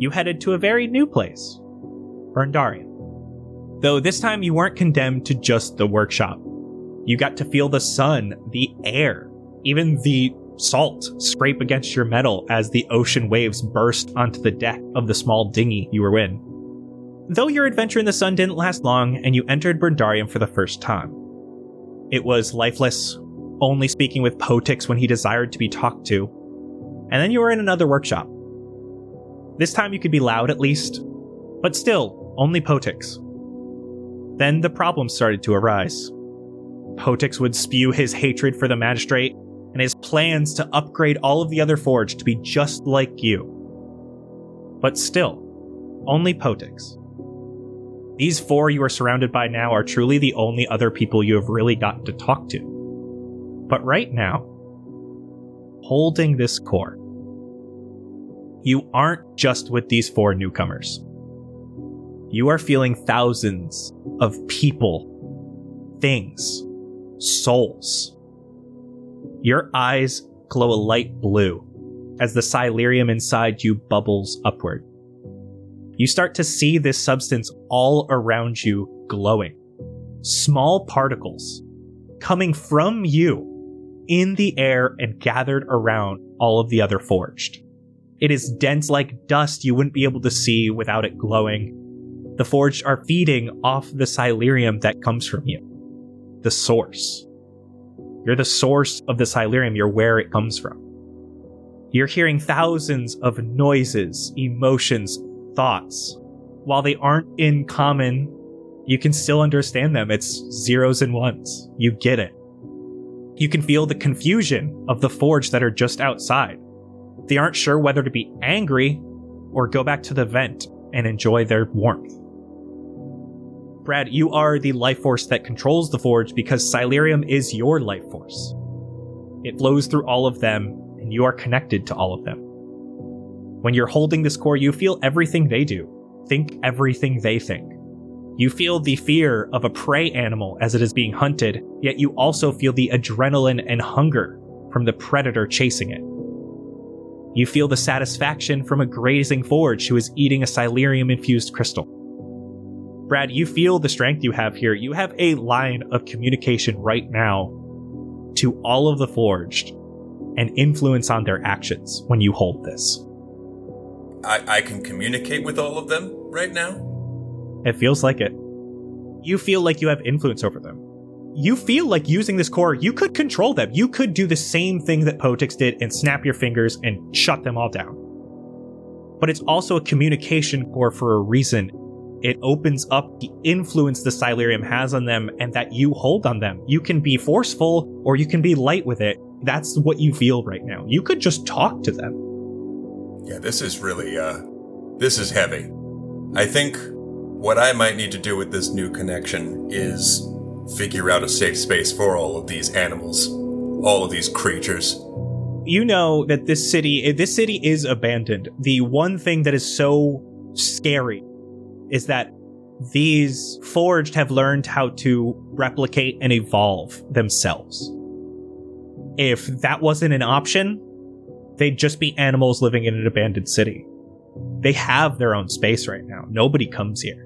[SPEAKER 5] You headed to a very new place, Berndaria. Though this time you weren't condemned to just the workshop. You got to feel the sun, the air, even the salt scrape against your metal as the ocean waves burst onto the deck of the small dinghy you were in. Though your adventure in the sun didn't last long, and you entered Brindarium for the first time. It was lifeless, only speaking with Potix when he desired to be talked to. And then you were in another workshop. This time you could be loud at least, but still, only Potix. Then the problems started to arise. Potix would spew his hatred for the magistrate and his plans to upgrade all of the other forge to be just like you. But still, only Potix. These four you are surrounded by now are truly the only other people you have really gotten to talk to. But right now, holding this core, you aren't just with these four newcomers. You are feeling thousands of people, things, souls. Your eyes glow a light blue as the silurium inside you bubbles upward. You start to see this substance all around you glowing. Small particles coming from you in the air and gathered around all of the other forged. It is dense like dust you wouldn't be able to see without it glowing. The forged are feeding off the silurium that comes from you, the source. You're the source of the silurium, you're where it comes from. You're hearing thousands of noises, emotions, thoughts. While they aren't in common, you can still understand them. It's zeros and ones. You get it. You can feel the confusion of the forge that are just outside. They aren't sure whether to be angry or go back to the vent and enjoy their warmth. Brad, you are the life force that controls the forge because Silurium is your life force. It flows through all of them, and you are connected to all of them. When you're holding this core, you feel everything they do, think everything they think. You feel the fear of a prey animal as it is being hunted, yet you also feel the adrenaline and hunger from the predator chasing it. You feel the satisfaction from a grazing forge who is eating a silurium infused crystal. Brad, you feel the strength you have here. You have a line of communication right now to all of the forged and influence on their actions when you hold this.
[SPEAKER 10] I, I can communicate with all of them right now.
[SPEAKER 5] It feels like it. You feel like you have influence over them. You feel like using this core, you could control them. You could do the same thing that Potix did and snap your fingers and shut them all down. But it's also a communication core for a reason. It opens up the influence the Silurium has on them and that you hold on them. You can be forceful or you can be light with it. That's what you feel right now. You could just talk to them.
[SPEAKER 10] Yeah, this is really, uh, this is heavy. I think what I might need to do with this new connection is figure out a safe space for all of these animals, all of these creatures.
[SPEAKER 5] you know that this city this city is abandoned the one thing that is so scary is that these forged have learned how to replicate and evolve themselves if that wasn't an option they'd just be animals living in an abandoned city they have their own space right now nobody comes here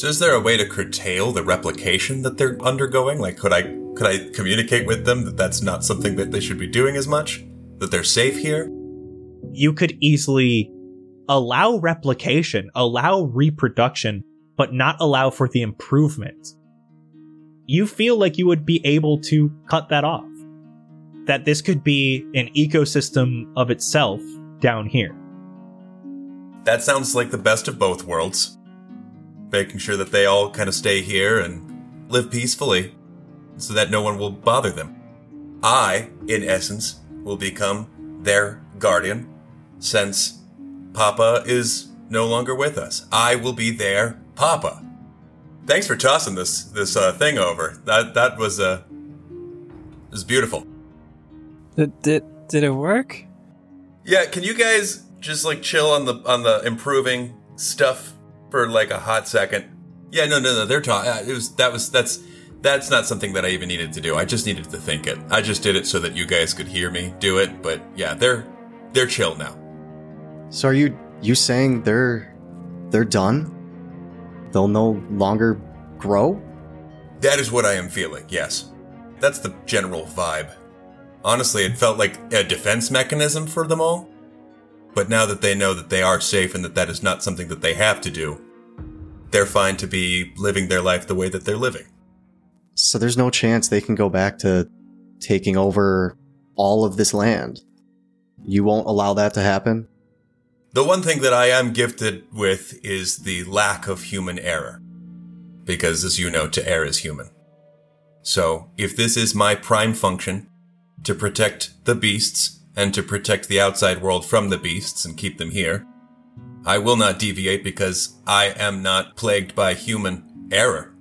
[SPEAKER 10] So is there a way to curtail the replication that they're undergoing? Like, could I could I communicate with them that that's not something that they should be doing as much? That they're safe here?
[SPEAKER 5] you could easily allow replication, allow reproduction, but not allow for the improvement. You feel like you would be able to cut that off. That this could be an ecosystem of itself down here.
[SPEAKER 10] That sounds like the best of both worlds. Making sure that they all kind of stay here and live peacefully so that no one will bother them. I, in essence, will become their guardian since Papa is no longer with us. I will be their Papa. Thanks for tossing this this uh, thing over. That that was uh, it was beautiful.
[SPEAKER 9] Did, did, did it work?
[SPEAKER 10] Yeah, can you guys just like chill on the on the improving stuff for like a hot second? Yeah, no, no, no. They're talking. Uh, it was that was that's that's not something that I even needed to do. I just needed to think it. I just did it so that you guys could hear me do it. But yeah, they're they're chill now.
[SPEAKER 8] So are you you saying they're they're done? They'll no longer grow?
[SPEAKER 10] That is what I am feeling. Yes, that's the general vibe. Honestly, it felt like a defense mechanism for them all. But now that they know that they are safe and that that is not something that they have to do, they're fine to be living their life the way that they're living.
[SPEAKER 8] So there's no chance they can go back to taking over all of this land. You won't allow that to happen?
[SPEAKER 10] The one thing that I am gifted with is the lack of human error. Because, as you know, to err is human. So, if this is my prime function, to protect the beasts and to protect the outside world from the beasts and keep them here, I will not deviate because I am not plagued by human error.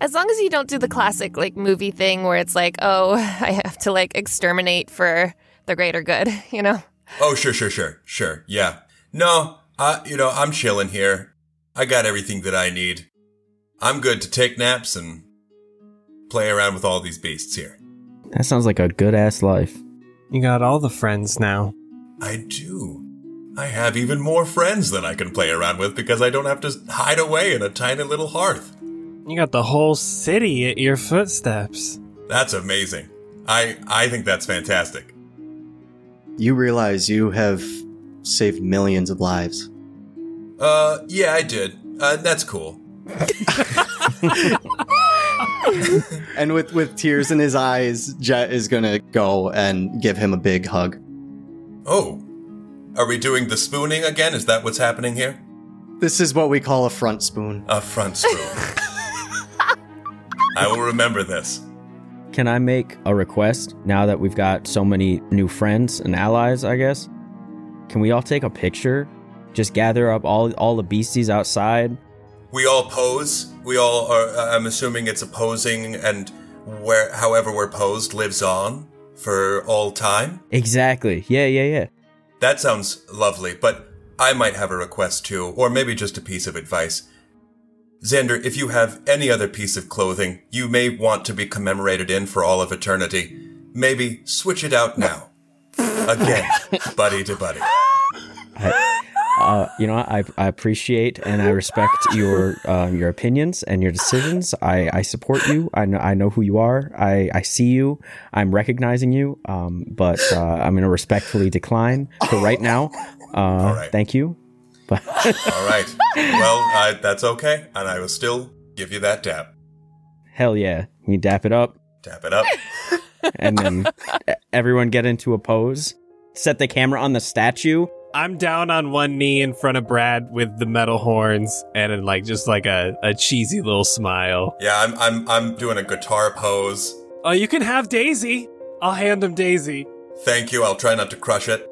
[SPEAKER 7] As long as you don't do the classic like movie thing where it's like, oh, I have to like exterminate for the greater good, you know?
[SPEAKER 10] Oh, sure, sure, sure, sure. Yeah. No, I, you know, I'm chilling here. I got everything that I need. I'm good to take naps and play around with all these beasts here.
[SPEAKER 6] That sounds like a good ass life.
[SPEAKER 3] You got all the friends now.
[SPEAKER 10] I do. I have even more friends that I can play around with because I don't have to hide away in a tiny little hearth.
[SPEAKER 3] You got the whole city at your footsteps.
[SPEAKER 10] That's amazing. I I think that's fantastic.
[SPEAKER 8] You realize you have saved millions of lives.
[SPEAKER 10] Uh, yeah, I did. Uh, that's cool.
[SPEAKER 8] and with, with tears in his eyes, Jet is going to go and give him a big hug.
[SPEAKER 10] Oh, are we doing the spooning again? Is that what's happening here?
[SPEAKER 8] This is what we call a front spoon.
[SPEAKER 10] A front spoon. I will remember this.
[SPEAKER 6] Can I make a request now that we've got so many new friends and allies, I guess? Can we all take a picture? Just gather up all all the beasties outside.
[SPEAKER 10] We all pose. We all are. uh, I'm assuming it's a posing, and where, however, we're posed lives on for all time.
[SPEAKER 6] Exactly. Yeah, yeah, yeah.
[SPEAKER 10] That sounds lovely, but I might have a request too, or maybe just a piece of advice. Xander, if you have any other piece of clothing you may want to be commemorated in for all of eternity, maybe switch it out now. Again, buddy to buddy.
[SPEAKER 6] I, uh, you know, I, I appreciate and I respect your uh, your opinions and your decisions. I, I support you. I know I know who you are. I, I see you. I'm recognizing you. Um, but uh, I'm going to respectfully decline for right now. Uh,
[SPEAKER 10] right.
[SPEAKER 6] Thank you. But
[SPEAKER 10] All right. Well, I, that's okay, and I will still give you that dap.
[SPEAKER 6] hell yeah, we dap it up.
[SPEAKER 10] Dap it up.
[SPEAKER 6] and then e- everyone get into a pose. Set the camera on the statue.
[SPEAKER 3] I'm down on one knee in front of Brad with the metal horns and in like just like a, a cheesy little smile.
[SPEAKER 10] Yeah, I'm I'm I'm doing a guitar pose.
[SPEAKER 3] Oh, you can have Daisy. I'll hand him Daisy.
[SPEAKER 10] Thank you. I'll try not to crush it.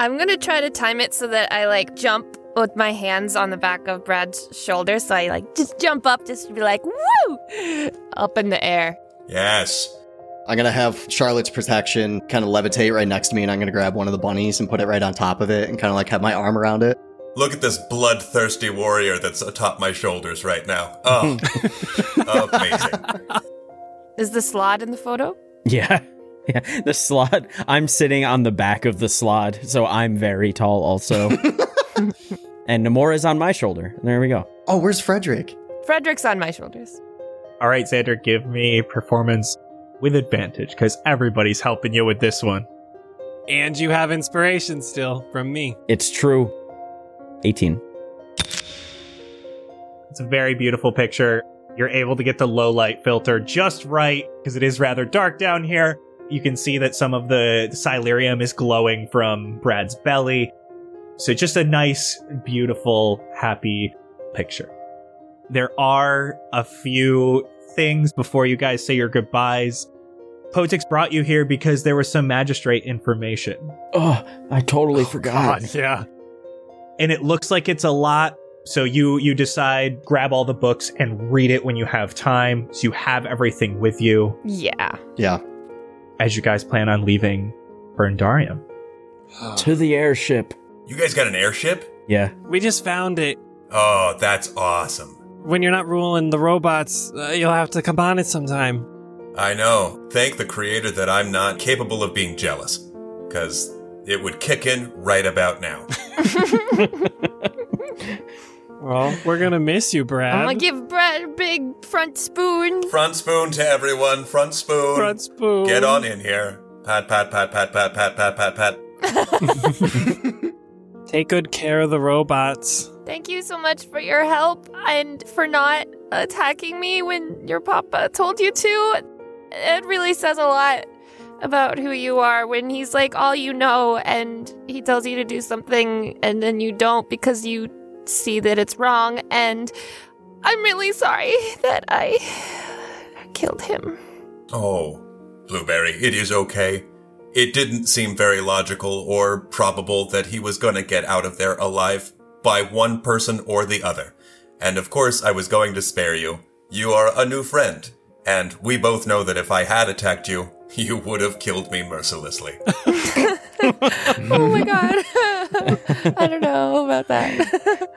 [SPEAKER 7] I'm gonna try to time it so that I like jump with my hands on the back of Brad's shoulder, so I like just jump up, just to be like woo, up in the air.
[SPEAKER 10] Yes.
[SPEAKER 8] I'm going to have Charlotte's protection kind of levitate right next to me, and I'm going to grab one of the bunnies and put it right on top of it and kind of like have my arm around it.
[SPEAKER 10] Look at this bloodthirsty warrior that's atop my shoulders right now. Oh, amazing.
[SPEAKER 7] Is the slot in the photo?
[SPEAKER 6] Yeah. Yeah. The slot. I'm sitting on the back of the slot, so I'm very tall also. and Namora's on my shoulder. There we go.
[SPEAKER 8] Oh, where's Frederick?
[SPEAKER 7] Frederick's on my shoulders.
[SPEAKER 4] All right, Xander, give me performance with advantage because everybody's helping you with this one.
[SPEAKER 3] And you have inspiration still from me.
[SPEAKER 6] It's true. 18.
[SPEAKER 4] It's a very beautiful picture. You're able to get the low light filter just right because it is rather dark down here. You can see that some of the silurium is glowing from Brad's belly. So just a nice, beautiful, happy picture. There are a few things before you guys say your goodbyes. Potix brought you here because there was some magistrate information.
[SPEAKER 6] Oh, I totally forgot.
[SPEAKER 3] yeah.
[SPEAKER 4] and it looks like it's a lot so you you decide grab all the books and read it when you have time so you have everything with you
[SPEAKER 7] Yeah.
[SPEAKER 8] Yeah.
[SPEAKER 4] as you guys plan on leaving Burndarium.
[SPEAKER 6] To the airship.
[SPEAKER 10] You guys got an airship?
[SPEAKER 6] Yeah.
[SPEAKER 3] We just found it.
[SPEAKER 10] Oh, that's awesome.
[SPEAKER 3] When you're not ruling the robots, uh, you'll have to come on it sometime.
[SPEAKER 10] I know. Thank the creator that I'm not capable of being jealous, because it would kick in right about now.
[SPEAKER 3] Well, we're gonna miss you, Brad.
[SPEAKER 7] I'm gonna give Brad a big front spoon.
[SPEAKER 10] front spoon to everyone. Front spoon.
[SPEAKER 3] Front spoon.
[SPEAKER 10] Get on in here. Pat, pat, pat, pat, pat, pat, pat, pat, pat.
[SPEAKER 3] Take good care of the robots.
[SPEAKER 7] Thank you so much for your help and for not attacking me when your papa told you to. It really says a lot about who you are when he's like all you know and he tells you to do something and then you don't because you see that it's wrong and I'm really sorry that I killed him.
[SPEAKER 10] Oh, Blueberry, it is okay. It didn't seem very logical or probable that he was going to get out of there alive by one person or the other. And of course, I was going to spare you. You are a new friend, and we both know that if I had attacked you, you would have killed me mercilessly.
[SPEAKER 7] oh my god. I don't know about that.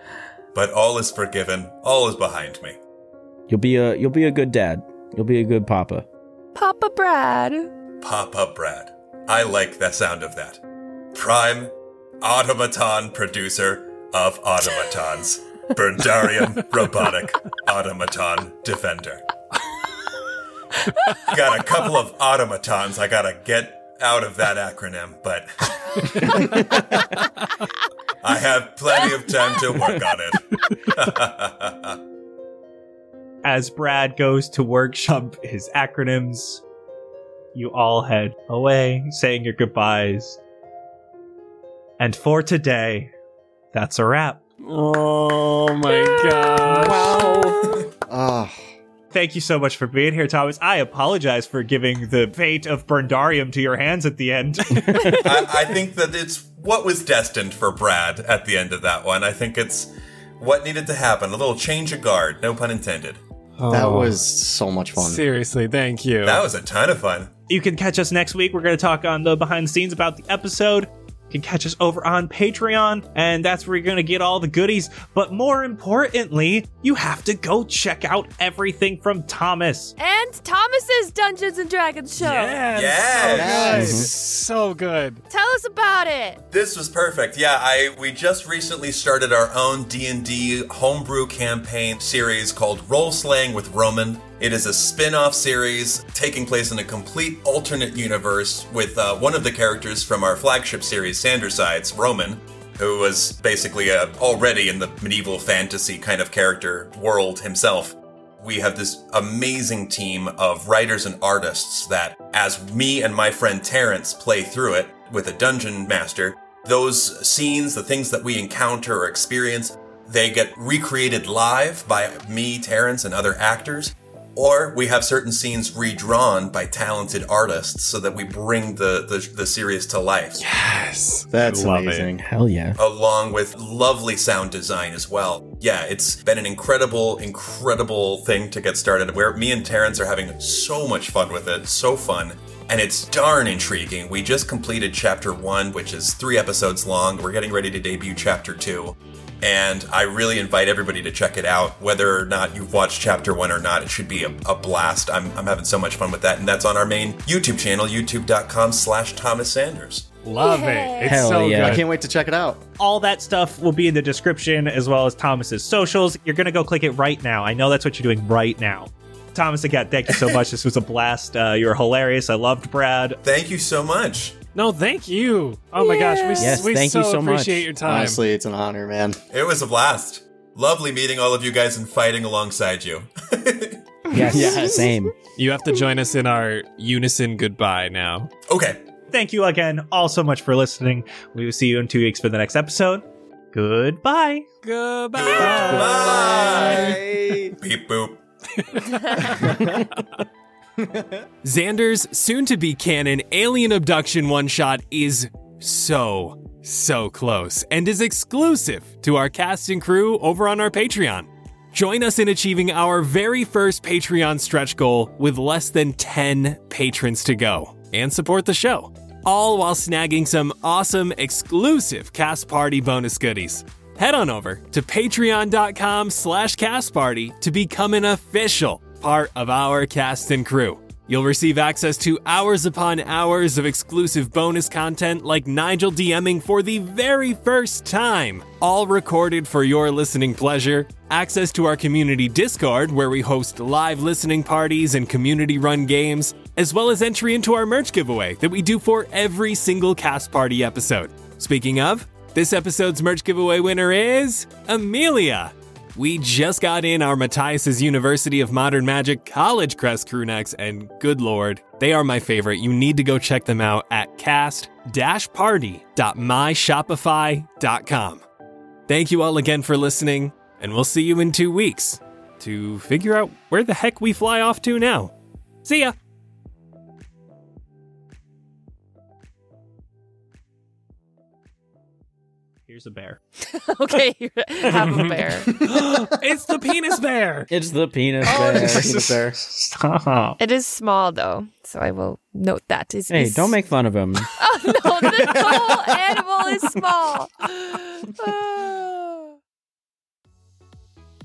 [SPEAKER 10] But all is forgiven, all is behind me.
[SPEAKER 6] You'll be a you'll be a good dad. You'll be a good papa.
[SPEAKER 7] Papa Brad.
[SPEAKER 10] Papa Brad. I like that sound of that. Prime automaton producer of automatons. Berdarian robotic automaton defender. got a couple of automatons I gotta get out of that acronym, but I have plenty of time to work on it.
[SPEAKER 5] As Brad goes to workshop his acronyms, you all head away, saying your goodbyes. And for today, that's a wrap.
[SPEAKER 3] Oh my gosh.
[SPEAKER 6] Wow.
[SPEAKER 8] Ah,
[SPEAKER 5] Thank you so much for being here, Thomas. I apologize for giving the fate of Burndarium to your hands at the end.
[SPEAKER 10] I, I think that it's what was destined for Brad at the end of that one. I think it's what needed to happen. A little change of guard, no pun intended.
[SPEAKER 3] Oh.
[SPEAKER 8] That was so much fun.
[SPEAKER 3] Seriously, thank you.
[SPEAKER 10] That was a ton of fun.
[SPEAKER 5] You can catch us next week. We're going to talk on the behind the scenes about the episode. You can catch us over on Patreon, and that's where you're going to get all the goodies. But more importantly, you have to go check out everything from Thomas.
[SPEAKER 7] And Thomas's Dungeons and Dragons show.
[SPEAKER 3] Yes.
[SPEAKER 10] Yes.
[SPEAKER 8] Mm-hmm.
[SPEAKER 3] So good.
[SPEAKER 7] Tell us about it.
[SPEAKER 10] This was perfect. Yeah, I we just recently started our own D&D homebrew campaign series called Role Slaying with Roman. It is a spin-off series taking place in a complete alternate universe with uh, one of the characters from our flagship series Sandersides, Roman, who was basically a, already in the medieval fantasy kind of character world himself. We have this amazing team of writers and artists that as me and my friend Terrence play through it with a dungeon master, those scenes, the things that we encounter or experience, they get recreated live by me, Terrence, and other actors. Or we have certain scenes redrawn by talented artists so that we bring the, the, the series to life.
[SPEAKER 3] Yes.
[SPEAKER 8] That's
[SPEAKER 3] Love it.
[SPEAKER 8] amazing.
[SPEAKER 6] Hell yeah.
[SPEAKER 10] Along with lovely sound design as well. Yeah, it's been an incredible, incredible thing to get started where me and Terrence are having so much fun with it. So fun. And it's darn intriguing. We just completed chapter one, which is three episodes long. We're getting ready to debut chapter two. And I really invite everybody to check it out. Whether or not you've watched chapter one or not, it should be a, a blast. I'm, I'm having so much fun with that. And that's on our main YouTube channel, youtube.com slash Thomas Sanders.
[SPEAKER 3] Love it. It's so
[SPEAKER 8] I
[SPEAKER 3] good.
[SPEAKER 8] can't wait to check it out.
[SPEAKER 5] All that stuff will be in the description as well as Thomas's socials. You're going to go click it right now. I know that's what you're doing right now. Thomas, again, thank you so much. this was a blast. Uh, you're hilarious. I loved Brad.
[SPEAKER 10] Thank you so much.
[SPEAKER 3] No, thank you. Oh my gosh, we,
[SPEAKER 6] Yes,
[SPEAKER 3] we
[SPEAKER 6] thank
[SPEAKER 3] so,
[SPEAKER 6] you so much.
[SPEAKER 3] appreciate your time.
[SPEAKER 8] Honestly, it's an honor, man.
[SPEAKER 10] It was a blast. Lovely meeting all of you guys and fighting alongside you.
[SPEAKER 6] Yes. Same.
[SPEAKER 3] You have to join us in our unison goodbye now.
[SPEAKER 10] okay.
[SPEAKER 5] Thank you again all so much for listening. We will see you in two weeks for the next episode. Goodbye.
[SPEAKER 3] Goodbye.
[SPEAKER 10] Bye. Beep boop.
[SPEAKER 3] Xander's soon to be canon alien abduction one shot is so, so close and is exclusive to our cast and crew over on our Patreon. Join us in achieving our very first Patreon stretch goal with less than 10 patrons to go and support the show, all while snagging some awesome exclusive cast party bonus goodies. Head on over to patreon.com slash castparty to become an official part of our cast and crew. You'll receive access to hours upon hours of exclusive bonus content like Nigel DMing for the very first time, all recorded for your listening pleasure, access to our community Discord where we host live listening parties and community run games, as well as entry into our merch giveaway that we do for every single cast party episode. Speaking of, this episode's merch giveaway winner is Amelia. We just got in our Matthias's University of Modern Magic College Crest crew necks, and good lord, they are my favorite. You need to go check them out at cast-party.myshopify.com. Thank you all again for listening, and we'll see you in two weeks to figure out where the heck we fly off to now. See ya!
[SPEAKER 5] Here's a bear.
[SPEAKER 7] okay, have a bear.
[SPEAKER 3] it's the penis bear.
[SPEAKER 6] It's the penis
[SPEAKER 7] Oh,
[SPEAKER 6] bear.
[SPEAKER 7] Jesus.
[SPEAKER 6] Stop.
[SPEAKER 7] It is small though, so I will note that. Is
[SPEAKER 6] Hey,
[SPEAKER 7] is-
[SPEAKER 6] don't make fun of him.
[SPEAKER 7] Oh no, this whole animal is small.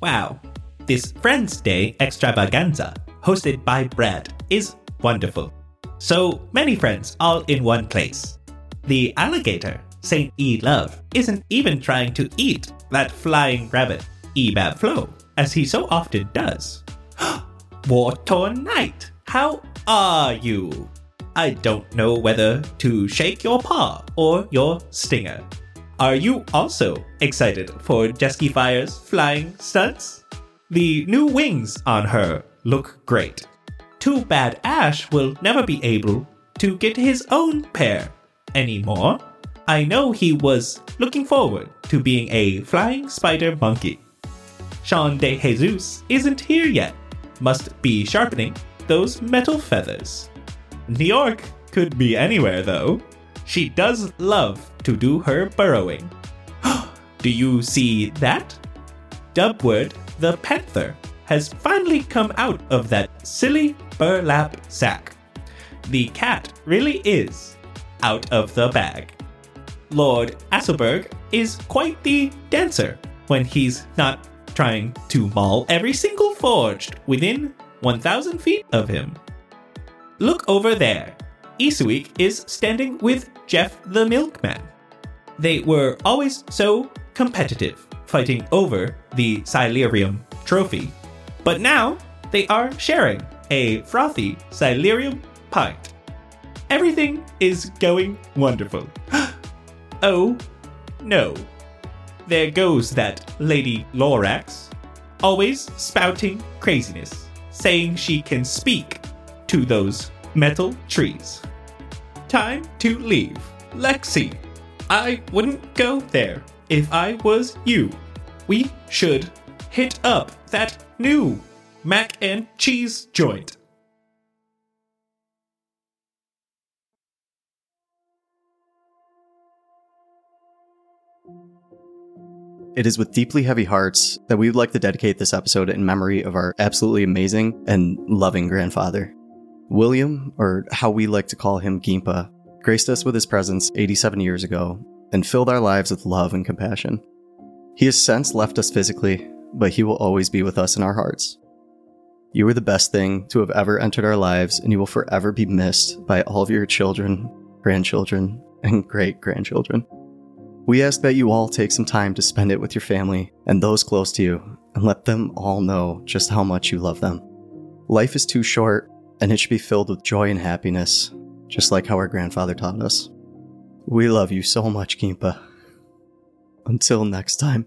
[SPEAKER 5] Wow. This Friends Day extravaganza, hosted by Brad, is wonderful. So many friends all in one place. The alligator, St. E. Love, isn't even trying to eat that flying rabbit, E. Bab Flo, as he so often does. War Torn Knight, how are you? I don't know whether to shake your paw or your stinger. Are you also excited for Jesky Fire's flying stunts? The new wings on her look great. Too bad Ash will never be able to get his own pair anymore. I know he was looking forward to being a flying spider monkey. Sean De Jesus isn't here yet. Must be sharpening those metal feathers. New York could be anywhere, though. She does love to do her burrowing. do you see that? Dubward the Panther has finally come out of that silly burlap sack. The cat really is out of the bag. Lord Asselberg is quite the dancer when he's not trying to maul every single forged within 1,000 feet of him. Look over there. Eastweek is standing with Jeff the Milkman. They were always so competitive, fighting over the Silurium trophy. But now they are sharing a frothy Silurium pint. Everything is going wonderful. oh no. There goes that Lady Lorax, always spouting craziness, saying she can speak to those metal trees. Time to leave. Lexi, I wouldn't go there if I was you. We should hit up that new mac and cheese joint.
[SPEAKER 8] It is with deeply heavy hearts that we would like to dedicate this episode in memory of our absolutely amazing and loving grandfather. William, or how we like to call him Gimpa, graced us with his presence 87 years ago and filled our lives with love and compassion. He has since left us physically, but he will always be with us in our hearts. You were the best thing to have ever entered our lives, and you will forever be missed by all of your children, grandchildren, and great grandchildren. We ask that you all take some time to spend it with your family and those close to you, and let them all know just how much you love them. Life is too short, and it should be filled with joy and happiness, just like how our grandfather taught us. We love you so much, Kimpa. Until next time.